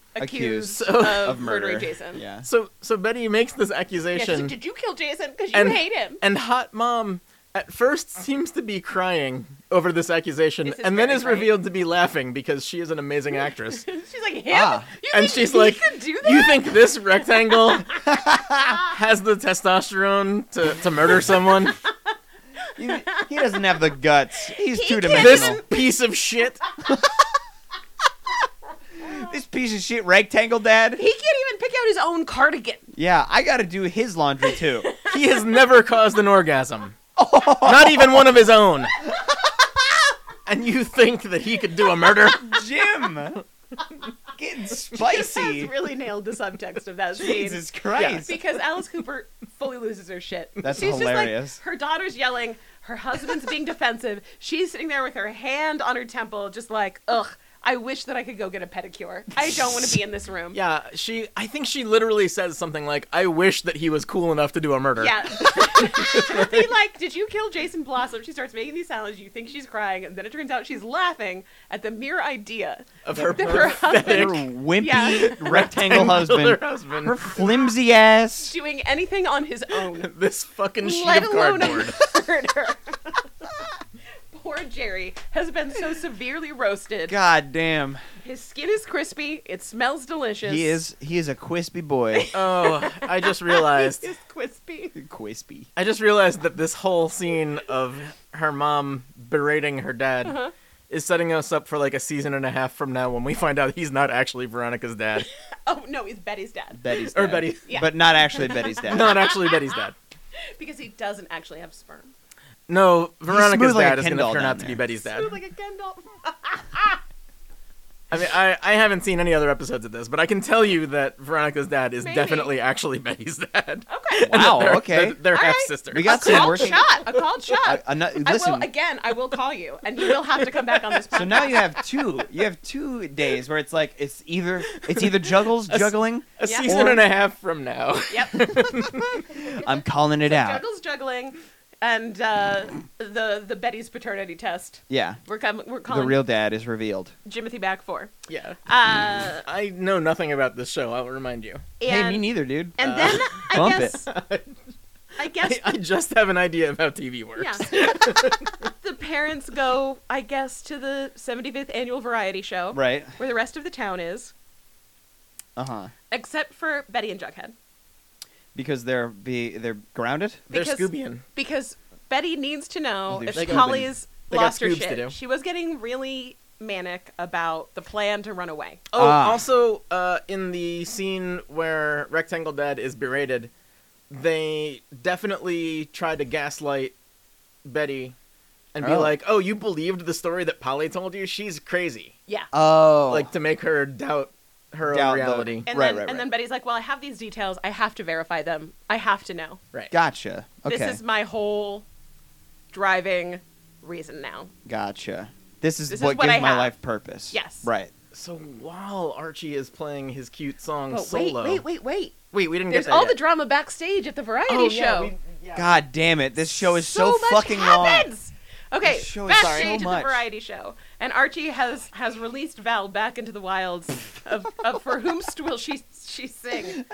Speaker 1: Accused
Speaker 2: accused, of,
Speaker 1: Of
Speaker 2: murdering
Speaker 1: murder,
Speaker 2: Jason.
Speaker 1: Yeah.
Speaker 3: so so Betty makes this
Speaker 2: Yeah, she's
Speaker 3: accusation
Speaker 2: like, did you kill Jason? Because you
Speaker 3: And-
Speaker 2: hate him.
Speaker 3: and hot mom at first seems to be crying over this accusation
Speaker 2: This is
Speaker 3: and then
Speaker 2: very
Speaker 3: is
Speaker 2: funny.
Speaker 3: revealed to be laughing because she is an amazing actress.
Speaker 2: she's like, him?
Speaker 1: Ah.
Speaker 2: You
Speaker 3: and
Speaker 2: think
Speaker 3: she's
Speaker 2: he
Speaker 3: like,
Speaker 2: could do that?
Speaker 3: "You think this rectangle has the testosterone to, to murder someone?
Speaker 1: He, he doesn't have the guts. He's
Speaker 2: He
Speaker 1: two
Speaker 2: can't
Speaker 3: this
Speaker 1: dimensional.
Speaker 3: piece of shit."
Speaker 1: This piece of shit rectangle dad.
Speaker 2: He can't even pick out his own cardigan.
Speaker 1: Yeah, I gotta do his laundry too.
Speaker 3: He has never caused an orgasm, not even one of his own. And you think that he could do a murder?
Speaker 1: Jim! Getting
Speaker 2: This has
Speaker 1: spicy.
Speaker 2: really nailed the subtext of that scene.
Speaker 1: Jesus Christ.
Speaker 2: because Alice Cooper fully loses her shit.
Speaker 1: That's
Speaker 2: She's
Speaker 1: hilarious.
Speaker 2: Just like, her daughter's yelling. Her husband's being defensive. She's sitting there with her hand on her temple, just like, ugh. I wish that I could go get a pedicure. I don't want to be in this room.
Speaker 3: Yeah, she. I think she literally says something like, "I wish that he was cool enough to do a murder."
Speaker 2: Yeah. Be like, did you kill Jason Blossom? She starts making these sounds. You think she's crying, and then it turns out she's laughing at the mere idea
Speaker 3: of her
Speaker 2: that
Speaker 1: Her
Speaker 2: her husband
Speaker 1: wimpy
Speaker 2: Yeah.
Speaker 1: rectangle husband.
Speaker 3: Her husband.
Speaker 1: Her flimsy ass.
Speaker 2: doing anything on his own,
Speaker 3: this fucking sheet
Speaker 2: let
Speaker 3: of
Speaker 2: alone
Speaker 3: cardboard.
Speaker 2: a murder. Poor Jerry has been so severely roasted.
Speaker 1: God damn.
Speaker 2: His skin is crispy. It smells delicious.
Speaker 1: He is he is a quispy boy.
Speaker 3: Oh, I just realized.
Speaker 2: It's crispy.
Speaker 1: quispy.
Speaker 3: I just realized that this whole scene of her mom berating her dad
Speaker 2: Uh-huh.
Speaker 3: is setting us up for like a season and a half from now when we find out he's not actually Veronica's dad
Speaker 2: Oh no, he's Betty's dad
Speaker 1: Betty's dad.
Speaker 3: or Betty,
Speaker 2: Yeah.
Speaker 1: But not actually Betty's dad.
Speaker 3: not actually Betty's dad.
Speaker 2: because he doesn't actually have sperm.
Speaker 3: No, Veronica's
Speaker 1: smooth like a
Speaker 3: dad is
Speaker 1: Ken
Speaker 3: going to
Speaker 1: doll
Speaker 3: turn
Speaker 1: down
Speaker 3: out to be
Speaker 1: there.
Speaker 3: Betty's dad.
Speaker 2: Smooth like a Ken doll.
Speaker 3: I mean, I, I haven't seen any other episodes of this, but I can tell you that Veronica's dad is
Speaker 2: Maybe.
Speaker 3: definitely actually Betty's dad.
Speaker 2: Okay.
Speaker 1: Wow,
Speaker 3: They're-
Speaker 1: okay.
Speaker 3: They're, they're
Speaker 2: All right.
Speaker 3: half sisters.
Speaker 1: We got
Speaker 2: a
Speaker 1: some
Speaker 2: called
Speaker 1: working.
Speaker 2: shot. A called shot.
Speaker 1: I- I'm not-
Speaker 2: I
Speaker 1: listen,
Speaker 2: will again. I will call you, and you will have to come back on this podcast.
Speaker 1: so now you have two. You have two days where it's like it's either it's either juggles juggling.
Speaker 3: A
Speaker 2: Yeah.
Speaker 3: season
Speaker 1: Or-
Speaker 3: and a half from now.
Speaker 2: Yep.
Speaker 1: I'm calling it out.
Speaker 2: Juggles juggling, and uh, the the Betty's paternity test.
Speaker 1: Yeah,
Speaker 2: We're com- We're
Speaker 1: the
Speaker 2: calling
Speaker 1: real dad is revealed.
Speaker 2: Jimothy back for.
Speaker 3: Yeah.
Speaker 2: Uh,
Speaker 3: I know nothing about this show, I'll remind you.
Speaker 2: and,
Speaker 1: hey, me neither, dude.
Speaker 2: And then I
Speaker 1: Uh, Bump
Speaker 2: guess I guess
Speaker 3: I, I just have an idea of how TV works.
Speaker 2: Yeah. the parents go, I guess, to the 75th annual variety show
Speaker 1: Right.
Speaker 2: where the rest of the town is,
Speaker 1: Uh huh.
Speaker 2: except for Betty and Jughead.
Speaker 1: Because they're be they're grounded.
Speaker 3: They're
Speaker 2: Because-
Speaker 3: Scoobian.
Speaker 2: Because Betty needs to know
Speaker 1: Oh,
Speaker 2: if
Speaker 1: they got-
Speaker 2: Polly's
Speaker 3: they got
Speaker 2: lost her
Speaker 3: scoops to do.
Speaker 2: shit. She was getting really manic about the plan to run away.
Speaker 3: Oh,
Speaker 1: Ah.
Speaker 3: also, uh, in the scene where Rectangle Dad is berated, they definitely try to gaslight Betty and be
Speaker 1: Oh.
Speaker 3: like, oh, you believed the story that Polly told you? She's crazy.
Speaker 2: Yeah.
Speaker 1: Oh,
Speaker 3: Like, to make her doubt her
Speaker 1: Doubt
Speaker 3: own
Speaker 1: the-
Speaker 3: reality.
Speaker 2: And
Speaker 1: Right,
Speaker 2: then
Speaker 1: right,
Speaker 2: and
Speaker 1: right.
Speaker 2: then Betty's like, "Well, I have these details. I have to verify them. I have to know.
Speaker 3: Right.
Speaker 1: gotcha. Okay,
Speaker 2: This is my whole driving reason now."
Speaker 1: gotcha. This is
Speaker 2: This is
Speaker 1: what
Speaker 2: what
Speaker 1: gives
Speaker 2: I
Speaker 1: my
Speaker 2: have.
Speaker 1: life purpose.
Speaker 2: Yes.
Speaker 1: Right.
Speaker 3: So while Archie is playing his cute song
Speaker 2: But wait,
Speaker 3: solo.
Speaker 2: wait, wait, wait.
Speaker 3: Wait, we didn't
Speaker 2: There's
Speaker 3: get that
Speaker 2: all the
Speaker 3: yet.
Speaker 2: drama backstage at the variety
Speaker 3: oh,
Speaker 2: show.
Speaker 3: Yeah, we, yeah.
Speaker 1: God damn it! This show is so,
Speaker 2: much
Speaker 1: fucking long.
Speaker 2: happens! Okay,
Speaker 1: This show is so
Speaker 2: backstage at the
Speaker 1: much.
Speaker 2: variety show, and Archie has has released Val back into the wilds of, of for whomst will she she sing?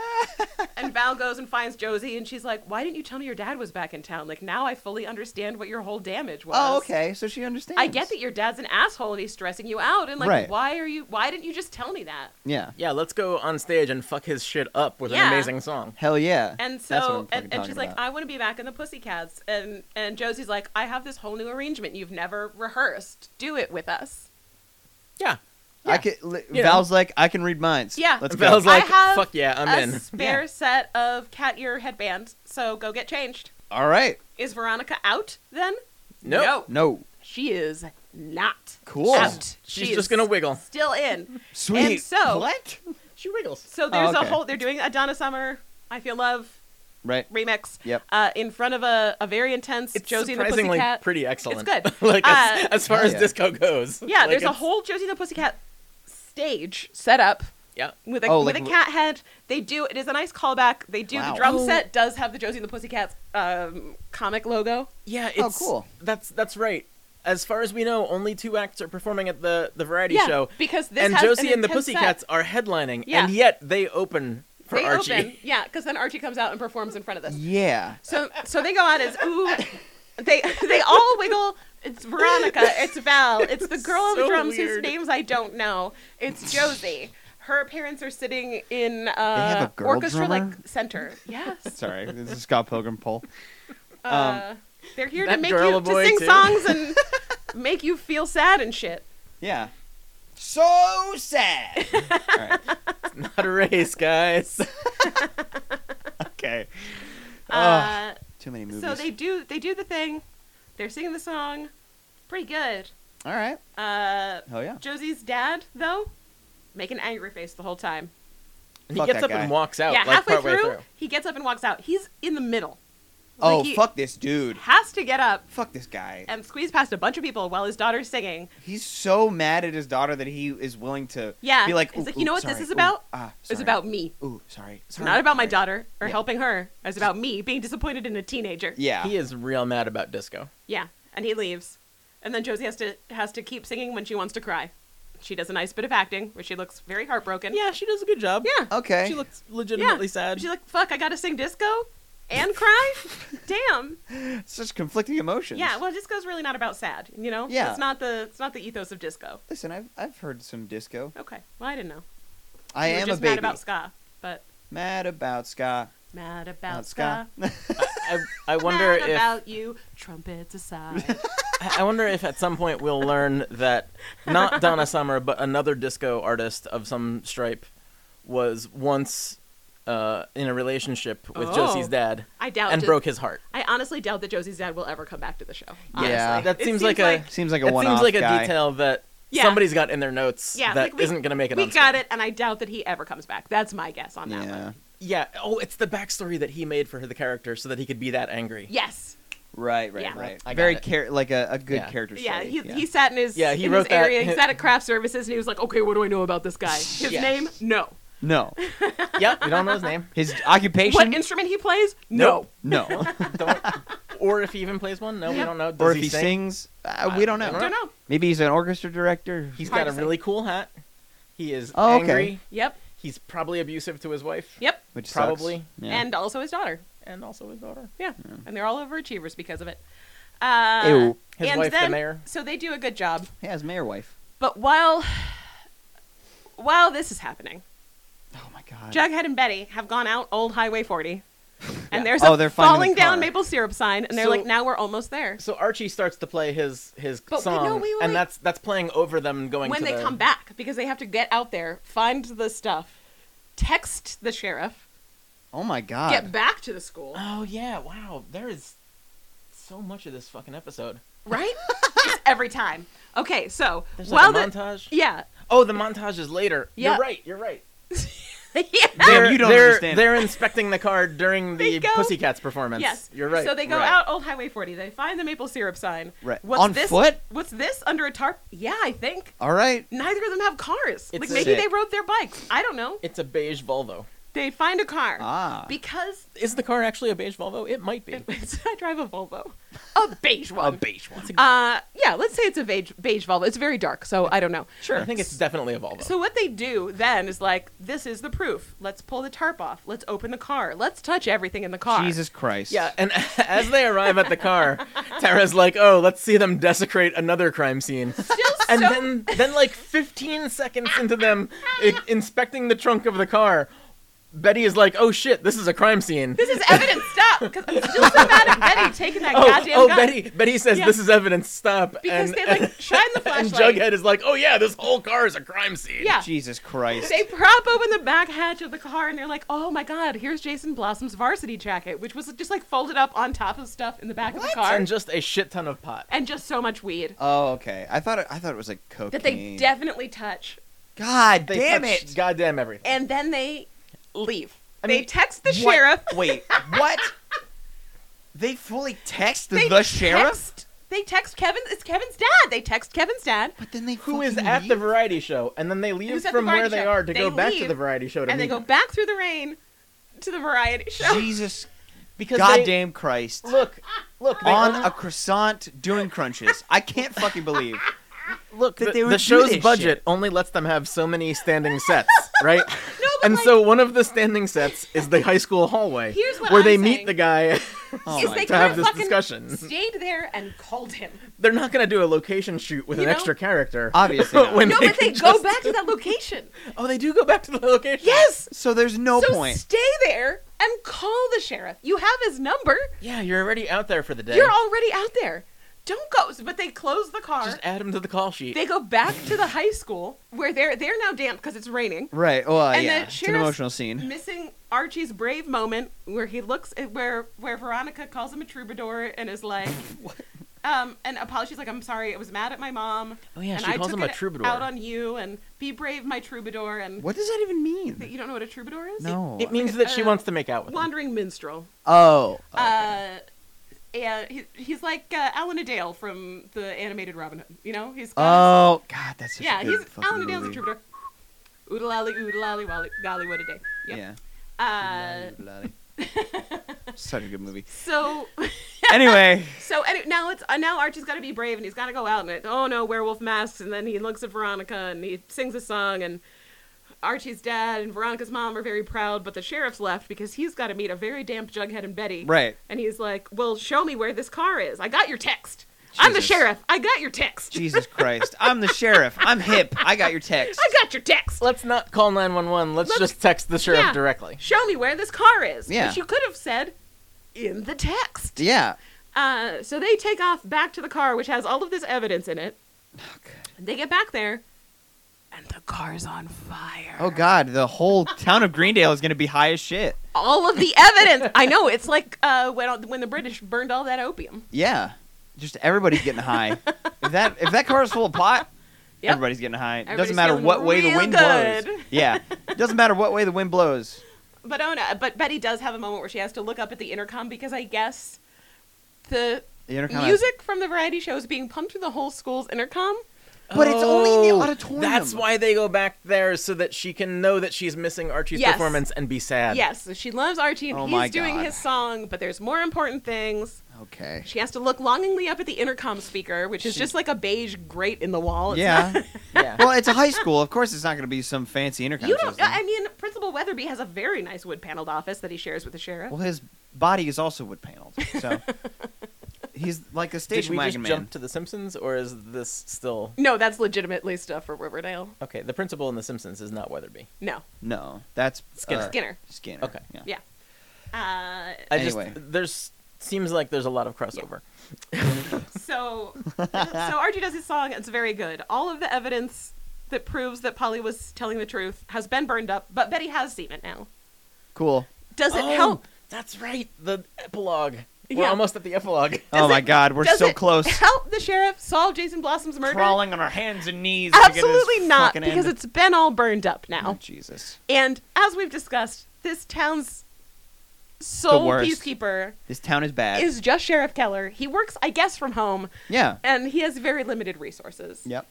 Speaker 2: And Val goes and finds Josie, and she's like, "Why didn't you tell me your dad was back in town? Like now I fully understand what your whole damage was."
Speaker 1: Oh, okay. So she understands.
Speaker 2: I get that your dad's an asshole and he's stressing you out, and like,
Speaker 1: Right.
Speaker 2: why are you? Why didn't you just tell me that?
Speaker 1: Yeah.
Speaker 3: Yeah, let's go on stage and fuck his shit up with
Speaker 2: Yeah.
Speaker 3: an amazing song.
Speaker 1: Hell yeah.
Speaker 2: And
Speaker 1: That's what I'm
Speaker 2: so,
Speaker 1: fucking
Speaker 2: and, and
Speaker 1: talking
Speaker 2: she's like,
Speaker 1: about.
Speaker 2: I want to be back in the Pussycats. And, and Josie's like, I have this whole new arrangement. You've never rehearsed. Do it with us.
Speaker 3: Yeah.
Speaker 1: I could. Li-
Speaker 3: You know.
Speaker 1: Val's like, I can read minds.
Speaker 2: Yeah.
Speaker 1: Let's
Speaker 3: Val's
Speaker 1: go.
Speaker 3: like,
Speaker 2: I have
Speaker 3: fuck yeah,
Speaker 2: a
Speaker 3: I'm in.
Speaker 2: spare set of cat ear headbands, so go get changed.
Speaker 1: All right.
Speaker 2: Is Veronica out then?
Speaker 3: Nope.
Speaker 2: No.
Speaker 1: No.
Speaker 2: She is not
Speaker 1: Cool.
Speaker 2: out.
Speaker 3: She's
Speaker 2: She
Speaker 3: just
Speaker 2: is
Speaker 3: gonna wiggle.
Speaker 2: Still in.
Speaker 1: Sweet.
Speaker 2: And so-
Speaker 1: what?
Speaker 3: She wiggles.
Speaker 2: So there's
Speaker 1: okay.
Speaker 2: a whole, they're doing a Donna Summer, I Feel Love
Speaker 1: Right.
Speaker 2: remix
Speaker 1: Yep.
Speaker 2: uh, in front of a, a very intense
Speaker 3: It's
Speaker 2: Josie and the
Speaker 3: surprisingly
Speaker 2: Pussycat.
Speaker 3: pretty excellent.
Speaker 2: It's good.
Speaker 3: like as,
Speaker 2: Uh,
Speaker 3: as far
Speaker 1: Hell
Speaker 3: as
Speaker 1: yeah.
Speaker 3: disco goes.
Speaker 2: Yeah,
Speaker 3: Like,
Speaker 2: there's a
Speaker 3: it's-
Speaker 2: whole Josie and the Pussycat stage set up
Speaker 3: Yeah.
Speaker 2: with a
Speaker 1: Oh,
Speaker 2: with
Speaker 1: like-
Speaker 2: a cat head. They do it is a nice callback. They do
Speaker 1: Wow.
Speaker 2: the drum
Speaker 3: Oh.
Speaker 2: set does have the Josie and the Pussycats um, comic logo.
Speaker 3: Yeah,
Speaker 1: Oh,
Speaker 3: it's
Speaker 1: cool.
Speaker 3: That's that's right. As far as we know, only two acts are performing at the the variety
Speaker 2: yeah,
Speaker 3: show,
Speaker 2: because this
Speaker 3: and
Speaker 2: has
Speaker 3: Josie
Speaker 2: an
Speaker 3: and the
Speaker 2: intense set.
Speaker 3: Pussycats are headlining,
Speaker 2: Yeah.
Speaker 3: and yet they open for
Speaker 2: they
Speaker 3: Archie.
Speaker 2: open, yeah, because then Archie comes out and performs in front of this.
Speaker 1: Yeah.
Speaker 2: So so they go on as ooh, they they all wiggle. It's Veronica. It's Val. It's the girl on the
Speaker 3: So
Speaker 2: drums whose
Speaker 3: weird.
Speaker 2: names I don't know. It's Josie. Her parents are sitting in
Speaker 1: have
Speaker 2: uh,
Speaker 1: a girl
Speaker 2: orchestra
Speaker 1: drummer?
Speaker 2: like center. Yes.
Speaker 1: Sorry. This is Scott Pilgrim poll. Um,
Speaker 2: Uh, they're here to
Speaker 3: that
Speaker 2: make
Speaker 3: girl
Speaker 2: you
Speaker 3: a
Speaker 2: to
Speaker 3: boy,
Speaker 2: sing
Speaker 3: too.
Speaker 2: songs and make you feel sad and shit.
Speaker 1: Yeah. So sad. All right.
Speaker 3: Not a race, guys.
Speaker 1: Okay. Ugh.
Speaker 2: Uh,
Speaker 1: Too many movies.
Speaker 2: so they do they do the thing. They're singing the song, pretty good.
Speaker 1: All right.
Speaker 2: Uh,
Speaker 1: Hell yeah.
Speaker 2: Josie's dad though, make an angry face the whole time.
Speaker 3: he
Speaker 1: Fuck
Speaker 3: gets
Speaker 1: that
Speaker 3: up
Speaker 1: guy.
Speaker 3: and walks out
Speaker 2: yeah,
Speaker 3: Oh, like
Speaker 2: halfway
Speaker 3: partway
Speaker 2: through, he gets up and walks out. He's in the middle.
Speaker 1: Oh,
Speaker 2: Like, he
Speaker 1: fuck this dude.
Speaker 2: Has to get up
Speaker 1: Fuck this guy.
Speaker 2: and squeeze past a bunch of people while his daughter's singing.
Speaker 1: He's so mad at his daughter that he is willing to
Speaker 2: Yeah,
Speaker 1: be like,
Speaker 2: he's
Speaker 1: "Ooh,
Speaker 2: like, you
Speaker 1: ooh,
Speaker 2: know what this
Speaker 1: sorry,
Speaker 2: is
Speaker 1: ooh,
Speaker 2: about?
Speaker 1: ah,
Speaker 2: It's
Speaker 1: sorry.
Speaker 2: about me.
Speaker 1: Ooh, sorry.
Speaker 2: It's not about my
Speaker 1: sorry."
Speaker 2: daughter or
Speaker 1: Yeah.
Speaker 2: helping her. It's about me being disappointed in a teenager.
Speaker 1: Yeah.
Speaker 3: He is real mad about disco.
Speaker 2: Yeah, and he leaves. And then Josie has to has to keep singing when she wants to cry. She does a nice bit of acting where she looks very heartbroken.
Speaker 3: Yeah, she does a good job.
Speaker 2: Yeah.
Speaker 1: okay.
Speaker 3: She looks legitimately
Speaker 2: Yeah.
Speaker 3: sad.
Speaker 2: She's like, "Fuck, I got to sing disco and cry." Damn.
Speaker 1: Such conflicting emotions.
Speaker 2: Yeah, well, disco's really not about sad, you know?
Speaker 1: Yeah.
Speaker 2: It's not the it's not the ethos of disco.
Speaker 1: Listen, I've I've heard some disco.
Speaker 2: Okay. Well, I didn't know.
Speaker 1: I
Speaker 2: You were
Speaker 1: am
Speaker 2: just
Speaker 1: a baby.
Speaker 2: mad about ska, but
Speaker 1: Mad about ska.
Speaker 2: mad about,
Speaker 1: About
Speaker 2: ska.
Speaker 1: ska.
Speaker 3: I, I wonder
Speaker 2: mad
Speaker 3: if
Speaker 2: about you, trumpets aside.
Speaker 3: I wonder if at some point we'll learn that not Donna Summer, but another disco artist of some stripe, was once uh, in a relationship with
Speaker 2: Oh.
Speaker 3: Josie's dad
Speaker 2: I doubt
Speaker 3: and
Speaker 2: it.
Speaker 3: broke his heart.
Speaker 2: I honestly doubt that Josie's dad will ever come back to the show. Honestly.
Speaker 1: Yeah.
Speaker 3: that
Speaker 2: It
Speaker 3: seems like a-
Speaker 1: Seems like a
Speaker 3: It
Speaker 1: one
Speaker 3: seems
Speaker 1: off
Speaker 3: like a
Speaker 1: guy.
Speaker 3: detail that
Speaker 2: Yeah.
Speaker 3: somebody's got in their notes
Speaker 2: Yeah,
Speaker 3: that
Speaker 2: like we-
Speaker 3: not going to make it.
Speaker 2: we
Speaker 3: on
Speaker 2: got
Speaker 3: screen.
Speaker 2: it, and I doubt that he ever comes back. That's my guess on that
Speaker 1: Yeah.
Speaker 2: one.
Speaker 3: Yeah. Oh, it's the backstory that he made for the character so that he could be that angry.
Speaker 2: Yes.
Speaker 1: Right, right,
Speaker 2: Yeah.
Speaker 1: right.
Speaker 3: I got
Speaker 1: Very
Speaker 3: it.
Speaker 1: char- like a, a good
Speaker 3: Yeah.
Speaker 1: character
Speaker 2: Yeah
Speaker 1: study.
Speaker 2: he, he sat in his
Speaker 3: Yeah, he
Speaker 2: in
Speaker 3: wrote
Speaker 2: his
Speaker 3: that-
Speaker 2: area. He sat at craft services, and he was like, "Okay, what do I know about this guy? His
Speaker 3: Yeah.
Speaker 2: name? No.
Speaker 1: No.
Speaker 3: yep. We don't know his name.
Speaker 1: His occupation?
Speaker 2: What instrument he plays? No.
Speaker 3: Nope.
Speaker 1: no.
Speaker 3: Don't, or if he even plays one. No, we
Speaker 2: Yeah.
Speaker 3: don't know. Does
Speaker 1: or if
Speaker 3: he,
Speaker 1: he,
Speaker 3: sing?
Speaker 1: sings? Uh, we don't know.
Speaker 2: Don't know.
Speaker 1: Maybe he's an orchestra director.
Speaker 3: He's
Speaker 2: Hard
Speaker 3: got a
Speaker 2: to say.
Speaker 3: really cool hat. He is
Speaker 1: Oh, okay.
Speaker 3: angry.
Speaker 2: Yep.
Speaker 3: He's probably abusive to his wife.
Speaker 2: Yep.
Speaker 1: which sucks.
Speaker 3: probably.
Speaker 1: Yeah.
Speaker 2: And also his daughter.
Speaker 3: And also his daughter.
Speaker 2: Yeah. And they're all overachievers because of it. Uh,
Speaker 1: Ew.
Speaker 3: His
Speaker 2: and
Speaker 3: wife, the
Speaker 2: then,
Speaker 3: mayor.
Speaker 2: So they do a good job.
Speaker 1: he has mayor wife.
Speaker 2: But while while this is happening,
Speaker 1: Oh my god.
Speaker 2: Jughead and Betty have gone out old Highway 40, and there's
Speaker 1: Oh,
Speaker 2: a
Speaker 1: they're finding the
Speaker 2: falling down
Speaker 1: car.
Speaker 2: maple syrup sign, and they're
Speaker 3: So-
Speaker 2: like, "Now we're almost there."
Speaker 3: So Archie starts to play his his
Speaker 2: But wait,
Speaker 3: song,
Speaker 2: no, wait, wait, wait.
Speaker 3: and that's that's playing over them going
Speaker 2: When
Speaker 3: to
Speaker 2: they
Speaker 3: the-
Speaker 2: come back, because they have to get out there, find the stuff, text the sheriff,
Speaker 1: oh my god.
Speaker 2: get back to the school,
Speaker 3: Oh yeah! Wow, there is so much of this fucking episode.
Speaker 2: right? Just every time. Okay, so
Speaker 3: There's
Speaker 2: while
Speaker 3: like a
Speaker 2: the
Speaker 3: montage.
Speaker 2: yeah,
Speaker 3: Oh, the montage is later.
Speaker 2: Yeah.
Speaker 3: You're right. You're right.
Speaker 2: yeah.
Speaker 1: Damn,
Speaker 3: they're,
Speaker 1: you don't
Speaker 3: they're,
Speaker 1: understand.
Speaker 3: They're inspecting the car during
Speaker 2: They
Speaker 3: the
Speaker 2: go-
Speaker 3: Pussycats performance.
Speaker 2: Yes,
Speaker 3: you're right.
Speaker 2: So they go
Speaker 3: right.
Speaker 2: out Old Highway 40. They find the maple syrup sign.
Speaker 1: Right.
Speaker 2: What's
Speaker 1: On
Speaker 2: this?
Speaker 1: foot?
Speaker 2: What's this under a tarp? Yeah, I think
Speaker 1: All right.
Speaker 2: neither of them have cars. like
Speaker 3: a-
Speaker 2: maybe they
Speaker 1: Sick.
Speaker 2: rode their bikes. I don't know.
Speaker 3: It's a beige Volvo.
Speaker 2: They find a car
Speaker 1: Ah.
Speaker 2: because
Speaker 3: Is the car actually a beige Volvo? It might be.
Speaker 2: I drive a Volvo. a beige one.
Speaker 1: beige one.
Speaker 2: Uh, yeah, let's say it's a beige, beige vulva. It's very dark, so I don't know.
Speaker 3: Sure. I think it's definitely a vulva.
Speaker 2: So what they do then is like, this is the proof. Let's pull the tarp off. Let's open the car. Let's touch everything in the car.
Speaker 1: Jesus Christ.
Speaker 3: yeah, and as they arrive at the car, Tara's like, "Oh, let's see them desecrate another crime scene."
Speaker 2: Still
Speaker 3: And
Speaker 2: so
Speaker 3: then, then like 15 seconds into them i- inspecting the trunk of the car, Betty is like, "Oh shit, this is a crime scene."
Speaker 2: This is evidence. Stop, because I'm still so mad at Betty taking that
Speaker 3: Oh,
Speaker 2: goddamn
Speaker 3: oh
Speaker 2: gun.
Speaker 3: Betty, Betty says
Speaker 2: Yeah.
Speaker 3: this is evidence. Stop.
Speaker 2: Because
Speaker 3: and,
Speaker 2: they like shine the
Speaker 3: and
Speaker 2: flashlight.
Speaker 3: Jughead is like, "Oh yeah, this whole car is a crime scene."
Speaker 2: Yeah.
Speaker 1: Jesus Christ.
Speaker 2: They prop open the back hatch of the car and they're like, "Oh my God, here's Jason Blossom's varsity jacket, which was just like folded up on top of stuff in the back of the car,
Speaker 3: And
Speaker 2: and,
Speaker 3: just a shit ton of pot.
Speaker 2: just so much weed
Speaker 1: Oh, okay. I thought it, I thought it was like cocaine.
Speaker 2: that they definitely touch,
Speaker 1: God
Speaker 3: They
Speaker 1: damn
Speaker 3: touched
Speaker 1: it.
Speaker 3: Goddamn everything.
Speaker 2: and then they leave.
Speaker 3: I
Speaker 2: they
Speaker 3: mean,
Speaker 2: text the
Speaker 1: What?
Speaker 2: sheriff.
Speaker 1: Wait, what? They fully text
Speaker 2: They
Speaker 1: the sheriff,
Speaker 2: text- they text Kevin. It's Kevin's dad. They text Kevin's dad,
Speaker 1: but then they
Speaker 3: Who is
Speaker 1: fucking
Speaker 3: at the
Speaker 1: leave?
Speaker 3: variety show, and then they leave
Speaker 2: Who's at the
Speaker 3: from where
Speaker 2: variety
Speaker 3: they
Speaker 2: show?
Speaker 3: are to
Speaker 2: They
Speaker 3: go back to
Speaker 2: leave,
Speaker 3: the variety show to
Speaker 2: and they
Speaker 3: meet
Speaker 2: go
Speaker 3: him.
Speaker 2: back through the rain to the variety
Speaker 1: Oh.
Speaker 2: show.
Speaker 1: Jesus
Speaker 3: because they-
Speaker 1: goddamn Christ
Speaker 3: Look, look, they
Speaker 1: on
Speaker 3: only-
Speaker 1: a croissant doing crunches. I can't fucking believe.
Speaker 3: look,
Speaker 1: that
Speaker 3: the,
Speaker 1: they would
Speaker 3: the
Speaker 1: do
Speaker 3: show's
Speaker 1: this
Speaker 3: budget
Speaker 1: shit.
Speaker 3: only lets them have so many standing sets, right?
Speaker 2: No, but
Speaker 3: and
Speaker 2: like,
Speaker 3: so one of the standing sets is the high school hallway
Speaker 2: Here's what
Speaker 3: where
Speaker 2: I'm
Speaker 3: they
Speaker 2: saying.
Speaker 3: meet the guy
Speaker 1: Oh
Speaker 2: Is
Speaker 1: my
Speaker 2: they
Speaker 3: to have
Speaker 2: could've
Speaker 3: this
Speaker 2: fucking
Speaker 3: discussion.
Speaker 2: stayed there and called him.
Speaker 3: They're not going to do a location shoot with
Speaker 2: You
Speaker 3: an
Speaker 2: know-
Speaker 3: extra character.
Speaker 1: Obviously not.
Speaker 3: when
Speaker 2: No,
Speaker 3: they
Speaker 2: but they
Speaker 3: can
Speaker 2: go
Speaker 3: just-
Speaker 2: back to that location.
Speaker 3: Oh, they do go back to the location.
Speaker 2: Yes.
Speaker 1: So there's no
Speaker 2: so
Speaker 1: point.
Speaker 2: stay there and call the sheriff. You have his number.
Speaker 3: Yeah, you're already out there for the day.
Speaker 2: You're already out there. Don't go. But they close the car.
Speaker 3: Just add him to the call sheet.
Speaker 2: they go back to the high school where they're they're now damp because it's raining.
Speaker 1: right. Well, Uh,
Speaker 2: And
Speaker 1: yeah.
Speaker 2: the
Speaker 1: It's an
Speaker 2: sheriff's-
Speaker 1: emotional scene.
Speaker 2: Missing Archie's brave moment where he looks at where where Veronica calls him a troubadour and is like, um, and apologizes like I'm sorry, I was mad at my mom.
Speaker 3: Oh, yeah,
Speaker 2: and
Speaker 3: she
Speaker 2: I
Speaker 3: calls
Speaker 2: took
Speaker 3: him a
Speaker 2: it
Speaker 3: troubadour.
Speaker 2: Out on you and be brave, my troubadour. And
Speaker 1: What does that even
Speaker 2: that
Speaker 1: mean?
Speaker 2: you don't know what a troubadour is?
Speaker 1: No.
Speaker 3: It means that she
Speaker 2: Uh,
Speaker 3: wants to make out with him.
Speaker 2: Wandering minstrel.
Speaker 1: oh.
Speaker 2: Uh, and he, he's like uh, Alan Dale from the animated Robin Hood. You know, he's got
Speaker 1: oh God, that's such
Speaker 2: his- Uh, yeah,
Speaker 1: a good
Speaker 2: he's
Speaker 1: fucking
Speaker 2: Alan Dale's a
Speaker 1: movie.
Speaker 2: troubadour. Oodle alley, oodle alley, wally, golly, what a day. Yep.
Speaker 1: Yeah.
Speaker 2: Uh,
Speaker 1: Bloody, bloody. such a good movie.
Speaker 2: so,
Speaker 1: Anyway.
Speaker 2: so any, now it's uh, now Archie's got to be brave and he's got to go out and it, oh no, werewolf masks. And then he looks at Veronica and he sings a song and Archie's dad and Veronica's mom are very proud, but the sheriff's left because he's got to meet a very damp Jughead and Betty.
Speaker 1: Right.
Speaker 2: And he's like, Well, show me where this car is. I got your text. I'm the
Speaker 1: Jesus.
Speaker 2: sheriff. I got your text.
Speaker 1: Jesus Christ. I'm the sheriff. I'm hip. I got your text.
Speaker 2: I got your text.
Speaker 3: Let's not call 911. Let's,
Speaker 2: Let's-
Speaker 3: just text the sheriff
Speaker 2: yeah.
Speaker 3: directly.
Speaker 2: Show me where this car is.
Speaker 1: Yeah.
Speaker 2: Which you could have said in the text.
Speaker 1: Yeah.
Speaker 2: Uh, so they take off back to the car, which has all of this evidence in it.
Speaker 1: Oh,
Speaker 2: They get back there, and the car's on fire.
Speaker 1: Oh God, the whole town of Greendale is gonna be high as shit.
Speaker 2: All of the evidence. I know. It's like uh, when, when the British burned all that opium.
Speaker 1: Yeah, just everybody's getting high. if that if that car is full of pot,
Speaker 2: Yep.
Speaker 1: everybody's getting high. It
Speaker 2: Everybody's
Speaker 1: doesn't matter
Speaker 2: feeling
Speaker 1: what way the
Speaker 2: real
Speaker 1: wind
Speaker 2: good.
Speaker 1: blows. Yeah, it doesn't matter what way the wind blows.
Speaker 2: But oh no, but Betty does have a moment where she has to look up at the intercom because I guess the
Speaker 1: The intercom has-
Speaker 2: music from the variety show is being pumped through the whole school's intercom.
Speaker 1: but it's only in
Speaker 3: Oh,
Speaker 1: the auditorium.
Speaker 3: That's why they go back there so that she can know that she's missing Archie's
Speaker 2: Yes.
Speaker 3: performance and be sad.
Speaker 2: Yes, so she loves Archie and
Speaker 1: Oh my
Speaker 2: he's doing
Speaker 1: God.
Speaker 2: his song, but there's more important things.
Speaker 1: Okay.
Speaker 2: She has to look longingly up at the intercom speaker, which is just like a beige grate in the wall. It's not-
Speaker 1: Yeah.
Speaker 3: Yeah.
Speaker 1: well, it's a high school. Of course, it's not gonna be some fancy intercom
Speaker 2: you don't.
Speaker 1: system.
Speaker 2: I mean, Principal Weatherby has a very nice wood paneled office that he shares with the sheriff.
Speaker 1: Well, his body is also wood paneled, so he's like a
Speaker 3: Did
Speaker 1: station
Speaker 3: we just
Speaker 1: wagon man.
Speaker 3: jump to The Simpsons, or is this still
Speaker 2: No, that's legitimately stuff for Riverdale.
Speaker 3: okay? The principal in The Simpsons is not Weatherby.
Speaker 2: No,
Speaker 1: No, that's
Speaker 3: Skinner.
Speaker 1: uh,
Speaker 2: Skinner.
Speaker 1: Skinner.
Speaker 3: Okay.
Speaker 1: Yeah.
Speaker 2: Yeah. Uh,
Speaker 3: I
Speaker 1: Anyway.
Speaker 3: just there's seems like there's a lot of crossover.
Speaker 2: So, so Archie does his song. It's very good. All of the evidence that proves that Polly was telling the truth has been burned up, but Betty has seen it now.
Speaker 1: Cool.
Speaker 2: Does it
Speaker 3: Oh,
Speaker 2: help?
Speaker 3: That's right. The epilogue. We're
Speaker 2: Yeah.
Speaker 3: almost at the epilogue.
Speaker 1: oh my
Speaker 2: it-
Speaker 1: God, we're
Speaker 2: Does
Speaker 1: so
Speaker 2: it
Speaker 1: close.
Speaker 2: Help the sheriff solve Jason Blossom's murder?
Speaker 1: Crawling on our hands and knees. to get to this
Speaker 2: Absolutely not,
Speaker 1: fucking
Speaker 2: because
Speaker 1: end.
Speaker 2: it's been all burned up
Speaker 1: Oh,
Speaker 2: now.
Speaker 1: Jesus.
Speaker 2: And as we've discussed, this town's sole
Speaker 1: worst.
Speaker 2: peacekeeper
Speaker 1: This town is bad.
Speaker 2: is just Sheriff Keller. He works, I guess, from home,
Speaker 1: yeah.
Speaker 2: and he has very limited resources.
Speaker 1: Yep.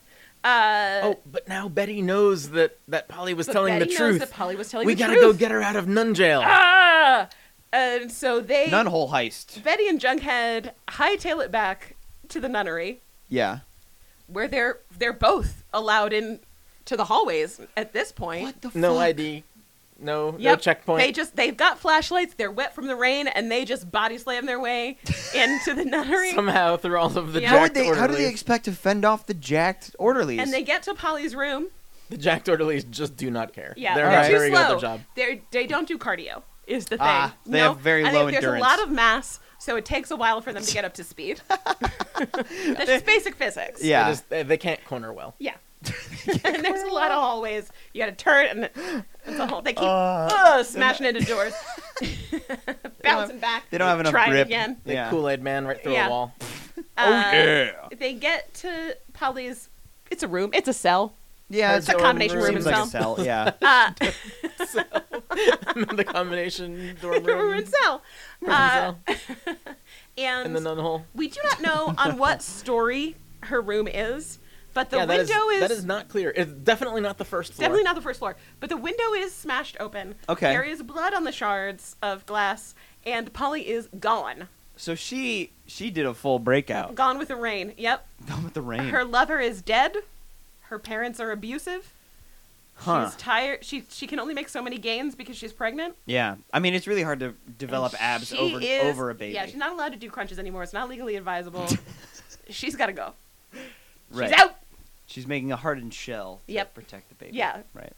Speaker 2: Uh,
Speaker 3: Oh, but now Betty knows that that Polly was
Speaker 2: but
Speaker 3: telling
Speaker 2: Betty
Speaker 3: the
Speaker 2: knows
Speaker 3: truth.
Speaker 2: that Polly was telling
Speaker 3: we
Speaker 2: the
Speaker 3: gotta
Speaker 2: truth.
Speaker 3: go get her out of nun jail.
Speaker 2: Ah! And so they
Speaker 1: Nun hole heist.
Speaker 2: Betty and Junkhead hightail it back to the nunnery
Speaker 1: Yeah.
Speaker 2: where they're they're both allowed in to the hallways at this point.
Speaker 1: the
Speaker 3: No ID. No, no
Speaker 2: Yep.
Speaker 3: checkpoint.
Speaker 2: They just they've got flashlights, they're wet from the rain, and they just body slam their way into the nunnery.
Speaker 3: Somehow through all of the
Speaker 2: Yeah.
Speaker 1: How would
Speaker 3: jacked
Speaker 1: they?
Speaker 3: orderlies,
Speaker 1: How do they expect to fend off the jacked orderlies?
Speaker 2: and they get to Polly's room.
Speaker 3: the jacked orderlies just do not care.
Speaker 2: Yeah,
Speaker 3: they're
Speaker 2: they're,
Speaker 3: not
Speaker 2: too
Speaker 3: very good
Speaker 2: slow.
Speaker 3: at their job.
Speaker 2: They're, they don't do cardio. Is the thing.
Speaker 1: Ah, they
Speaker 2: no,
Speaker 1: have very
Speaker 2: I
Speaker 1: low
Speaker 2: think There's a
Speaker 1: endurance.
Speaker 2: lot of mass, so it takes a while for them to get up to speed. That's just basic physics.
Speaker 3: They
Speaker 1: yeah.
Speaker 3: just- they, they can't corner well.
Speaker 2: Yeah. and there's a lot of hallways. You got to turn, and it's a whole. They keep
Speaker 1: Uh,
Speaker 2: uh, smashing into doors, bouncing back.
Speaker 1: They don't have enough
Speaker 2: trying
Speaker 1: grip.
Speaker 2: again.
Speaker 3: Like
Speaker 1: Yeah.
Speaker 3: Kool Aid Man right through
Speaker 2: Yeah.
Speaker 3: a wall.
Speaker 2: Oh yeah. They get to Polly's. It's a room. It's a cell.
Speaker 1: yeah. It's
Speaker 2: a combination room
Speaker 1: seems
Speaker 2: and
Speaker 1: like a cell. Yeah.
Speaker 2: Uh,
Speaker 3: the combination dorm
Speaker 2: room
Speaker 3: room
Speaker 2: and cell. Uh,
Speaker 3: cell.
Speaker 2: and
Speaker 3: in the nun hole.
Speaker 2: we do not know on what story her room is, but the
Speaker 3: yeah, that is,
Speaker 2: window
Speaker 3: that is not clear. It's definitely not the first floor.
Speaker 2: Definitely not the first floor, but the window is smashed open.
Speaker 1: Okay.
Speaker 2: There is blood on the shards of glass, and Polly is gone.
Speaker 1: So she she did a full breakout.
Speaker 2: Gone with the rain. Yep.
Speaker 1: Gone with the rain.
Speaker 2: Oh, Her lover is dead. Her parents are abusive.
Speaker 1: Huh.
Speaker 2: She's tired. She she can only make so many gains because she's pregnant.
Speaker 1: Yeah. I mean, it's really hard to develop abs
Speaker 2: She
Speaker 1: over
Speaker 2: is-
Speaker 1: over a baby.
Speaker 2: Yeah, she's not allowed to do crunches anymore. It's not legally advisable. she's got to go.
Speaker 1: right.
Speaker 2: She's out.
Speaker 1: She's making a hardened shell to
Speaker 2: Yep.
Speaker 1: protect the baby.
Speaker 2: Yeah.
Speaker 1: Right.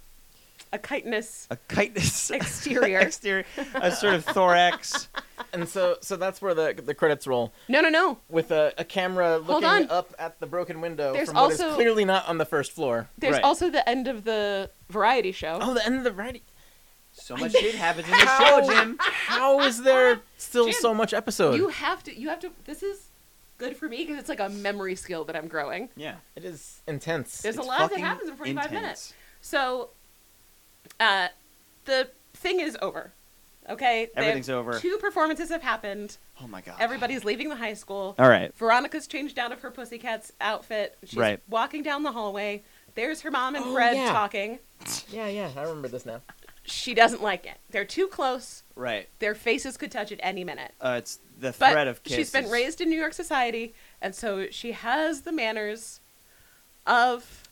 Speaker 2: A chitinous
Speaker 1: A chitinous
Speaker 2: exterior.
Speaker 1: exterior, a sort of thorax.
Speaker 3: And so, so that's where the the credits roll
Speaker 2: no, no, no.
Speaker 3: with a, a camera looking
Speaker 2: on.
Speaker 3: up at the broken window
Speaker 2: There's
Speaker 3: from what is
Speaker 2: also-
Speaker 3: clearly not on the first floor.
Speaker 2: There's
Speaker 1: Right.
Speaker 2: also the end of the variety show.
Speaker 3: Oh, the end of the writing.
Speaker 1: So much shit happens in the show, Jim.
Speaker 3: How is there still
Speaker 2: Jim,
Speaker 3: so much
Speaker 1: Oh.
Speaker 3: episode?
Speaker 2: You have to. You have to. This is good for me because it's like a memory skill that I'm growing.
Speaker 1: Yeah.
Speaker 3: It is intense.
Speaker 2: There's a
Speaker 1: It's
Speaker 2: lot that
Speaker 1: fucking
Speaker 2: happens in 45
Speaker 1: intense.
Speaker 2: minutes. So, uh, the thing is over. Okay. They-
Speaker 1: Everything's over.
Speaker 2: Two performances have happened.
Speaker 1: Oh my god.
Speaker 2: Everybody's leaving the high school.
Speaker 1: All right.
Speaker 2: Veronica's changed out of her pussycat's outfit. She's
Speaker 1: Right.
Speaker 2: walking down the hallway. There's her mom and
Speaker 3: Oh,
Speaker 2: Fred
Speaker 3: yeah.
Speaker 2: talking.
Speaker 3: yeah, yeah, I remember this now.
Speaker 2: She doesn't like it. They're too close.
Speaker 1: Right.
Speaker 2: Their faces could touch at any minute.
Speaker 1: Uh, it's the
Speaker 2: But
Speaker 1: threat of kisses.
Speaker 2: she's been raised in New York society, and so she has the manners of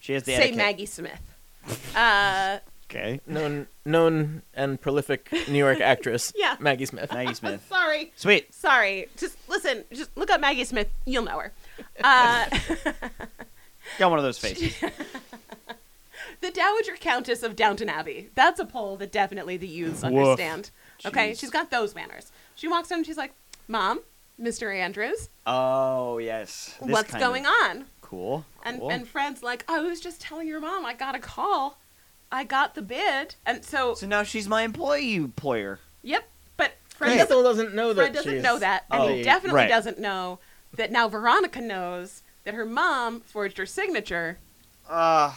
Speaker 1: She has the
Speaker 2: say
Speaker 1: etiquette.
Speaker 2: Maggie Smith. Uh,
Speaker 1: Okay.
Speaker 3: Known, known and prolific New York actress,
Speaker 2: Yeah.
Speaker 3: Maggie Smith.
Speaker 1: Maggie Smith.
Speaker 2: sorry,
Speaker 1: Sweet.
Speaker 2: sorry. Just listen. Just look up Maggie Smith. You'll know her. Uh,
Speaker 1: Got one of those faces.
Speaker 2: the Dowager Countess of Downton Abbey. That's a poll that definitely the youths understand. Okay,
Speaker 1: Jeez.
Speaker 2: she's got those manners. She walks in. and She's like, "Mom, Mr. Andrews,
Speaker 1: Oh yes. This
Speaker 2: what's
Speaker 1: kind of-
Speaker 2: going on?"
Speaker 1: Cool.
Speaker 2: And
Speaker 1: cool.
Speaker 2: and Fred's like, I was just telling your mom I got a call. I got the bid. And so,
Speaker 1: so now she's my employee employer.
Speaker 2: yep, but Fred
Speaker 3: Fred
Speaker 2: doesn't,
Speaker 3: still doesn't know that
Speaker 2: Fred doesn't
Speaker 3: she's-
Speaker 2: know that. And
Speaker 1: Oh,
Speaker 2: he definitely
Speaker 1: right.
Speaker 2: doesn't know that now Veronica knows that her mom forged her signature
Speaker 1: Uh,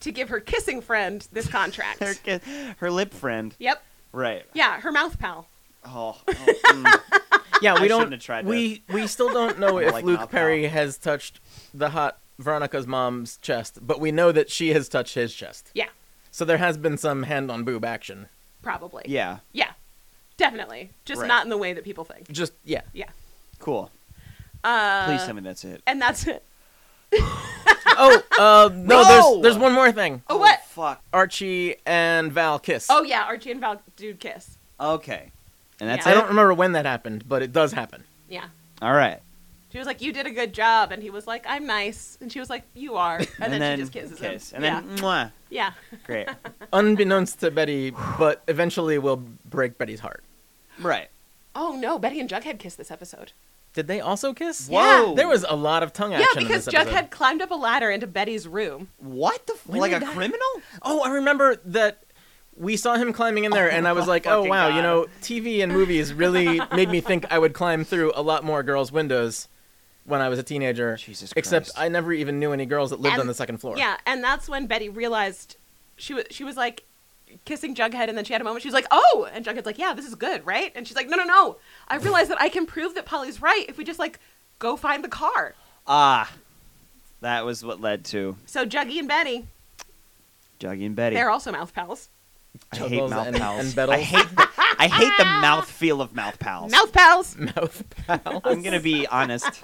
Speaker 2: to give her kissing friend this contract.
Speaker 1: her, ki- her lip friend.
Speaker 2: yep.
Speaker 1: Right.
Speaker 2: Yeah, her mouth pal.
Speaker 1: Oh. oh, mm.
Speaker 3: Yeah,
Speaker 1: I
Speaker 3: we don't.
Speaker 1: shouldn't have tried that.
Speaker 3: we we still don't know
Speaker 1: I'm
Speaker 3: if
Speaker 1: like,
Speaker 3: Luke
Speaker 1: not
Speaker 3: Perry
Speaker 1: now.
Speaker 3: has touched the hot Veronica's mom's chest, but we know that she has touched his chest.
Speaker 2: Yeah,
Speaker 3: So there has been some hand on boob action.
Speaker 2: probably.
Speaker 1: yeah.
Speaker 2: Yeah, definitely. Just
Speaker 1: Right.
Speaker 2: not in the way that people think.
Speaker 3: Just yeah.
Speaker 2: Yeah.
Speaker 1: Cool.
Speaker 2: Uh,
Speaker 1: Please tell me that's it.
Speaker 2: And that's it.
Speaker 3: Oh, uh, no,
Speaker 1: No!
Speaker 3: there's there's one more thing.
Speaker 2: Oh, what?
Speaker 1: Fuck.
Speaker 3: Archie and Val kiss.
Speaker 2: Oh, yeah, Archie and Val dude kiss.
Speaker 1: Okay. And that's
Speaker 2: Yeah.
Speaker 3: I
Speaker 1: it.
Speaker 3: don't remember when that happened, but it does happen.
Speaker 2: Yeah.
Speaker 1: All right.
Speaker 2: She was like, "You did a good job," and he was like, "I'm nice," and she was like, "You are," and, then, she just kisses
Speaker 1: kiss. And
Speaker 2: him.
Speaker 1: then mwah.
Speaker 2: yeah,
Speaker 1: Great.
Speaker 3: Unbeknownst to Betty, but eventually will break Betty's heart.
Speaker 1: right.
Speaker 2: yeah. Oh no, Betty and Jughead kissed this episode.
Speaker 3: Did they also kiss?
Speaker 1: Whoa.
Speaker 3: There was a lot of tongue
Speaker 2: Yeah,
Speaker 3: action in
Speaker 2: because
Speaker 3: this episode.
Speaker 2: Jughead climbed up a ladder into Betty's room.
Speaker 1: What the f-
Speaker 3: When
Speaker 1: like a
Speaker 3: did that-
Speaker 1: criminal?
Speaker 3: Oh, I remember that we saw him climbing in there, and I was like, oh,
Speaker 1: fucking
Speaker 3: wow, you
Speaker 1: God.
Speaker 3: know, TV and movies really made me think I would climb through a lot more girls' windows when I was a teenager.
Speaker 1: Jesus
Speaker 3: Except
Speaker 1: Christ.
Speaker 3: I never even knew any girls that lived
Speaker 2: And-
Speaker 3: on the second floor.
Speaker 2: Yeah, and that's when Betty realized she was she was like kissing Jughead, and then she had a moment. She was like, "Oh," and Jughead's like, "Yeah, this is good, right?" And she's like, "No, no, no! I realize that I can prove that Polly's right if we just like go find the car."
Speaker 1: Ah. That was what led to
Speaker 2: So Juggy and Betty,
Speaker 1: Juggy and Betty.
Speaker 2: they're also mouth pals.
Speaker 1: I hate
Speaker 3: Chuckles
Speaker 1: mouth
Speaker 3: and-
Speaker 1: pals.
Speaker 3: and Bettles.
Speaker 1: I hate. The, I hate the mouth feel of mouth pals.
Speaker 2: Mouth pals.
Speaker 3: Mouth pal.
Speaker 1: I'm gonna be honest.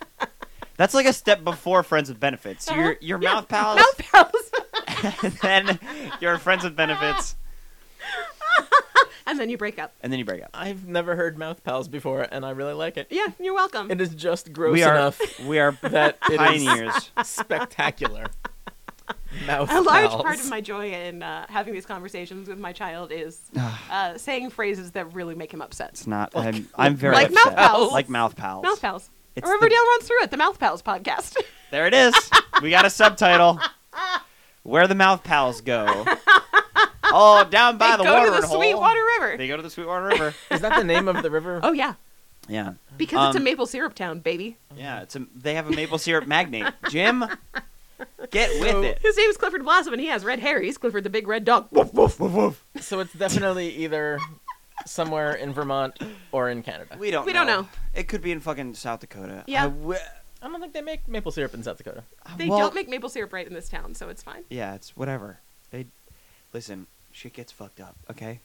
Speaker 1: That's like a step before friends with benefits. Your your
Speaker 2: Yeah,
Speaker 1: mouth pals,
Speaker 2: Mouth pals.
Speaker 1: and then your friends with benefits,
Speaker 2: and then you break up.
Speaker 1: and then you break up.
Speaker 3: I've never heard mouth pals before, and I really like it.
Speaker 2: Yeah, you're welcome.
Speaker 3: It is just gross
Speaker 1: we are
Speaker 3: enough
Speaker 1: we are
Speaker 3: that it is
Speaker 1: pioneers.
Speaker 3: spectacular. Mouth
Speaker 2: a large
Speaker 3: pals.
Speaker 2: part of my joy in uh, having these conversations with my child is
Speaker 3: Ah.
Speaker 2: uh, saying phrases that really make him upset.
Speaker 1: It's not.
Speaker 3: Like-
Speaker 1: I'm, I'm very
Speaker 2: like
Speaker 1: upset.
Speaker 2: mouth pals.
Speaker 1: Like mouth pals.
Speaker 2: Mouth pals.
Speaker 1: It's
Speaker 2: Riverdale
Speaker 1: the-
Speaker 2: runs through it. The Mouth Pals podcast.
Speaker 1: There it is. We got a subtitle. Where the mouth pals go? Oh, down by
Speaker 2: they
Speaker 1: the
Speaker 2: go
Speaker 1: water
Speaker 2: to the
Speaker 1: hole.
Speaker 2: Sweetwater River.
Speaker 1: They go to the Sweetwater River.
Speaker 3: Is that the name of the river?
Speaker 2: Oh yeah,
Speaker 1: Yeah,
Speaker 2: because it's a
Speaker 1: Um,
Speaker 2: maple syrup town, baby.
Speaker 1: yeah. It's a, they have a maple syrup magnate. Jim, get with
Speaker 3: So-
Speaker 1: it.
Speaker 2: His name is Clifford Blossom, and he has red hair. He's Clifford the Big Red Dog.
Speaker 3: So it's definitely either somewhere in Vermont or in Canada.
Speaker 1: We don't.
Speaker 2: We don't know.
Speaker 1: It could be in fucking South Dakota.
Speaker 2: Yeah.
Speaker 1: I wi-
Speaker 3: I don't think they make maple syrup in South Dakota.
Speaker 2: They
Speaker 1: well,
Speaker 2: don't make maple syrup right in this town, so it's fine.
Speaker 1: Yeah, it's whatever. They listen. Shit gets fucked up. Okay.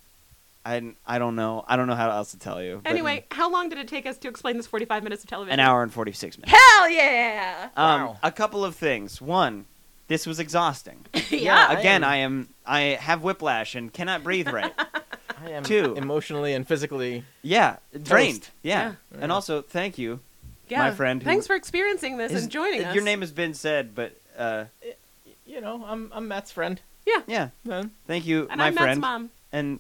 Speaker 1: I I don't know. I don't know how else to tell you. but-
Speaker 2: Anyway, how long did it take us to explain this 45 minutes of television?
Speaker 1: an hour and forty six minutes.
Speaker 2: Hell yeah!
Speaker 1: Um,
Speaker 3: Wow.
Speaker 1: a couple of things. One, this was exhausting.
Speaker 2: yeah.
Speaker 3: I
Speaker 1: Again,
Speaker 3: am-
Speaker 1: I am I have whiplash and cannot breathe right.
Speaker 3: I am
Speaker 1: Two.
Speaker 3: emotionally and physically.
Speaker 1: yeah, drained. Yeah.
Speaker 2: Yeah.
Speaker 1: and also thank you.
Speaker 2: yeah.
Speaker 1: my friend who-
Speaker 2: Thanks for experiencing this
Speaker 1: Is-
Speaker 2: and joining us.
Speaker 1: Your name has been said, but uh,
Speaker 3: You know, I'm I'm Matt's friend.
Speaker 2: Yeah.
Speaker 1: yeah,
Speaker 3: Then
Speaker 1: thank you,
Speaker 2: And
Speaker 1: my
Speaker 2: I'm
Speaker 1: friend,
Speaker 2: Matt's mom.
Speaker 1: and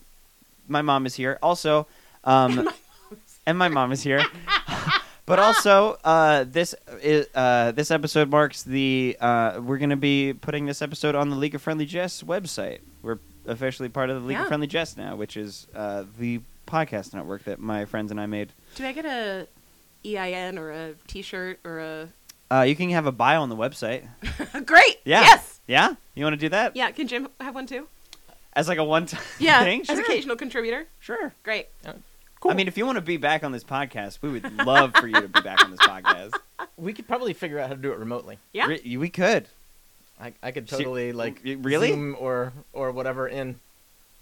Speaker 1: my mom is here also. Um, and my mom is here. But also, uh, this i- uh, this episode marks the uh, we're going to be putting this episode on the League of Friendly Jest website. We're officially part of the League of
Speaker 2: Yeah.
Speaker 1: Friendly Jest now, which is uh, the podcast network that my friends and I made.
Speaker 2: Do I get a EIN or a T-shirt or a?
Speaker 1: Uh, you can have a bio on the website.
Speaker 2: Uh, Great.
Speaker 1: Yeah.
Speaker 2: Yes.
Speaker 1: Yeah, you want to do that
Speaker 2: Yeah. Can Jim have one too?
Speaker 1: as like a one time
Speaker 2: Yeah.
Speaker 1: thing?
Speaker 2: As
Speaker 1: Sure.
Speaker 2: occasional contributor.
Speaker 1: sure.
Speaker 2: Great.
Speaker 3: Cool.
Speaker 1: I mean, if you want to be back on this podcast, we would love for you to be back on this podcast.
Speaker 3: we could probably figure out how to do it remotely.
Speaker 2: Yeah.
Speaker 1: Re- we could.
Speaker 3: I, I could
Speaker 1: Se-
Speaker 3: totally like
Speaker 1: y- really?
Speaker 3: Zoom or or whatever in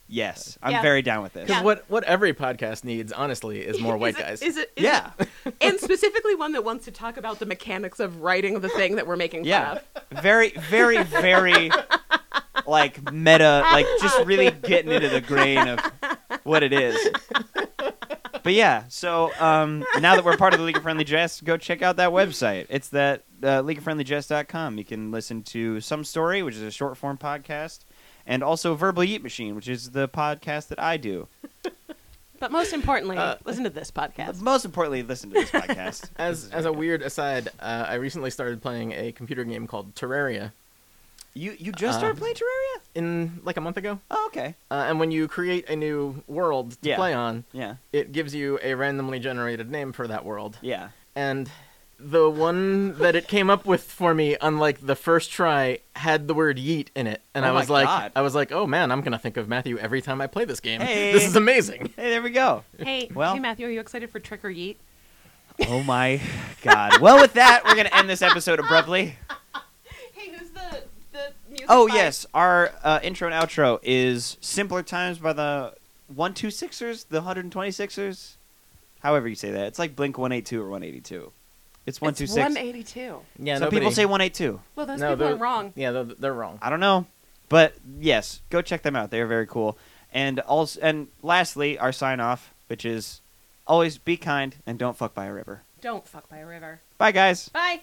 Speaker 1: Yes, I'm
Speaker 2: Yeah.
Speaker 1: very down with this.
Speaker 3: because
Speaker 2: Yeah.
Speaker 3: what what every podcast needs honestly is more white
Speaker 2: it-
Speaker 3: guys.
Speaker 2: Is it? Is
Speaker 1: Yeah.
Speaker 2: It, and specifically one that wants to talk about the mechanics of writing the thing that we're making
Speaker 1: Yeah.
Speaker 2: fun
Speaker 1: Very, very, very like meta, like just really getting into the grain of what it is. But yeah, so um, now that we're part of the League of Friendly Jest, go check out that website. It's that uh, leagueoffriendlyjest.com. You can listen to Some Story, which is a short form podcast, and also Verbal Yeet Machine, which is the podcast that I do.
Speaker 2: of. But most importantly,
Speaker 1: Uh,
Speaker 2: listen to this
Speaker 1: But
Speaker 2: podcast.
Speaker 1: most importantly, listen to this podcast.
Speaker 3: as as a weird aside, uh, I recently started playing a computer game called Terraria
Speaker 1: You you just started
Speaker 3: Uh,
Speaker 1: playing Terraria?
Speaker 3: in like a month ago.
Speaker 1: Oh, okay.
Speaker 3: Uh, and when you create a new world to
Speaker 1: Yeah.
Speaker 3: play on,
Speaker 1: Yeah.
Speaker 3: it gives you a randomly generated name for that world.
Speaker 1: Yeah.
Speaker 3: And the one that it came up with for me, unlike the first try, had the word yeet in it. And
Speaker 1: Oh
Speaker 3: I
Speaker 1: my
Speaker 3: was like
Speaker 1: God.
Speaker 3: I was like, oh man, I'm gonna think of Matthew every time I play this game.
Speaker 1: Hey.
Speaker 3: This is amazing.
Speaker 1: Hey, there we go.
Speaker 2: Hey,
Speaker 1: Well-
Speaker 2: hey, Matthew, are you excited for Trick or Yeet?
Speaker 1: Oh my god. Well, with that, we're going to end this episode abruptly.
Speaker 2: Hey, who's the the music?
Speaker 1: Oh, yes. Our uh, intro and outro is Simpler Times by the 126ers, the 126ers. However, you say that. It's like Blink 182 or 182. It's 126.
Speaker 2: 182.
Speaker 3: Yeah,
Speaker 1: Some people say 182.
Speaker 2: Well, those
Speaker 3: No,
Speaker 2: people are
Speaker 3: they're-
Speaker 2: wrong.
Speaker 3: Yeah, they're, they're wrong.
Speaker 1: I don't know. But yes, go check them out. They're very cool. And also, and lastly, our sign off, which is always be kind and don't fuck by a river.
Speaker 2: Don't fuck by a river.
Speaker 1: Bye, guys.
Speaker 2: Bye.